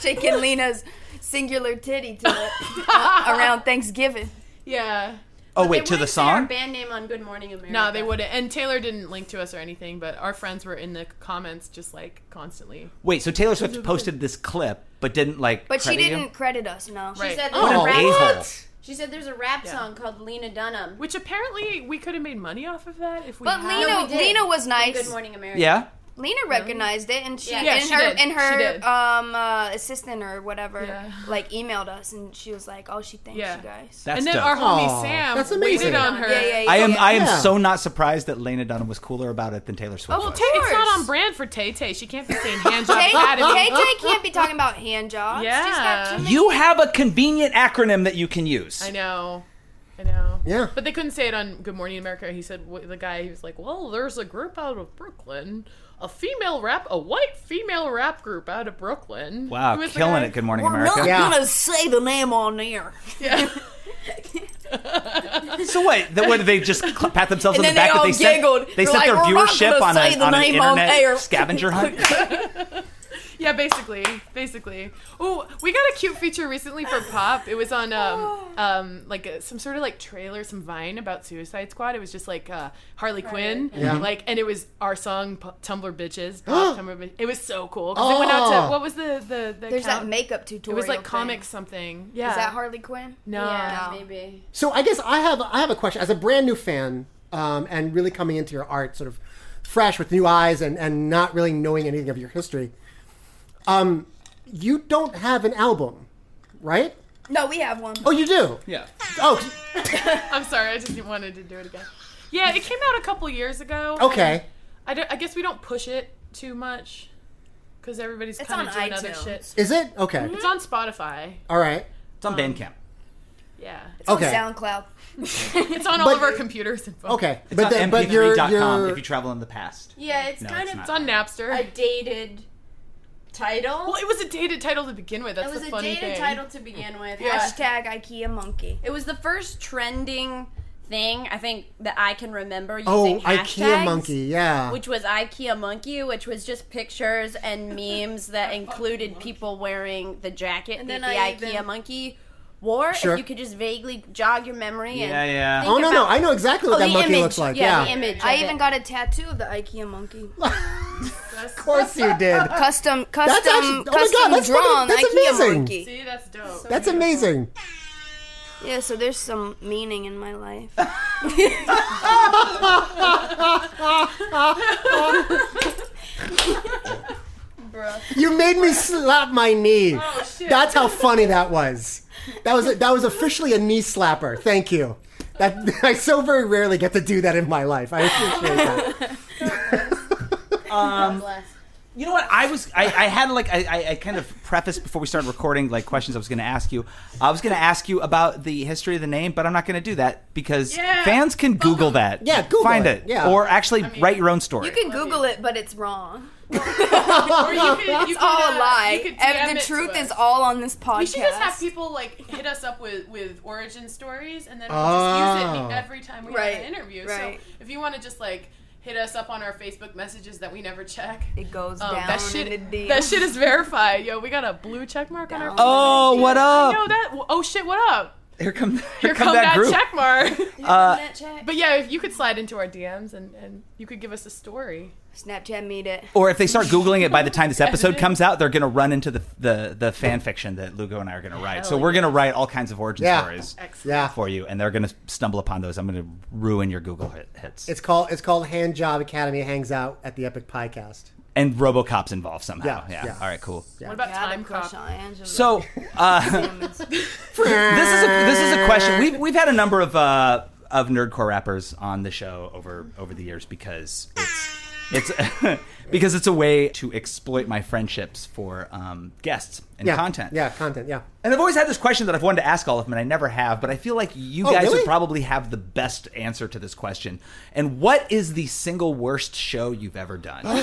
[SPEAKER 8] shaking Lena's singular titty to it
[SPEAKER 9] (laughs)
[SPEAKER 8] uh, around Thanksgiving.
[SPEAKER 6] Yeah.
[SPEAKER 3] Oh
[SPEAKER 9] They
[SPEAKER 3] wait, to the
[SPEAKER 9] wouldn't say our
[SPEAKER 3] song.
[SPEAKER 9] band name on Good Morning America.
[SPEAKER 6] No, they wouldn't. And Taylor didn't link to us or anything, but our friends were in the comments just like constantly.
[SPEAKER 3] Wait, so Taylor Swift posted this clip, but didn't like.
[SPEAKER 8] But she
[SPEAKER 3] credit you?
[SPEAKER 8] didn't credit us, no.
[SPEAKER 9] She
[SPEAKER 6] Right.
[SPEAKER 9] said
[SPEAKER 6] Oh,
[SPEAKER 9] there's a
[SPEAKER 3] What
[SPEAKER 9] rap.
[SPEAKER 3] an a-hole.
[SPEAKER 9] She said there's a rap song called Lena Dunham.
[SPEAKER 6] Which apparently we could have made money off of that if we.
[SPEAKER 8] But
[SPEAKER 6] had.
[SPEAKER 8] Lena
[SPEAKER 9] No, we did.
[SPEAKER 8] Lena was
[SPEAKER 9] From
[SPEAKER 8] nice.
[SPEAKER 9] Good Morning America.
[SPEAKER 3] Yeah.
[SPEAKER 8] Lena recognized it, and she
[SPEAKER 9] Yeah,
[SPEAKER 8] and
[SPEAKER 6] she
[SPEAKER 8] her
[SPEAKER 6] did.
[SPEAKER 8] and
[SPEAKER 6] She
[SPEAKER 8] her
[SPEAKER 6] did.
[SPEAKER 8] um uh, assistant or whatever
[SPEAKER 6] Yeah.
[SPEAKER 8] like emailed us, and she was like, "Oh, she thanks
[SPEAKER 6] Yeah.
[SPEAKER 8] you guys."
[SPEAKER 3] That's
[SPEAKER 6] and then
[SPEAKER 3] dope.
[SPEAKER 6] our homie
[SPEAKER 2] Aw,
[SPEAKER 6] Sam
[SPEAKER 2] that's amazing.
[SPEAKER 6] waited on her.
[SPEAKER 8] yeah, yeah, yeah.
[SPEAKER 3] I am. I am
[SPEAKER 2] Yeah.
[SPEAKER 3] so not surprised that Lena Dunham was cooler about it than Taylor Swift.
[SPEAKER 6] Well,
[SPEAKER 3] was.
[SPEAKER 6] Tay- it's
[SPEAKER 8] course.
[SPEAKER 6] not on brand for Tay Tay. She can't be saying hand job
[SPEAKER 8] Tay
[SPEAKER 6] that. and-
[SPEAKER 8] Tay Tay can't be talking about hand jobs. She's got
[SPEAKER 6] Yeah.
[SPEAKER 8] too many-
[SPEAKER 3] you have a convenient acronym that you can use.
[SPEAKER 6] I know. I know.
[SPEAKER 2] Yeah.
[SPEAKER 6] But they couldn't say it on Good Morning America. He said wh- the guy he was like, "Well, there's a group out of Brooklyn, a female rap, a white female rap group out of Brooklyn."
[SPEAKER 3] Wow,
[SPEAKER 6] Who was the
[SPEAKER 3] killing
[SPEAKER 6] guy?
[SPEAKER 3] it. Good Morning America.
[SPEAKER 2] Yeah.
[SPEAKER 8] gonna say the name on there.
[SPEAKER 6] Yeah.
[SPEAKER 3] So what? The, what did they just cl- pat themselves on the
[SPEAKER 8] And then they
[SPEAKER 3] back that
[SPEAKER 8] all
[SPEAKER 3] they sent,
[SPEAKER 8] giggled.
[SPEAKER 3] they
[SPEAKER 8] They're
[SPEAKER 3] sent
[SPEAKER 8] like,
[SPEAKER 3] their
[SPEAKER 8] "We're not
[SPEAKER 3] viewership
[SPEAKER 8] gonna
[SPEAKER 3] on, a,
[SPEAKER 8] say the
[SPEAKER 3] on an
[SPEAKER 8] name on
[SPEAKER 3] internet
[SPEAKER 8] air. (laughs)
[SPEAKER 3] scavenger hunt?
[SPEAKER 6] Yeah, basically, basically. Ooh, we got a cute feature recently for Pop. It was on
[SPEAKER 8] (gasps)
[SPEAKER 6] um um like a, some sort of like trailer, some Vine about Suicide Squad. It was just like uh, Harley Quinn, (laughs) like, and it was our song P- Tumblr
[SPEAKER 3] (gasps)
[SPEAKER 6] bitches. Pop, Tumblr bitches. It was so cool because it went out
[SPEAKER 2] Oh.
[SPEAKER 6] to what was the the, the
[SPEAKER 8] There's that
[SPEAKER 6] account?
[SPEAKER 8] makeup
[SPEAKER 6] It
[SPEAKER 8] tutorial.
[SPEAKER 6] was like
[SPEAKER 8] thing.
[SPEAKER 6] comic something. Yeah.
[SPEAKER 8] Is that Harley Quinn?
[SPEAKER 6] No.
[SPEAKER 9] Yeah,
[SPEAKER 6] (laughs)
[SPEAKER 8] No.
[SPEAKER 9] maybe.
[SPEAKER 2] So I guess I have I have a question as a brand new fan um, and really coming into your art sort of fresh with new eyes and, and not really knowing anything of your history. Um, you don't have an album, right?
[SPEAKER 8] No, we have one.
[SPEAKER 2] Oh, you do.
[SPEAKER 3] Yeah.
[SPEAKER 2] Oh,
[SPEAKER 6] I'm sorry. I just wanted to do it again. Yeah, it came out a couple years ago.
[SPEAKER 2] okay.
[SPEAKER 6] I, don't- I guess we don't push it too much because everybody's
[SPEAKER 8] It's
[SPEAKER 6] kind
[SPEAKER 8] on
[SPEAKER 6] of doing other
[SPEAKER 8] iTunes.
[SPEAKER 6] shit.
[SPEAKER 2] Is Oh. it okay?
[SPEAKER 6] It's on Spotify.
[SPEAKER 2] All right.
[SPEAKER 3] It's on Bandcamp.
[SPEAKER 6] Yeah.
[SPEAKER 2] Okay.
[SPEAKER 6] Oh,
[SPEAKER 2] (laughs)
[SPEAKER 6] (laughs)
[SPEAKER 8] SoundCloud. (laughs)
[SPEAKER 6] It's on all
[SPEAKER 2] Oh, But-
[SPEAKER 6] of our computers and phones.
[SPEAKER 2] Okay.
[SPEAKER 3] It's
[SPEAKER 2] but
[SPEAKER 3] on
[SPEAKER 2] the,
[SPEAKER 3] mp3.com
[SPEAKER 2] but you're, you're
[SPEAKER 3] if you travel in the past.
[SPEAKER 9] Yeah, it's
[SPEAKER 3] No,
[SPEAKER 9] kind
[SPEAKER 3] it's
[SPEAKER 9] of
[SPEAKER 3] not.
[SPEAKER 6] It's on Napster.
[SPEAKER 9] a dated title.
[SPEAKER 6] well, it was a dated title to begin with. That's
[SPEAKER 9] it was
[SPEAKER 6] the
[SPEAKER 9] a
[SPEAKER 6] funny
[SPEAKER 9] dated
[SPEAKER 6] thing.
[SPEAKER 9] title to begin with.
[SPEAKER 8] Hashtag IKEA monkey.
[SPEAKER 9] It was the first trending thing I think that I can remember using
[SPEAKER 2] oh
[SPEAKER 9] hashtags,
[SPEAKER 2] IKEA monkey. Yeah.
[SPEAKER 9] which was IKEA monkey, which was just pictures and memes that included people wearing the jacket
[SPEAKER 8] then
[SPEAKER 9] that the
[SPEAKER 8] I
[SPEAKER 9] IKEA
[SPEAKER 8] even-
[SPEAKER 9] monkey wore.
[SPEAKER 2] Sure.
[SPEAKER 9] If you could just vaguely jog your memory.
[SPEAKER 3] Yeah,
[SPEAKER 9] and
[SPEAKER 3] yeah.
[SPEAKER 9] think
[SPEAKER 2] oh no no!
[SPEAKER 9] about-
[SPEAKER 2] I know exactly what
[SPEAKER 9] Oh,
[SPEAKER 2] that
[SPEAKER 9] the
[SPEAKER 2] monkey
[SPEAKER 9] image.
[SPEAKER 2] looks like.
[SPEAKER 9] Yeah,
[SPEAKER 2] Yeah.
[SPEAKER 9] the image.
[SPEAKER 8] I
[SPEAKER 9] of
[SPEAKER 8] even
[SPEAKER 9] it.
[SPEAKER 8] got a tattoo of the IKEA monkey.
[SPEAKER 2] (laughs) of course you did.
[SPEAKER 8] Custom, custom,
[SPEAKER 2] actually- oh my God,
[SPEAKER 8] custom
[SPEAKER 2] that's fucking-
[SPEAKER 8] drawn
[SPEAKER 2] that's
[SPEAKER 8] IKEA
[SPEAKER 2] amazing.
[SPEAKER 8] monkey.
[SPEAKER 6] See, that's dope.
[SPEAKER 2] That's amazing.
[SPEAKER 8] Yeah, so there's some meaning in
[SPEAKER 2] (laughs)
[SPEAKER 8] my life. (laughs)
[SPEAKER 2] You made me slap my knee.
[SPEAKER 9] Oh,
[SPEAKER 6] shit.
[SPEAKER 2] That's how funny that was. That was that was officially a knee slapper. Thank you. That (laughs) I so very rarely get to do that in my life. I appreciate that.
[SPEAKER 3] You know what? I was I, I had like I, I- I kind of prefaced before we started recording like questions I was going to ask you. I was going to ask you about the history of the name, but I'm not going to do that because
[SPEAKER 6] Yeah.
[SPEAKER 3] fans can Google that.
[SPEAKER 2] Yeah, Google
[SPEAKER 3] find
[SPEAKER 2] it.
[SPEAKER 3] it.
[SPEAKER 2] Yeah.
[SPEAKER 3] Or actually write your own story.
[SPEAKER 8] You can Google it, but it's wrong. (laughs)
[SPEAKER 6] Or you could, you
[SPEAKER 8] It's all
[SPEAKER 6] could,
[SPEAKER 8] a
[SPEAKER 6] uh,
[SPEAKER 8] lie.
[SPEAKER 6] you could
[SPEAKER 8] Ev-
[SPEAKER 6] DM
[SPEAKER 8] the
[SPEAKER 6] it to
[SPEAKER 8] truth
[SPEAKER 6] us.
[SPEAKER 8] is all on this podcast.
[SPEAKER 6] We should just have people like hit us up with with origin stories, and then we'll just use it
[SPEAKER 2] Oh.
[SPEAKER 3] Ah.
[SPEAKER 6] every time we
[SPEAKER 8] Right,
[SPEAKER 6] have an interview.
[SPEAKER 8] right.
[SPEAKER 6] So if you want to just like hit us up on our Facebook messages that we never check.
[SPEAKER 10] It goes
[SPEAKER 6] Um,
[SPEAKER 10] down
[SPEAKER 6] that
[SPEAKER 10] in
[SPEAKER 6] shit,
[SPEAKER 10] the deal.
[SPEAKER 6] that shit is verified. Yo, we got a blue check mark on our.
[SPEAKER 3] Oh, what up?
[SPEAKER 6] Yo, that. Oh shit, what up?
[SPEAKER 3] Here
[SPEAKER 8] (laughs)
[SPEAKER 3] come, here
[SPEAKER 6] Here
[SPEAKER 3] come,
[SPEAKER 6] come
[SPEAKER 3] that,
[SPEAKER 6] that,
[SPEAKER 3] group.
[SPEAKER 6] check mark.
[SPEAKER 3] (laughs)
[SPEAKER 9] That check.
[SPEAKER 6] but yeah, if you could slide into our DMs and, and you could give us a story.
[SPEAKER 10] Snapchat meet it.
[SPEAKER 3] Or if they start googling it by the time this episode comes out, they're going to run into the, the the fan fiction that Lugo and I are going to write. So we're going to write all kinds of origin
[SPEAKER 2] (laughs) Yeah.
[SPEAKER 3] stories
[SPEAKER 2] Yeah.
[SPEAKER 3] for you, and they're going to stumble upon those. I'm going to ruin your Google hit, hits.
[SPEAKER 2] It's called it's called Hand Job Academy hangs out at the Epic Podcast.
[SPEAKER 3] and RoboCop's involved somehow. Yeah.
[SPEAKER 2] Yeah, yeah.
[SPEAKER 3] All right. Cool.
[SPEAKER 6] What about time cop?
[SPEAKER 10] Crush on Angela.
[SPEAKER 2] (laughs)
[SPEAKER 3] So uh, this is a, this is a question we've we've had a number of uh, of nerdcore rappers on the show over over the years because it's it's (laughs) because it's a way to exploit my friendships for um, guests and
[SPEAKER 2] Yeah.
[SPEAKER 3] content.
[SPEAKER 2] Yeah, content. Yeah.
[SPEAKER 3] And I've always had this question that I've wanted to ask all of them, and I never have. But I feel like you guys
[SPEAKER 2] Oh, really?
[SPEAKER 3] would probably have the best answer to this question. And what is the single worst show you've ever done?
[SPEAKER 2] Oh,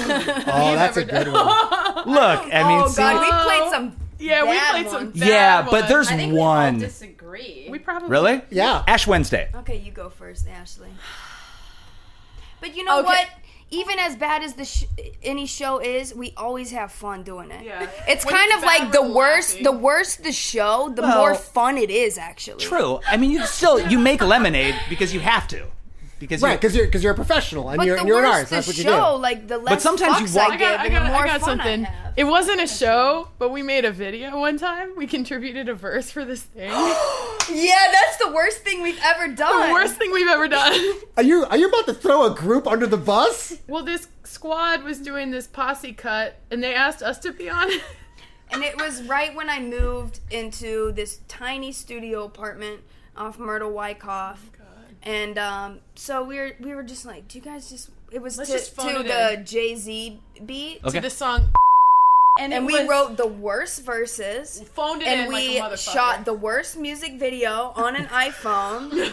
[SPEAKER 2] that's a good one.
[SPEAKER 3] Look, I mean,
[SPEAKER 10] oh
[SPEAKER 3] see-
[SPEAKER 10] God, we played some.
[SPEAKER 6] Yeah, we
[SPEAKER 10] bad
[SPEAKER 6] played some.
[SPEAKER 10] ones.
[SPEAKER 6] Bad
[SPEAKER 3] yeah, but
[SPEAKER 6] ones.
[SPEAKER 3] there's
[SPEAKER 9] I think
[SPEAKER 3] one.
[SPEAKER 9] we all disagree.
[SPEAKER 6] We probably
[SPEAKER 3] Really?
[SPEAKER 2] Yeah.
[SPEAKER 3] Ash Wednesday.
[SPEAKER 10] Okay, you go first, Ashley.
[SPEAKER 8] (sighs) But you know
[SPEAKER 10] Okay.
[SPEAKER 8] what? Even as bad as the sh- any show is, we always have fun doing it.
[SPEAKER 6] Yeah.
[SPEAKER 8] It's
[SPEAKER 6] When
[SPEAKER 8] kind
[SPEAKER 6] it's
[SPEAKER 8] of
[SPEAKER 6] bad,
[SPEAKER 8] like the
[SPEAKER 6] we're
[SPEAKER 8] worse
[SPEAKER 6] laughing.
[SPEAKER 8] the worse the show, the
[SPEAKER 3] Well-
[SPEAKER 8] more fun it is actually.
[SPEAKER 3] True. I mean, you still you make lemonade because you have to. Because you-
[SPEAKER 2] Right, because you're because you're a professional and
[SPEAKER 8] But
[SPEAKER 2] you're
[SPEAKER 8] the
[SPEAKER 2] and you're an
[SPEAKER 8] worse
[SPEAKER 2] artist.
[SPEAKER 8] the
[SPEAKER 2] That's what you
[SPEAKER 8] show,
[SPEAKER 2] do.
[SPEAKER 8] like the less
[SPEAKER 3] sometimes you
[SPEAKER 8] fucks
[SPEAKER 3] want-
[SPEAKER 8] I
[SPEAKER 6] I
[SPEAKER 8] give
[SPEAKER 6] got, I
[SPEAKER 8] and the
[SPEAKER 6] got,
[SPEAKER 8] more
[SPEAKER 6] I got
[SPEAKER 8] fun
[SPEAKER 6] something.
[SPEAKER 8] I have.
[SPEAKER 6] it wasn't a show, but we made a video one time. We contributed a verse for this thing.
[SPEAKER 8] Yeah, that's the worst thing we've ever done.
[SPEAKER 6] the worst thing we've ever done.
[SPEAKER 2] Are you are you about to throw a group under the bus?
[SPEAKER 6] well, this squad was doing this posse cut, and they asked us to be on it.
[SPEAKER 8] And it was right when I moved into this tiny studio apartment off Myrtle Wyckoff.
[SPEAKER 6] Oh
[SPEAKER 8] and um, so we were we were just like, do you guys just? It was
[SPEAKER 6] Let's
[SPEAKER 8] to,
[SPEAKER 6] just phone
[SPEAKER 8] to
[SPEAKER 6] it
[SPEAKER 8] the
[SPEAKER 6] in.
[SPEAKER 8] Jay Z beat,
[SPEAKER 3] Okay.
[SPEAKER 6] This song
[SPEAKER 8] and
[SPEAKER 6] it
[SPEAKER 8] we
[SPEAKER 6] was-
[SPEAKER 8] wrote the worst verses.
[SPEAKER 6] phoned it
[SPEAKER 8] and
[SPEAKER 6] in
[SPEAKER 8] we
[SPEAKER 6] like a motherfucker.
[SPEAKER 8] shot the worst music video on
[SPEAKER 6] (laughs)
[SPEAKER 8] an iPhone. We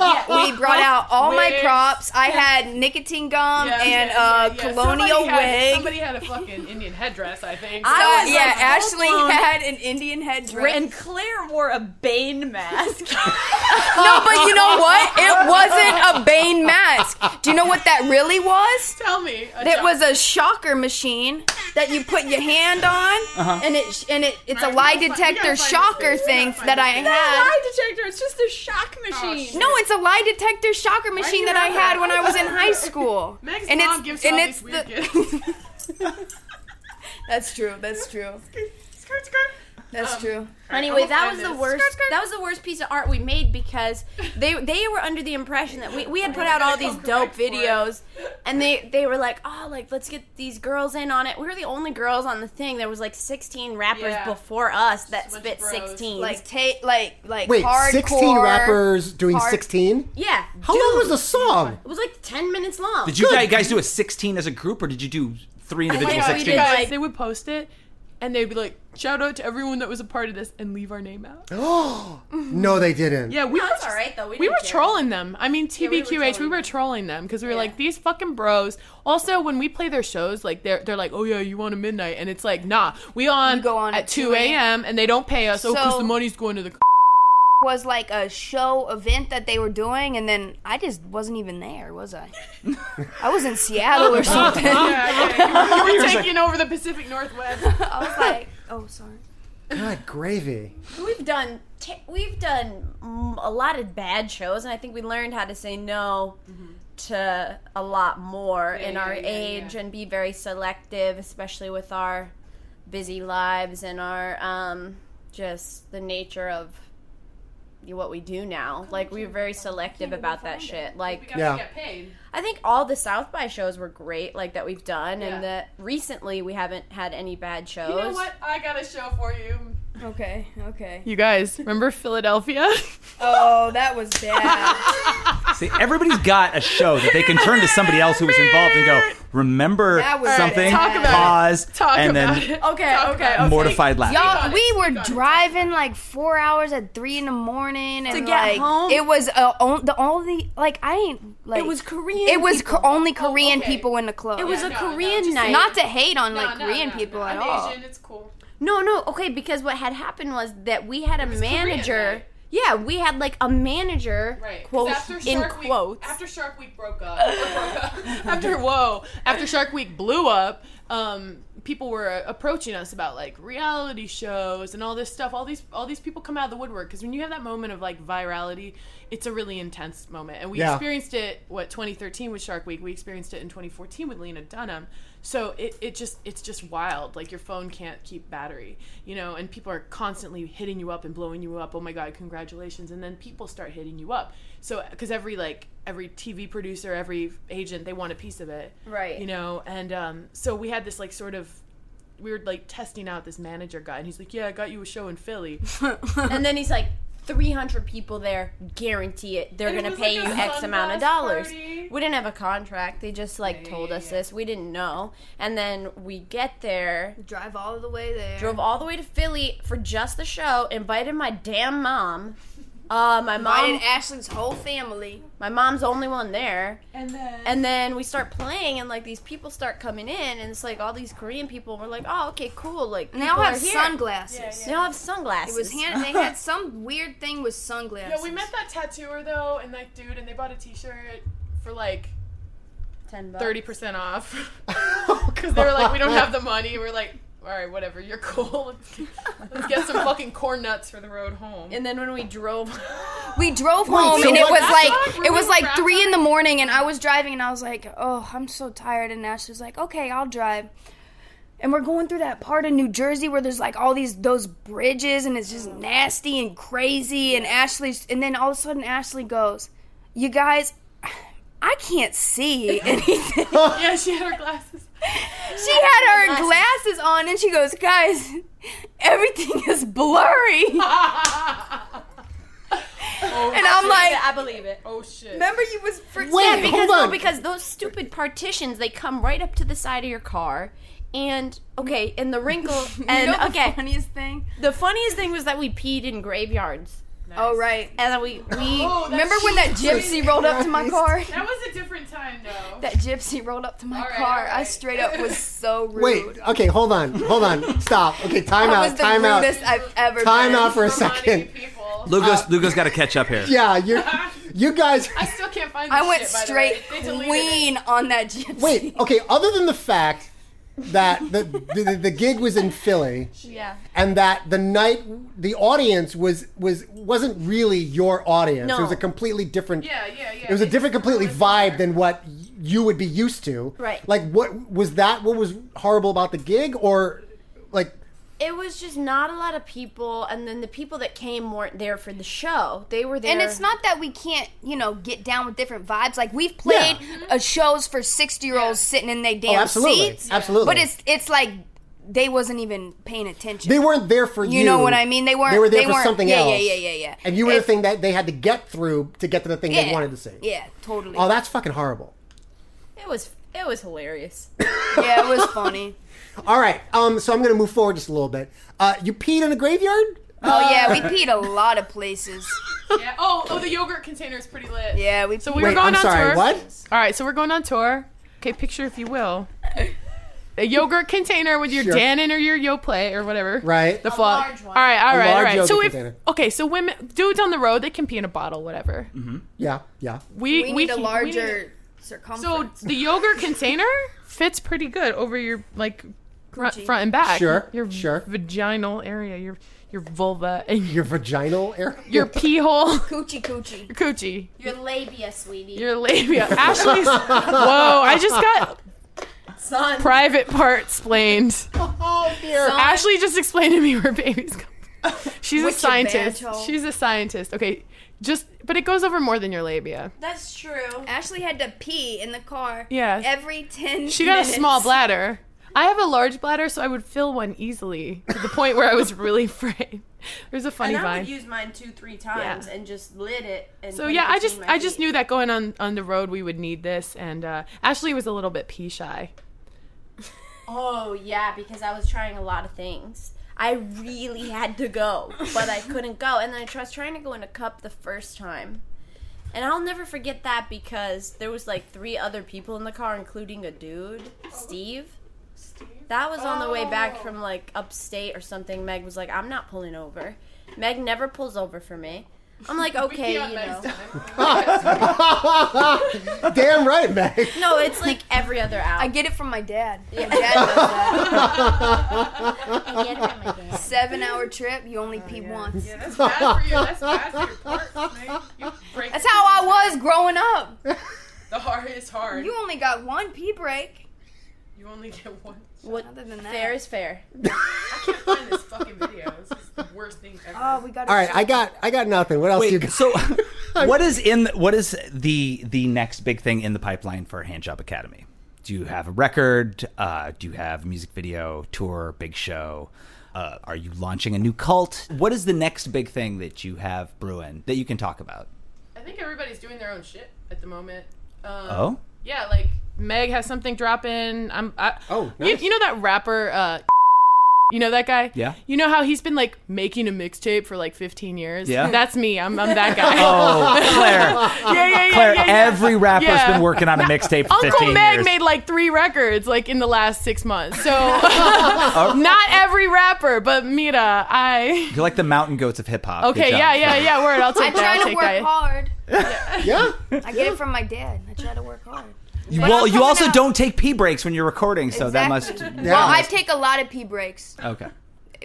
[SPEAKER 8] brought out all my
[SPEAKER 6] Wigs.
[SPEAKER 8] props. I had nicotine gum
[SPEAKER 6] Yeah,
[SPEAKER 8] and
[SPEAKER 6] yeah, yeah,
[SPEAKER 8] uh,
[SPEAKER 6] yeah.
[SPEAKER 8] colonial
[SPEAKER 6] somebody had,
[SPEAKER 8] wig.
[SPEAKER 6] Somebody had a fucking Indian headdress, I think.
[SPEAKER 8] So,
[SPEAKER 10] I was
[SPEAKER 8] yeah,
[SPEAKER 10] like,
[SPEAKER 8] Ashley
[SPEAKER 10] full-blown-
[SPEAKER 8] had an Indian headdress.
[SPEAKER 10] and Claire wore a Bane mask.
[SPEAKER 8] No, but you know what? It wasn't a Bane mask. Do you know what that really was?
[SPEAKER 6] Tell me. a
[SPEAKER 8] It
[SPEAKER 6] job.
[SPEAKER 8] was a shocker machine that you put your hand on, and it sh- and it it's a lie
[SPEAKER 6] we gotta find- we
[SPEAKER 8] detector
[SPEAKER 6] gotta find this
[SPEAKER 8] shocker
[SPEAKER 6] thing. We
[SPEAKER 8] thing
[SPEAKER 6] gotta find
[SPEAKER 8] that I
[SPEAKER 6] this
[SPEAKER 10] Not a
[SPEAKER 8] had.
[SPEAKER 10] lie detector. It's just a shock machine.
[SPEAKER 8] No, it's a lie detector shocker machine
[SPEAKER 6] you
[SPEAKER 8] that I
[SPEAKER 6] have
[SPEAKER 8] had
[SPEAKER 6] that?
[SPEAKER 8] when I was in high school.
[SPEAKER 6] Meg's
[SPEAKER 8] and
[SPEAKER 6] mom
[SPEAKER 8] it's
[SPEAKER 6] gives her
[SPEAKER 8] and
[SPEAKER 6] all
[SPEAKER 8] it's
[SPEAKER 6] these weird
[SPEAKER 8] the,
[SPEAKER 6] gifts.
[SPEAKER 8] (laughs) that's true. That's true.
[SPEAKER 6] Skirt, skirt.
[SPEAKER 8] That's true.
[SPEAKER 9] Anyway,
[SPEAKER 6] I'm
[SPEAKER 9] that was the
[SPEAKER 6] offended.
[SPEAKER 9] worst. That was the worst piece of art we made because they they were under the impression that we, we had put out all these dope videos, and they they were like, oh, like let's get these girls in on it. We were the only girls on the thing. There was like sixteen rappers
[SPEAKER 6] Yeah.
[SPEAKER 9] before us that
[SPEAKER 6] bunch
[SPEAKER 9] spit
[SPEAKER 6] of bros.
[SPEAKER 9] sixteen.
[SPEAKER 8] Like take like like
[SPEAKER 2] Wait,
[SPEAKER 8] hardcore.
[SPEAKER 2] sixteen rappers doing
[SPEAKER 8] hard-
[SPEAKER 2] sixteen?
[SPEAKER 9] yeah,
[SPEAKER 2] How long was the song?
[SPEAKER 9] It was like ten minutes long.
[SPEAKER 3] Did you guys do a 16 as a group, or did you do three individual
[SPEAKER 9] think we
[SPEAKER 3] 16s?
[SPEAKER 9] did,
[SPEAKER 6] guys,
[SPEAKER 9] like-
[SPEAKER 6] they would post it and they'd be like, shout out to everyone that was a part of this and leave our name out.
[SPEAKER 2] No, they didn't.
[SPEAKER 6] Yeah, we
[SPEAKER 9] No,
[SPEAKER 6] were
[SPEAKER 9] it's
[SPEAKER 6] just-
[SPEAKER 9] all right though. We,
[SPEAKER 6] We
[SPEAKER 9] didn't
[SPEAKER 6] were
[SPEAKER 9] care.
[SPEAKER 6] trolling them. I mean,
[SPEAKER 9] we were
[SPEAKER 6] TBQH, we
[SPEAKER 9] trolling
[SPEAKER 6] were
[SPEAKER 9] them.
[SPEAKER 6] trolling them because we were like, these fucking bros. Also, when we play their shows, like they're they're like, oh yeah, you on a midnight, and it's like, nah, we on,
[SPEAKER 8] go on
[SPEAKER 6] at
[SPEAKER 8] at
[SPEAKER 6] two a.m. and they don't pay us. oh, because
[SPEAKER 8] So-
[SPEAKER 6] the money's going
[SPEAKER 9] (laughs)
[SPEAKER 6] to the. c-"
[SPEAKER 8] was like a show event that they were doing, and then I just wasn't even there, was I? I was in
[SPEAKER 6] (laughs)
[SPEAKER 9] (laughs)
[SPEAKER 8] Seattle or something. I
[SPEAKER 6] You were taking over the Pacific
[SPEAKER 9] (laughs)
[SPEAKER 6] Northwest. (laughs)
[SPEAKER 8] was like, oh, sorry.
[SPEAKER 2] God, gravy.
[SPEAKER 9] We've done t- we've done mm, a lot of bad shows, and I think we learned how to say no
[SPEAKER 6] Mm-hmm.
[SPEAKER 9] to a lot more in our age and be very selective, especially with our busy lives and our um, just the nature of what we do now. Like we were very selective about that shit. Like
[SPEAKER 2] Yeah.
[SPEAKER 9] I think all the South by shows were great, like that we've done, and that recently we haven't had any bad shows.
[SPEAKER 6] You know what? I got a show for you.
[SPEAKER 8] Okay, okay.
[SPEAKER 6] You guys remember Philadelphia?
[SPEAKER 8] (laughs) Oh, that was bad.
[SPEAKER 3] See, everybody's got a show that they can turn to somebody else who was involved and go, remember
[SPEAKER 8] That was
[SPEAKER 3] something,
[SPEAKER 8] bad. Talk about it.
[SPEAKER 3] pause,
[SPEAKER 6] Talk
[SPEAKER 3] and
[SPEAKER 6] about
[SPEAKER 3] then
[SPEAKER 6] it.
[SPEAKER 8] Okay,
[SPEAKER 6] Talk
[SPEAKER 8] okay,
[SPEAKER 6] about it.
[SPEAKER 3] mortified laugh.
[SPEAKER 8] Y'all, we were driving like four hours at three in the morning, and
[SPEAKER 9] get
[SPEAKER 8] like
[SPEAKER 9] home?
[SPEAKER 8] it was uh, on, the only like I ain't like
[SPEAKER 9] It was Korean
[SPEAKER 8] It was
[SPEAKER 9] people.
[SPEAKER 8] co- only Korean
[SPEAKER 6] Oh, okay.
[SPEAKER 8] people in the club.
[SPEAKER 9] It was a
[SPEAKER 6] no, no,
[SPEAKER 9] Korean
[SPEAKER 6] just-
[SPEAKER 9] night.
[SPEAKER 8] not to hate on
[SPEAKER 6] No,
[SPEAKER 8] like
[SPEAKER 6] no,
[SPEAKER 8] Korean
[SPEAKER 6] no,
[SPEAKER 8] people
[SPEAKER 6] no.
[SPEAKER 8] at
[SPEAKER 6] I'm
[SPEAKER 8] all.
[SPEAKER 6] Asian, it's cool.
[SPEAKER 9] No, no, okay, because what had happened was that we had a manager.
[SPEAKER 6] right?
[SPEAKER 9] Yeah, we had like a manager,
[SPEAKER 6] Right. 'Cause
[SPEAKER 9] quote
[SPEAKER 6] after Shark
[SPEAKER 9] in
[SPEAKER 6] Week,
[SPEAKER 9] quotes.
[SPEAKER 6] After Shark Week broke up. (laughs) after whoa. After Shark Week blew up, um, people were uh, approaching us about like reality shows and all this stuff. All these all these people come out of the woodwork because when you have that moment of like virality, it's a really intense moment. And we
[SPEAKER 2] Yeah.
[SPEAKER 6] experienced it what 2013 with Shark Week. We experienced it in 2014 with Lena Dunham. So it, it just it's just wild. Like your phone can't keep battery, you know. And people are constantly hitting you up and blowing you up. Oh my god, congratulations! And then people start hitting you up. So because every like every TV producer, every agent, they want a piece of it,
[SPEAKER 9] Right.
[SPEAKER 6] You know. And um, so we had this like sort of we were like testing out this manager guy, and he's like, "Yeah, I got you a show in Philly."
[SPEAKER 8] (laughs)
[SPEAKER 9] and then he's like, 300 people there, guarantee it. They're
[SPEAKER 6] And it
[SPEAKER 9] going to
[SPEAKER 6] was
[SPEAKER 9] pay
[SPEAKER 6] like a
[SPEAKER 9] you X amount
[SPEAKER 6] sunrise
[SPEAKER 9] of dollars.
[SPEAKER 6] party.
[SPEAKER 9] We didn't have a contract. They just like told us this. We didn't know. And then we get there,
[SPEAKER 8] Drive all the way there.
[SPEAKER 9] drove all the way to Philly for just the show, invited my damn mom. Uh, my mom,
[SPEAKER 8] Invited Ashley's whole family.
[SPEAKER 9] my mom's the only one there.
[SPEAKER 6] And then
[SPEAKER 9] And then we start playing, and like these people start coming in, and it's like all these Korean people. We're like, oh, okay, cool. Like
[SPEAKER 8] And they
[SPEAKER 9] people
[SPEAKER 8] all
[SPEAKER 9] are
[SPEAKER 8] have
[SPEAKER 9] here.
[SPEAKER 8] sunglasses.
[SPEAKER 9] They all have sunglasses.
[SPEAKER 8] It was hand. They had some weird thing with sunglasses.
[SPEAKER 6] Yeah, we met that tattooer though, and that dude, and they bought a T-shirt for like
[SPEAKER 9] Ten bucks.
[SPEAKER 6] thirty percent (laughs) off because they were like, we don't (laughs) have the money. We're like, all right, whatever, you're cool. (laughs) Let's get
[SPEAKER 8] (laughs)
[SPEAKER 6] some fucking corn nuts for the road home.
[SPEAKER 9] And then when we drove,
[SPEAKER 8] We drove home
[SPEAKER 2] so
[SPEAKER 8] and it
[SPEAKER 2] what-
[SPEAKER 8] was
[SPEAKER 2] That's
[SPEAKER 6] not
[SPEAKER 8] like it
[SPEAKER 6] really
[SPEAKER 8] was like
[SPEAKER 6] crap.
[SPEAKER 8] three in the morning and I was driving and I was like, oh, I'm so tired. And Ashley was like, okay, I'll drive. And we're going through that part of New Jersey where there's like all these those bridges and it's just nasty and crazy. And Ashley's and then all of a sudden Ashley goes, you guys, I
[SPEAKER 6] (laughs)
[SPEAKER 8] can't see anything.
[SPEAKER 6] yeah, she had her glasses.
[SPEAKER 8] she had her glasses on and she goes, guys, everything is
[SPEAKER 9] (laughs)
[SPEAKER 8] blurry. and I'm like,
[SPEAKER 9] Oh, I believe it.
[SPEAKER 6] Oh shit.
[SPEAKER 8] Remember, you was freaking.
[SPEAKER 9] yeah, because
[SPEAKER 2] hold
[SPEAKER 9] no,
[SPEAKER 2] on.
[SPEAKER 9] because those stupid partitions they come right up to the side of your car, and okay, and the wrinkle,
[SPEAKER 8] (laughs)
[SPEAKER 9] and
[SPEAKER 8] you know
[SPEAKER 9] okay,
[SPEAKER 8] the funniest thing.
[SPEAKER 9] the funniest thing was that we peed in graveyards,
[SPEAKER 8] Oh right.
[SPEAKER 9] and then we we
[SPEAKER 6] Oh, that's
[SPEAKER 8] Remember when that
[SPEAKER 6] crazy.
[SPEAKER 8] gypsy rolled up to my car?
[SPEAKER 6] That was a different time though.
[SPEAKER 8] That gypsy rolled up to my
[SPEAKER 6] All right,
[SPEAKER 8] car.
[SPEAKER 6] all
[SPEAKER 8] I
[SPEAKER 6] right.
[SPEAKER 8] straight up (laughs) was so rude.
[SPEAKER 2] (laughs) Wait, okay, hold on, hold on, stop. Okay, time
[SPEAKER 8] that
[SPEAKER 2] out,
[SPEAKER 8] was the
[SPEAKER 2] time out,
[SPEAKER 8] rudest I've ever
[SPEAKER 2] time
[SPEAKER 8] been.
[SPEAKER 2] out for a
[SPEAKER 6] Reminding
[SPEAKER 2] second.
[SPEAKER 6] people.
[SPEAKER 3] Lugo's, Lugo's got to catch up here.
[SPEAKER 2] Yeah, you, you guys.
[SPEAKER 6] I still can't find. This
[SPEAKER 8] I went
[SPEAKER 6] shit, by the way.
[SPEAKER 8] straight
[SPEAKER 6] They deleted it.
[SPEAKER 9] (laughs)
[SPEAKER 8] queen on that gypsy. (laughs)
[SPEAKER 2] Wait, okay. Other than the fact that the the, the gig was in Philly,
[SPEAKER 9] yeah,
[SPEAKER 2] and that the night the audience was was wasn't really your audience. It was
[SPEAKER 9] No.
[SPEAKER 2] a completely different.
[SPEAKER 6] Yeah, yeah, yeah.
[SPEAKER 2] It was a different, completely vibe than what y- you would be used to.
[SPEAKER 9] Right.
[SPEAKER 2] Like, what was that? What was horrible about the gig, or like?
[SPEAKER 9] it was just not a lot of people, and then the people that came weren't there for the show; they were there,
[SPEAKER 8] And it's not that we can't, you know, get down with different vibes. Like we've played uh, shows for sixty-year-olds sitting in
[SPEAKER 6] Oh,
[SPEAKER 8] their damn
[SPEAKER 2] oh, absolutely,
[SPEAKER 8] seats.
[SPEAKER 2] absolutely.
[SPEAKER 8] But it's it's like they wasn't even paying attention.
[SPEAKER 2] They weren't there for you.
[SPEAKER 8] You know what I mean? They weren't-
[SPEAKER 2] They were there
[SPEAKER 8] they
[SPEAKER 2] for
[SPEAKER 8] weren't-
[SPEAKER 2] something
[SPEAKER 8] yeah,
[SPEAKER 2] else.
[SPEAKER 8] yeah, yeah, yeah, yeah.
[SPEAKER 2] And you were the
[SPEAKER 8] It's-
[SPEAKER 2] thing that they had to get through to get to the thing
[SPEAKER 8] Yeah.
[SPEAKER 2] they wanted to see.
[SPEAKER 8] Yeah, totally.
[SPEAKER 2] Oh, that's fucking horrible.
[SPEAKER 9] it was it was hilarious.
[SPEAKER 8] yeah, it was
[SPEAKER 9] (laughs)
[SPEAKER 8] funny.
[SPEAKER 2] All right. Um. So I'm gonna move forward just a little bit. Uh. You peed in a graveyard.
[SPEAKER 8] Oh yeah, we peed a lot of places.
[SPEAKER 6] Yeah. Oh, oh, the yogurt container is pretty lit.
[SPEAKER 8] Yeah, we.
[SPEAKER 6] So
[SPEAKER 8] peed-
[SPEAKER 6] we were
[SPEAKER 2] Wait,
[SPEAKER 6] going
[SPEAKER 2] I'm
[SPEAKER 6] on
[SPEAKER 2] sorry,
[SPEAKER 6] tour.
[SPEAKER 2] what?
[SPEAKER 6] All right, so we're going on tour. Okay, picture if you will. A yogurt container with your
[SPEAKER 2] Sure.
[SPEAKER 6] Danon or your Yoplait or whatever.
[SPEAKER 2] Right.
[SPEAKER 6] The flaw.
[SPEAKER 9] large one.
[SPEAKER 6] All right, all
[SPEAKER 2] A
[SPEAKER 6] right, all
[SPEAKER 2] large
[SPEAKER 6] right. So
[SPEAKER 2] yogurt
[SPEAKER 6] if
[SPEAKER 2] container.
[SPEAKER 6] okay, so women, dudes on the road, they can pee in a bottle, whatever.
[SPEAKER 2] Yeah. Yeah.
[SPEAKER 6] We,
[SPEAKER 8] we need a
[SPEAKER 6] can- we
[SPEAKER 8] larger
[SPEAKER 6] so
[SPEAKER 8] circumference.
[SPEAKER 6] the yogurt container fits pretty good over your like front, front and back.
[SPEAKER 2] Sure,
[SPEAKER 6] Your
[SPEAKER 2] sure.
[SPEAKER 6] Vaginal area, your your vulva and your
[SPEAKER 2] Your vaginal area. (laughs)
[SPEAKER 6] your pee hole,
[SPEAKER 8] coochie coochie.
[SPEAKER 6] your coochie.
[SPEAKER 9] Your labia, sweetie.
[SPEAKER 2] (laughs)
[SPEAKER 6] Your labia. Ashley's. Whoa, I just got
[SPEAKER 9] son.
[SPEAKER 6] private part explained.
[SPEAKER 2] oh dear.
[SPEAKER 6] Ashley just explained to me where babies come from. She's a
[SPEAKER 8] With your
[SPEAKER 6] scientist.
[SPEAKER 8] vaginal.
[SPEAKER 6] She's a scientist. Okay, just, but it goes over more than your labia.
[SPEAKER 9] That's true.
[SPEAKER 8] Ashley had to pee in the car.
[SPEAKER 6] Yeah.
[SPEAKER 8] Every ten.
[SPEAKER 6] She got a
[SPEAKER 8] minutes.
[SPEAKER 6] small bladder. I have a large bladder, so I would fill one easily to the point where I was really (laughs) afraid. There's a funny
[SPEAKER 9] And I
[SPEAKER 6] vine.
[SPEAKER 9] would use mine two, three times
[SPEAKER 6] Yeah.
[SPEAKER 9] and just lit it. And
[SPEAKER 6] So
[SPEAKER 9] put it
[SPEAKER 6] yeah, I just
[SPEAKER 9] between my
[SPEAKER 6] I just
[SPEAKER 9] feet.
[SPEAKER 6] knew that going on on the road we would need this, and uh, Ashley was a little bit pee shy.
[SPEAKER 9] Oh yeah, because I was trying a lot of things. I really had to go, but I couldn't go. And then I was trying to go in a cup the first time. And I'll never forget that because there was like three other people in the car, including a dude, Steve. That was on the way back from like upstate or something. Meg was like, "I'm not pulling over." Meg never pulls over for me. I'm like, okay, you know.
[SPEAKER 2] Damn right, Meg.
[SPEAKER 9] No, Oh, it's like every other
[SPEAKER 10] I
[SPEAKER 9] hour.
[SPEAKER 10] get it from my dad. My dad does that.
[SPEAKER 9] I get it from my dad. Oh,
[SPEAKER 10] Seven hour trip, you only pee once.
[SPEAKER 5] Yeah, that's bad for you. That's bad for your parts, man.
[SPEAKER 10] (laughs)
[SPEAKER 5] You break
[SPEAKER 10] That's how I was growing up.
[SPEAKER 5] the heart is hard.
[SPEAKER 10] You only got one pee break.
[SPEAKER 5] You only get one.
[SPEAKER 9] What
[SPEAKER 10] Other than that.
[SPEAKER 9] fair is fair.
[SPEAKER 5] I can't find this fucking video. This is the worst thing ever.
[SPEAKER 10] Oh, we got
[SPEAKER 2] All right, I got I got nothing. What else you
[SPEAKER 3] Wait,
[SPEAKER 2] got?
[SPEAKER 6] (laughs)
[SPEAKER 3] so what is in what is the the next big thing in the pipeline for Handjob Academy? Do you have a record? Uh, do you have a music video, tour, big show? Uh, are you launching a new cult? What is the next big thing that you have brewing that you can talk about?
[SPEAKER 6] I think everybody's doing their own shit at the moment. Um, (laughs)
[SPEAKER 3] Oh,
[SPEAKER 6] Yeah, like Meg has something dropping. I'm. I,
[SPEAKER 2] Oh,
[SPEAKER 6] you,
[SPEAKER 2] nice.
[SPEAKER 6] you know that rapper. Uh, you know that guy?
[SPEAKER 3] Yeah.
[SPEAKER 6] You know how he's been like making a mixtape for like 15 years?
[SPEAKER 3] Yeah.
[SPEAKER 6] That's me. I'm, I'm that guy.
[SPEAKER 3] (laughs) oh, Claire,
[SPEAKER 6] yeah, yeah, yeah,
[SPEAKER 3] (laughs) Claire.
[SPEAKER 6] yeah, yeah.
[SPEAKER 3] Every rapper's
[SPEAKER 6] Yeah.
[SPEAKER 3] been working on a mixtape for
[SPEAKER 6] Uncle
[SPEAKER 3] fifteen
[SPEAKER 6] Meg
[SPEAKER 3] years.
[SPEAKER 6] made like three records like in the last six months. So
[SPEAKER 3] (laughs) Oh.
[SPEAKER 6] not every rapper, but Mira, I.
[SPEAKER 3] You're like the mountain goats of hip hop. Good
[SPEAKER 6] Okay,
[SPEAKER 3] job.
[SPEAKER 6] yeah, yeah, yeah. Word. I'll take
[SPEAKER 10] (laughs) I
[SPEAKER 6] that. I'll
[SPEAKER 10] try to
[SPEAKER 6] take
[SPEAKER 10] work
[SPEAKER 6] that.
[SPEAKER 10] hard.
[SPEAKER 2] Yeah.
[SPEAKER 10] I get it from my dad. I try to work hard.
[SPEAKER 3] Well, you
[SPEAKER 10] coming
[SPEAKER 3] also
[SPEAKER 10] out-
[SPEAKER 3] don't take pee breaks when you're recording, so that must.
[SPEAKER 10] Exactly.
[SPEAKER 3] that
[SPEAKER 10] Well, I
[SPEAKER 3] must-
[SPEAKER 10] take a lot of pee breaks
[SPEAKER 3] okay.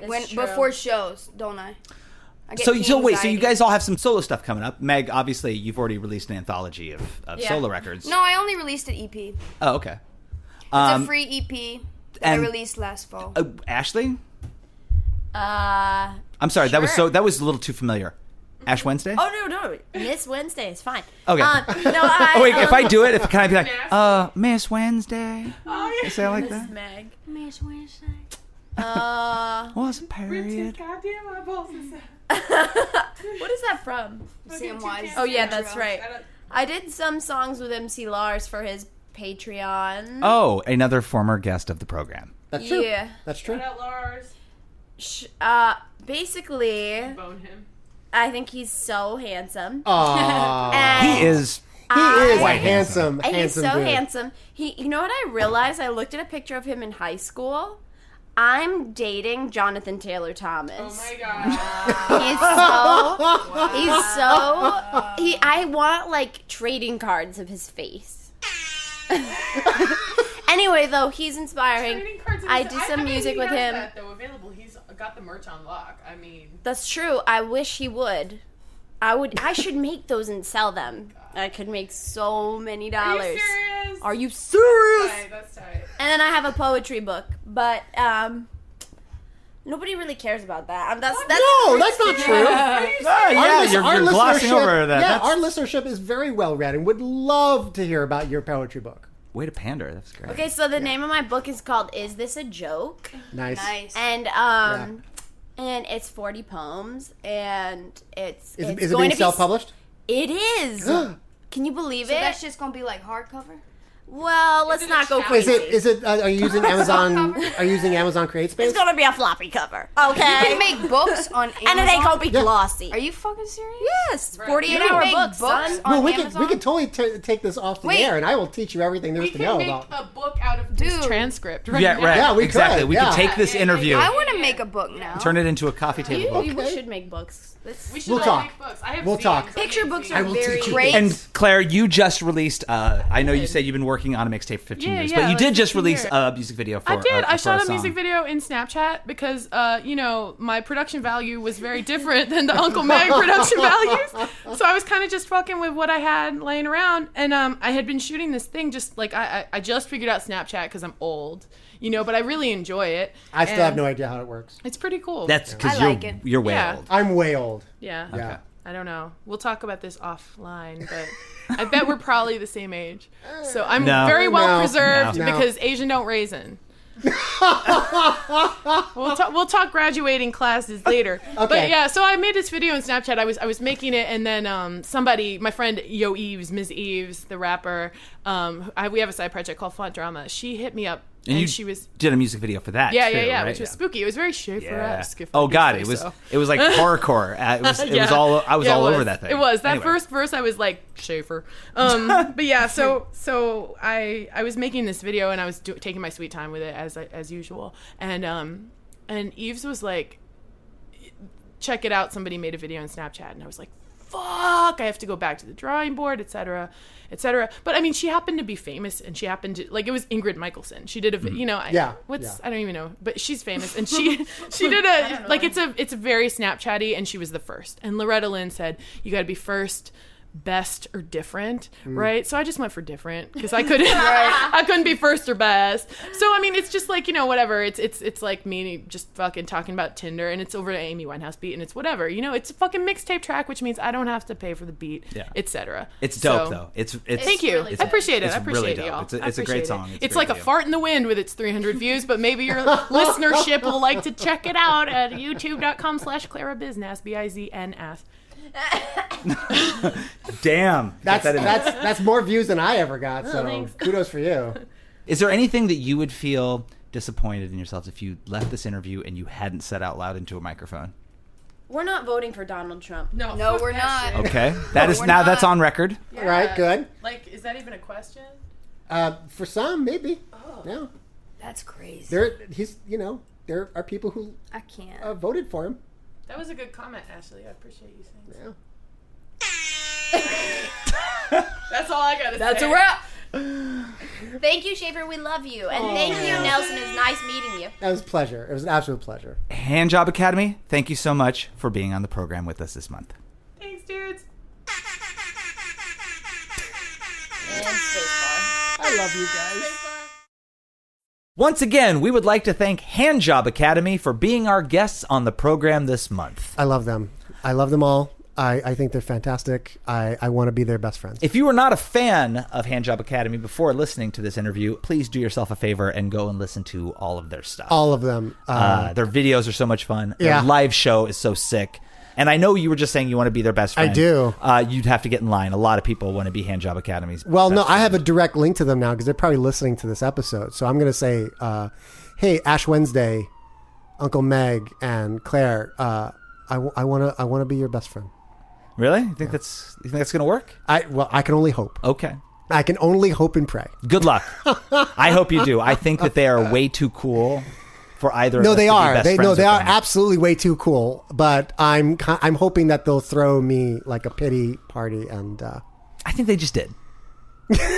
[SPEAKER 10] when
[SPEAKER 9] true.
[SPEAKER 10] before shows, don't I? I get
[SPEAKER 3] So,
[SPEAKER 10] pee
[SPEAKER 3] so wait, so you
[SPEAKER 10] anxiety.
[SPEAKER 3] guys all have some solo stuff coming up. Meg, obviously, you've already released an anthology of, of
[SPEAKER 9] Yeah.
[SPEAKER 3] solo records.
[SPEAKER 10] No, I only released an EP. It's
[SPEAKER 3] Oh, okay. Um,
[SPEAKER 10] a free EP that
[SPEAKER 3] and-
[SPEAKER 10] I released last fall.
[SPEAKER 3] Uh, Ashley,
[SPEAKER 9] Uh,
[SPEAKER 3] I'm sorry, that was
[SPEAKER 9] Sure.
[SPEAKER 3] so that was a little too familiar. Ash Wednesday.
[SPEAKER 9] oh no, no, Miss Wednesday is fine.
[SPEAKER 3] Okay.
[SPEAKER 10] uh,
[SPEAKER 9] (laughs) Um, no, I,
[SPEAKER 3] Oh, wait, if I
[SPEAKER 9] um,
[SPEAKER 3] do it, if, can I be like, uh, Miss Wednesday? You say it like that?
[SPEAKER 9] Meg.
[SPEAKER 10] Miss Wednesday.
[SPEAKER 9] Uh,
[SPEAKER 3] Was a period.
[SPEAKER 5] Goddamn eyeballs is
[SPEAKER 9] what is that from?
[SPEAKER 10] Sam Wise.
[SPEAKER 9] Oh yeah, that's right.
[SPEAKER 5] don't-
[SPEAKER 9] I did some songs with MC Lars for his Patreon.
[SPEAKER 3] Oh, another former guest of the program.
[SPEAKER 2] That's true.
[SPEAKER 9] Yeah.
[SPEAKER 2] That's true.
[SPEAKER 5] Shout out Lars.
[SPEAKER 9] Sh- Uh, basically,
[SPEAKER 5] Bone him.
[SPEAKER 9] I think he's so handsome. (laughs)
[SPEAKER 2] Aw.
[SPEAKER 3] He is.
[SPEAKER 2] he is a
[SPEAKER 3] Quite
[SPEAKER 2] handsome,
[SPEAKER 9] And he's
[SPEAKER 2] handsome
[SPEAKER 9] so
[SPEAKER 2] dude.
[SPEAKER 9] handsome. He, you know what I realized? I looked at a picture of him in high school. I'm dating Jonathan Taylor Thomas.
[SPEAKER 5] Oh my god.
[SPEAKER 9] He's so. He's so. He. I want like trading cards of his face. (laughs) anyway, though, he's inspiring.
[SPEAKER 5] Trading cards
[SPEAKER 9] I
[SPEAKER 5] is-
[SPEAKER 9] did some
[SPEAKER 5] mean,
[SPEAKER 9] music
[SPEAKER 5] he
[SPEAKER 9] with
[SPEAKER 5] has
[SPEAKER 9] him.
[SPEAKER 5] That, though available, he's got the merch on lock. I mean,
[SPEAKER 9] That's true. I wish he would. I would. I should make those and sell them. I could make so many
[SPEAKER 5] Oh are you
[SPEAKER 9] dollars.
[SPEAKER 5] serious?
[SPEAKER 9] Are you serious?
[SPEAKER 5] Tight, that's tight.
[SPEAKER 9] And then I have a poetry book, but um, nobody really cares about that. Um, that's that's
[SPEAKER 2] No, that's not
[SPEAKER 9] (laughs)
[SPEAKER 2] true.
[SPEAKER 3] Ah, yeah,
[SPEAKER 2] lis-
[SPEAKER 3] you're, you're glossing
[SPEAKER 2] listenership-
[SPEAKER 3] over that.
[SPEAKER 2] Yeah,
[SPEAKER 3] That's-
[SPEAKER 2] our listenership is very well read and would love to hear about your poetry book.
[SPEAKER 3] way to pander. That's great.
[SPEAKER 9] okay. So the name of my book is called "Is This a Joke?"
[SPEAKER 2] Nice.
[SPEAKER 10] Nice.
[SPEAKER 9] and um, and it's forty poems, and it's
[SPEAKER 2] Is,
[SPEAKER 9] it's
[SPEAKER 2] is it
[SPEAKER 9] going
[SPEAKER 2] being
[SPEAKER 9] to
[SPEAKER 2] (gasps)
[SPEAKER 9] be-
[SPEAKER 2] self-published?
[SPEAKER 9] It
[SPEAKER 2] (gasps)
[SPEAKER 9] is. Can you believe
[SPEAKER 10] So
[SPEAKER 9] it?
[SPEAKER 10] that's just gonna be like hardcover.
[SPEAKER 9] well, let's not go
[SPEAKER 2] Is
[SPEAKER 9] crazy.
[SPEAKER 2] it? Is it? Uh, are you using Amazon? are you using Amazon CreateSpace?
[SPEAKER 9] it's gonna be a floppy cover,
[SPEAKER 10] You
[SPEAKER 9] okay?
[SPEAKER 10] can
[SPEAKER 9] (laughs)
[SPEAKER 10] make books on
[SPEAKER 9] and
[SPEAKER 10] Amazon.
[SPEAKER 9] it ain't gonna be glossy.
[SPEAKER 10] Are you fucking serious?
[SPEAKER 9] Yes,
[SPEAKER 10] You
[SPEAKER 9] forty-eight
[SPEAKER 10] can
[SPEAKER 9] hour
[SPEAKER 10] make
[SPEAKER 9] books.
[SPEAKER 10] books,
[SPEAKER 9] son.
[SPEAKER 10] on
[SPEAKER 2] no, we could
[SPEAKER 10] Amazon.
[SPEAKER 2] we could totally t- take this off the
[SPEAKER 10] Wait.
[SPEAKER 2] air, and I will teach you everything there is
[SPEAKER 6] We
[SPEAKER 2] to
[SPEAKER 6] can
[SPEAKER 2] know
[SPEAKER 6] make
[SPEAKER 2] about.
[SPEAKER 6] a book out of this
[SPEAKER 10] Dude.
[SPEAKER 6] transcript. Right
[SPEAKER 3] Yeah,
[SPEAKER 6] now.
[SPEAKER 3] right.
[SPEAKER 2] Yeah, we
[SPEAKER 3] exactly.
[SPEAKER 2] could,
[SPEAKER 3] We
[SPEAKER 2] yeah.
[SPEAKER 3] could take this interview,
[SPEAKER 10] I want to make a book now.
[SPEAKER 3] turn it into a coffee table book.
[SPEAKER 9] You
[SPEAKER 2] Okay.
[SPEAKER 9] should make books. Let's-
[SPEAKER 6] We should
[SPEAKER 2] We'll
[SPEAKER 6] all
[SPEAKER 2] talk.
[SPEAKER 6] make books. I have
[SPEAKER 2] We'll
[SPEAKER 6] zines.
[SPEAKER 2] talk.
[SPEAKER 6] I
[SPEAKER 9] Picture
[SPEAKER 6] make
[SPEAKER 9] books
[SPEAKER 6] zines.
[SPEAKER 9] are
[SPEAKER 2] will
[SPEAKER 9] very
[SPEAKER 2] teach you.
[SPEAKER 9] great.
[SPEAKER 3] And Claire, you just released. Uh, I know you said you've been working on a mixtape for 15
[SPEAKER 6] Yeah,
[SPEAKER 3] years,
[SPEAKER 6] yeah,
[SPEAKER 3] but you
[SPEAKER 6] like
[SPEAKER 3] did just
[SPEAKER 6] 15
[SPEAKER 3] release
[SPEAKER 6] years.
[SPEAKER 3] a music video for.
[SPEAKER 6] I did.
[SPEAKER 3] A,
[SPEAKER 6] I
[SPEAKER 3] for
[SPEAKER 6] shot a,
[SPEAKER 3] song.
[SPEAKER 6] music video in Snapchat because, uh, you know, my production value was very different than the Uncle Meg production values. So I was kind of just fucking with what I had laying around, and um, I had been shooting this thing just like I I, I just figured out Snapchat because I'm old, you know, but I really enjoy it.
[SPEAKER 2] I still
[SPEAKER 6] And
[SPEAKER 2] have no idea how it works.
[SPEAKER 6] It's pretty cool.
[SPEAKER 3] That's because
[SPEAKER 10] I
[SPEAKER 3] you're
[SPEAKER 10] like it.
[SPEAKER 3] you're way
[SPEAKER 6] Yeah.
[SPEAKER 3] old.
[SPEAKER 2] I'm way old.
[SPEAKER 6] yeah.
[SPEAKER 2] Yeah.
[SPEAKER 6] I don't know. We'll talk about this offline,
[SPEAKER 3] (laughs)
[SPEAKER 6] but I bet we're probably the same age. So I'm
[SPEAKER 3] No.
[SPEAKER 6] very well
[SPEAKER 2] Uh, No.
[SPEAKER 6] preserved
[SPEAKER 2] No. No.
[SPEAKER 6] because Asian
[SPEAKER 2] (laughs)
[SPEAKER 6] don't raisin. we'll talk. We'll talk graduating classes later. But
[SPEAKER 2] Okay.
[SPEAKER 6] yeah, so I made this video in Snapchat. I was I was making it, and then um, somebody, my friend Yo Eves, Ms. Eves, the rapper, um, I, we have a side project called Font Drama. She hit me up, and,
[SPEAKER 3] you
[SPEAKER 6] she was
[SPEAKER 3] did a music video for that.
[SPEAKER 6] yeah
[SPEAKER 3] too,
[SPEAKER 6] yeah yeah,
[SPEAKER 3] right?
[SPEAKER 6] which was spooky. It was very Schaefer-esque. if I
[SPEAKER 3] Oh
[SPEAKER 6] can
[SPEAKER 3] god,
[SPEAKER 6] say
[SPEAKER 3] it was
[SPEAKER 6] so.
[SPEAKER 3] it
[SPEAKER 6] (laughs)
[SPEAKER 3] was like hardcore. Uh, it was it was
[SPEAKER 6] Yeah.
[SPEAKER 3] all I was
[SPEAKER 6] Yeah, it
[SPEAKER 3] all over that thing.
[SPEAKER 6] It was that
[SPEAKER 3] Anyway.
[SPEAKER 6] first verse. I was like Schaefer.
[SPEAKER 2] (laughs)
[SPEAKER 6] Um, but yeah, so so I I was making this video and I was do- taking my sweet time with it as I- as usual. And um and Eves was like, check it out. Somebody made a video on Snapchat, and I was like, fuck, I have to go back to the drawing board, etc., etc. But I mean, she happened to be famous, and she happened to like it was Ingrid Michaelson. She did a, vi- you know, I,
[SPEAKER 2] Mm. Yeah,
[SPEAKER 6] what's
[SPEAKER 2] yeah.
[SPEAKER 6] I don't even know, but she's famous, and she (laughs) she did a like it's a it's very Snapchatty, and she was the first. And Loretta Lynn said, "You got to be first, best, or different,
[SPEAKER 3] Mm.
[SPEAKER 6] right?" So I just went for different because I couldn't (laughs) I couldn't be first or best. So I mean, it's just like you know whatever. It's it's it's like me just fucking talking about Tinder, and it's over to Amy Winehouse beat, and it's whatever. You know, it's a fucking mixtape track, which means I don't have to pay for the beat,
[SPEAKER 3] Yeah.
[SPEAKER 6] etc.
[SPEAKER 3] It's dope
[SPEAKER 6] So-
[SPEAKER 3] though. It's it's
[SPEAKER 6] Thank you.
[SPEAKER 3] it's-
[SPEAKER 6] I appreciate it.
[SPEAKER 3] it's
[SPEAKER 6] I appreciate
[SPEAKER 3] really dope.
[SPEAKER 6] it, y'all.
[SPEAKER 3] It's a,
[SPEAKER 6] I
[SPEAKER 3] it's a great
[SPEAKER 6] appreciate it.
[SPEAKER 3] song.
[SPEAKER 6] It's, like
[SPEAKER 3] great
[SPEAKER 6] a
[SPEAKER 3] video.
[SPEAKER 6] fart in the wind with its 300 views, but maybe
[SPEAKER 3] (laughs)
[SPEAKER 6] your listenership will like to check it out at youtube.com slash Clara Business, B-I-Z-N-S.
[SPEAKER 3] Damn. Get
[SPEAKER 2] That's
[SPEAKER 3] that in there.
[SPEAKER 2] that's that's more views than I ever got. So
[SPEAKER 6] thanks.
[SPEAKER 2] kudos for you.
[SPEAKER 3] Is there anything that you would feel disappointed in yourselves if you left this interview and you hadn't said out loud into a microphone?
[SPEAKER 9] We're not voting for Donald Trump.
[SPEAKER 6] No,
[SPEAKER 10] No, we're not.
[SPEAKER 3] Okay, (laughs) that is
[SPEAKER 10] we're
[SPEAKER 3] now
[SPEAKER 10] not.
[SPEAKER 3] that's on record.
[SPEAKER 2] All right, good.
[SPEAKER 6] Like, is that even a question?
[SPEAKER 2] Uh, for some, maybe. Yeah,
[SPEAKER 10] That's crazy.
[SPEAKER 2] there he's you know there are people who
[SPEAKER 10] I can't.
[SPEAKER 2] uh, voted for him.
[SPEAKER 6] That was a good comment, Ashley. I appreciate you saying
[SPEAKER 2] Yeah.
[SPEAKER 6] (laughs) That's all I got to say.
[SPEAKER 9] That's a wrap.
[SPEAKER 7] (sighs) Thank you, Shaver. We love you. And thank you, Nelson. It was nice meeting you.
[SPEAKER 2] That was a pleasure. It was an absolute pleasure.
[SPEAKER 3] Handjob Academy, thank you so much for being on the program with us this month.
[SPEAKER 6] Thanks, dudes.
[SPEAKER 2] I love you guys.
[SPEAKER 3] Once again, we would like to thank Handjob Academy for being our guests on the program this month.
[SPEAKER 2] I love them. I love them all. I, I think they're fantastic. I, I want to be their best friend.
[SPEAKER 3] If you were not a fan of Handjob Academy before listening to this interview, please do yourself a favor and go and listen to all of their stuff.
[SPEAKER 2] all of them. Uh,
[SPEAKER 3] Uh, their videos are so much fun.
[SPEAKER 2] Yeah.
[SPEAKER 3] Their live show is so sick. And I know you were just saying you want to be their best
[SPEAKER 2] I
[SPEAKER 3] friend.
[SPEAKER 2] do.
[SPEAKER 3] Uh, you'd have to get in line. A lot of people want to be Handjob Academy's.
[SPEAKER 2] well, no,
[SPEAKER 3] best
[SPEAKER 2] I have a
[SPEAKER 3] friend.
[SPEAKER 2] direct link to them now because they're probably listening to this episode. So I'm going to say, uh, hey, Ash Wednesday, Uncle Meg, and Claire, uh, I, w- I want to I want to be your best friend.
[SPEAKER 3] Really? You think that's you think that's gonna work?
[SPEAKER 2] I well, I can only hope.
[SPEAKER 3] Okay.
[SPEAKER 2] I can only hope and pray. (laughs)
[SPEAKER 3] Good luck. I hope you do. I think that they are way too cool for either.
[SPEAKER 2] No,
[SPEAKER 3] of us
[SPEAKER 2] they
[SPEAKER 3] to be
[SPEAKER 2] are.
[SPEAKER 3] best
[SPEAKER 2] They no,
[SPEAKER 3] friends
[SPEAKER 2] they
[SPEAKER 3] with
[SPEAKER 2] are
[SPEAKER 3] them.
[SPEAKER 2] absolutely way too cool. But I'm ki- I'm hoping that they'll throw me like a pity party, and uh, (laughs)
[SPEAKER 3] I think they just did.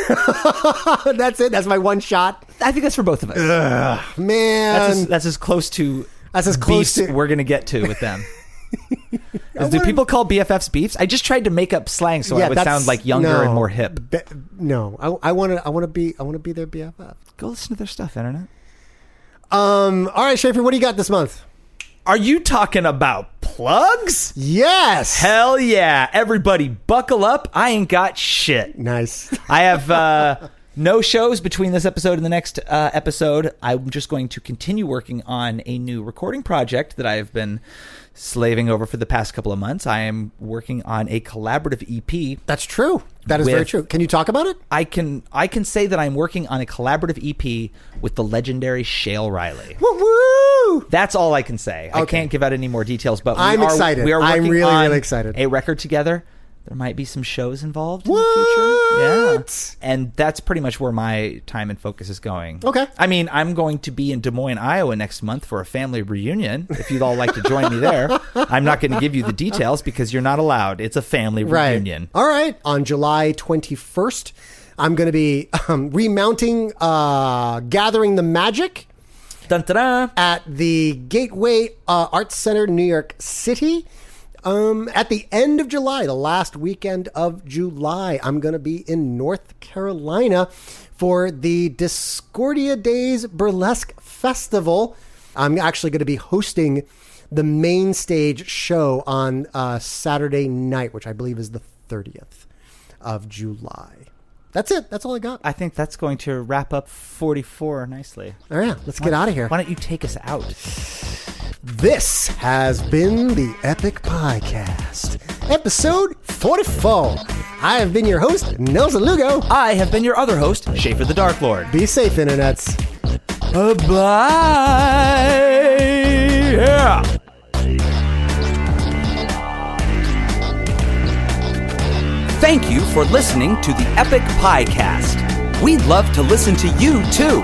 [SPEAKER 2] that's it. That's my one shot,
[SPEAKER 3] I think that's for both of us.
[SPEAKER 2] man.
[SPEAKER 3] That's, as, that's as close to
[SPEAKER 2] That's as close
[SPEAKER 3] beefs
[SPEAKER 2] to-
[SPEAKER 3] we're gonna get to
[SPEAKER 2] (laughs)
[SPEAKER 3] with them. Do people call BFFs beefs? I just tried to make up slang so I would
[SPEAKER 2] that's-
[SPEAKER 3] sound like younger
[SPEAKER 2] no.
[SPEAKER 3] and more hip.
[SPEAKER 2] Be- no, I want to. I want to be. I want to be their BFF.
[SPEAKER 3] Go listen to their stuff, internet.
[SPEAKER 2] Um. All right, Schaefer, what do you got this month?
[SPEAKER 3] Are you talking about plugs?
[SPEAKER 2] Yes.
[SPEAKER 3] Hell yeah! Everybody, buckle up. I ain't got shit.
[SPEAKER 2] nice.
[SPEAKER 3] I have uh, (laughs) no shows between this episode and the next uh, episode. I'm just going to continue working on a new recording project that I have been slaving over for the past couple of months. I am working on a collaborative EP.
[SPEAKER 2] That's true. That is very
[SPEAKER 3] With-
[SPEAKER 2] true. Can you talk about it?
[SPEAKER 3] I can I can say that I'm working on a collaborative EP with the legendary Shale Riley.
[SPEAKER 2] Woo!
[SPEAKER 3] That's all I can say. I
[SPEAKER 2] Okay.
[SPEAKER 3] can't give out any more details, but we
[SPEAKER 2] I'm
[SPEAKER 3] are-
[SPEAKER 2] excited.
[SPEAKER 3] We are
[SPEAKER 2] I'm
[SPEAKER 3] working
[SPEAKER 2] really,
[SPEAKER 3] on
[SPEAKER 2] really excited.
[SPEAKER 3] A record together. There might be some shows involved in the
[SPEAKER 2] What?
[SPEAKER 3] future. Yeah, and that's pretty much where my time and focus is going.
[SPEAKER 2] Okay.
[SPEAKER 3] I mean, I'm going to be in Des Moines, Iowa next month for a family reunion. If you'd all like to join me there,
[SPEAKER 2] (laughs)
[SPEAKER 3] I'm not going to give you the details because you're not allowed. It's a family
[SPEAKER 2] Right. Oh.
[SPEAKER 3] reunion.
[SPEAKER 2] All right. On July 21st, I'm going to be um, remounting, uh, gathering the magic
[SPEAKER 3] Dun, dun, dun.
[SPEAKER 2] at the Gateway uh, Arts Center, New York City. Um, at the end of July, the last weekend of July, I'm going to be in North Carolina for the Discordia Days Burlesque Festival. I'm actually going to be hosting the main stage show on uh, Saturday night, which I believe is the 30th of July. That's it. That's all I got.
[SPEAKER 3] I think that's going to wrap up 44 nicely.
[SPEAKER 2] All right, let's get out of here.
[SPEAKER 3] Why don't you take us out?
[SPEAKER 2] This has been the Epic Podcast, episode 44. I have been your host, Nelson Lugo.
[SPEAKER 3] I have been your other host, Schaefer the Dark Lord.
[SPEAKER 2] Be safe, internets.
[SPEAKER 3] Bye. Yeah. Thank you for listening to the Epic Podcast. We'd love to listen to you too.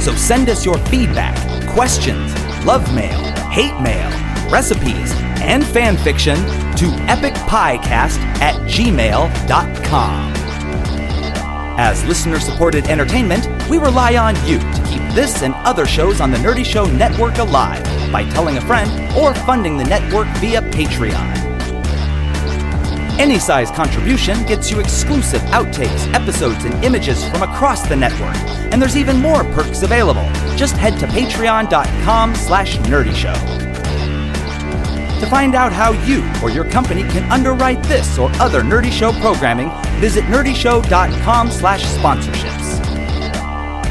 [SPEAKER 3] So send us your feedback, questions, love mail, hate mail, recipes, and fan fiction to epicpiecast at gmail.com. As listener supported entertainment, we rely on you to keep this and other shows on the Nerdy Show Network alive by telling a friend or funding the network via Patreon. Any size contribution gets you exclusive outtakes, episodes, and images from across the network. And there's even more perks available. Just head to patreon.com slash nerdyshow. To find out how you or your company can underwrite this or other Nerdy Show programming, visit nerdyshow.com slash sponsorships.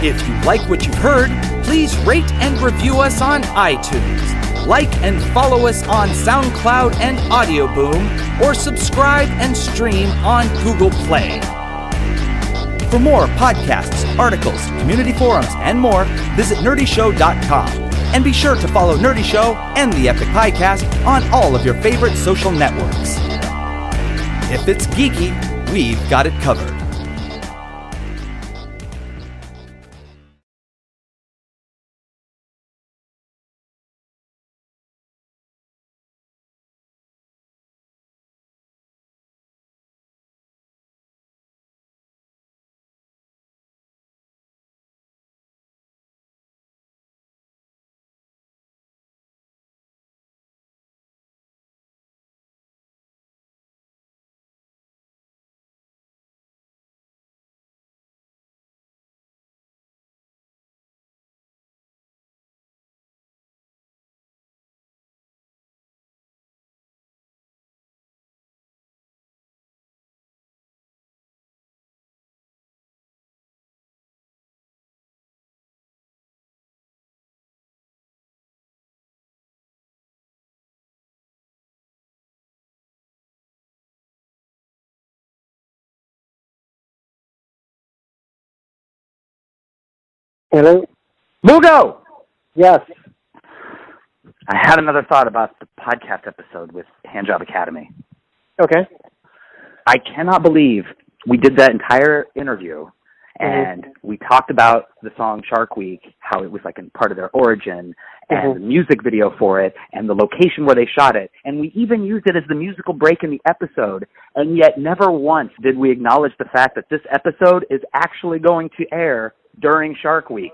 [SPEAKER 3] If you like what you've heard, please rate and review us on iTunes. Like and follow us on SoundCloud and Audio Boom, or subscribe and stream on Google Play. For more podcasts, articles, community forums, and more, visit nerdyshow.com. And be sure to follow Nerdy Show and the Epic Podcast on all of your favorite social networks. If it's geeky, we've got it covered.
[SPEAKER 11] Hello? Mugo! Yes.
[SPEAKER 12] I had another thought about the podcast episode with Handjob Academy.
[SPEAKER 11] Okay.
[SPEAKER 12] I cannot believe we did that entire interview
[SPEAKER 11] Mm-hmm.
[SPEAKER 12] and we talked about the song Shark Week, how it was like in part of their origin and
[SPEAKER 11] Mhm.
[SPEAKER 12] the music video for it and the location where they shot it. And we even used it as the musical break in the episode. And yet never once did we acknowledge the fact that this episode is actually going to air during Shark Week.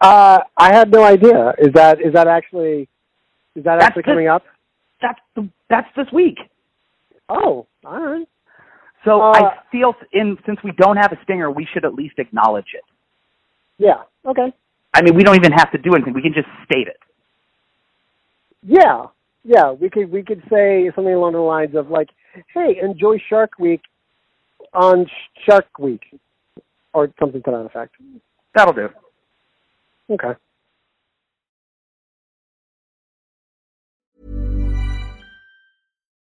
[SPEAKER 11] uh, I had no idea. Is that is that actually is that
[SPEAKER 12] That's
[SPEAKER 11] actually
[SPEAKER 12] the-
[SPEAKER 11] coming up?
[SPEAKER 12] That's the, that's this week.
[SPEAKER 11] Oh, all right.
[SPEAKER 12] So
[SPEAKER 11] Uh,
[SPEAKER 12] I feel in since we don't have a stinger, we should at least acknowledge it.
[SPEAKER 11] Yeah. Okay.
[SPEAKER 12] I mean, we don't even have to do anything. We can just state it.
[SPEAKER 11] Yeah. Yeah. We could we could say something along the lines of like, "Hey, enjoy Shark Week on Sh- Shark Week," or something to that effect.
[SPEAKER 12] That'll do.
[SPEAKER 11] Okay.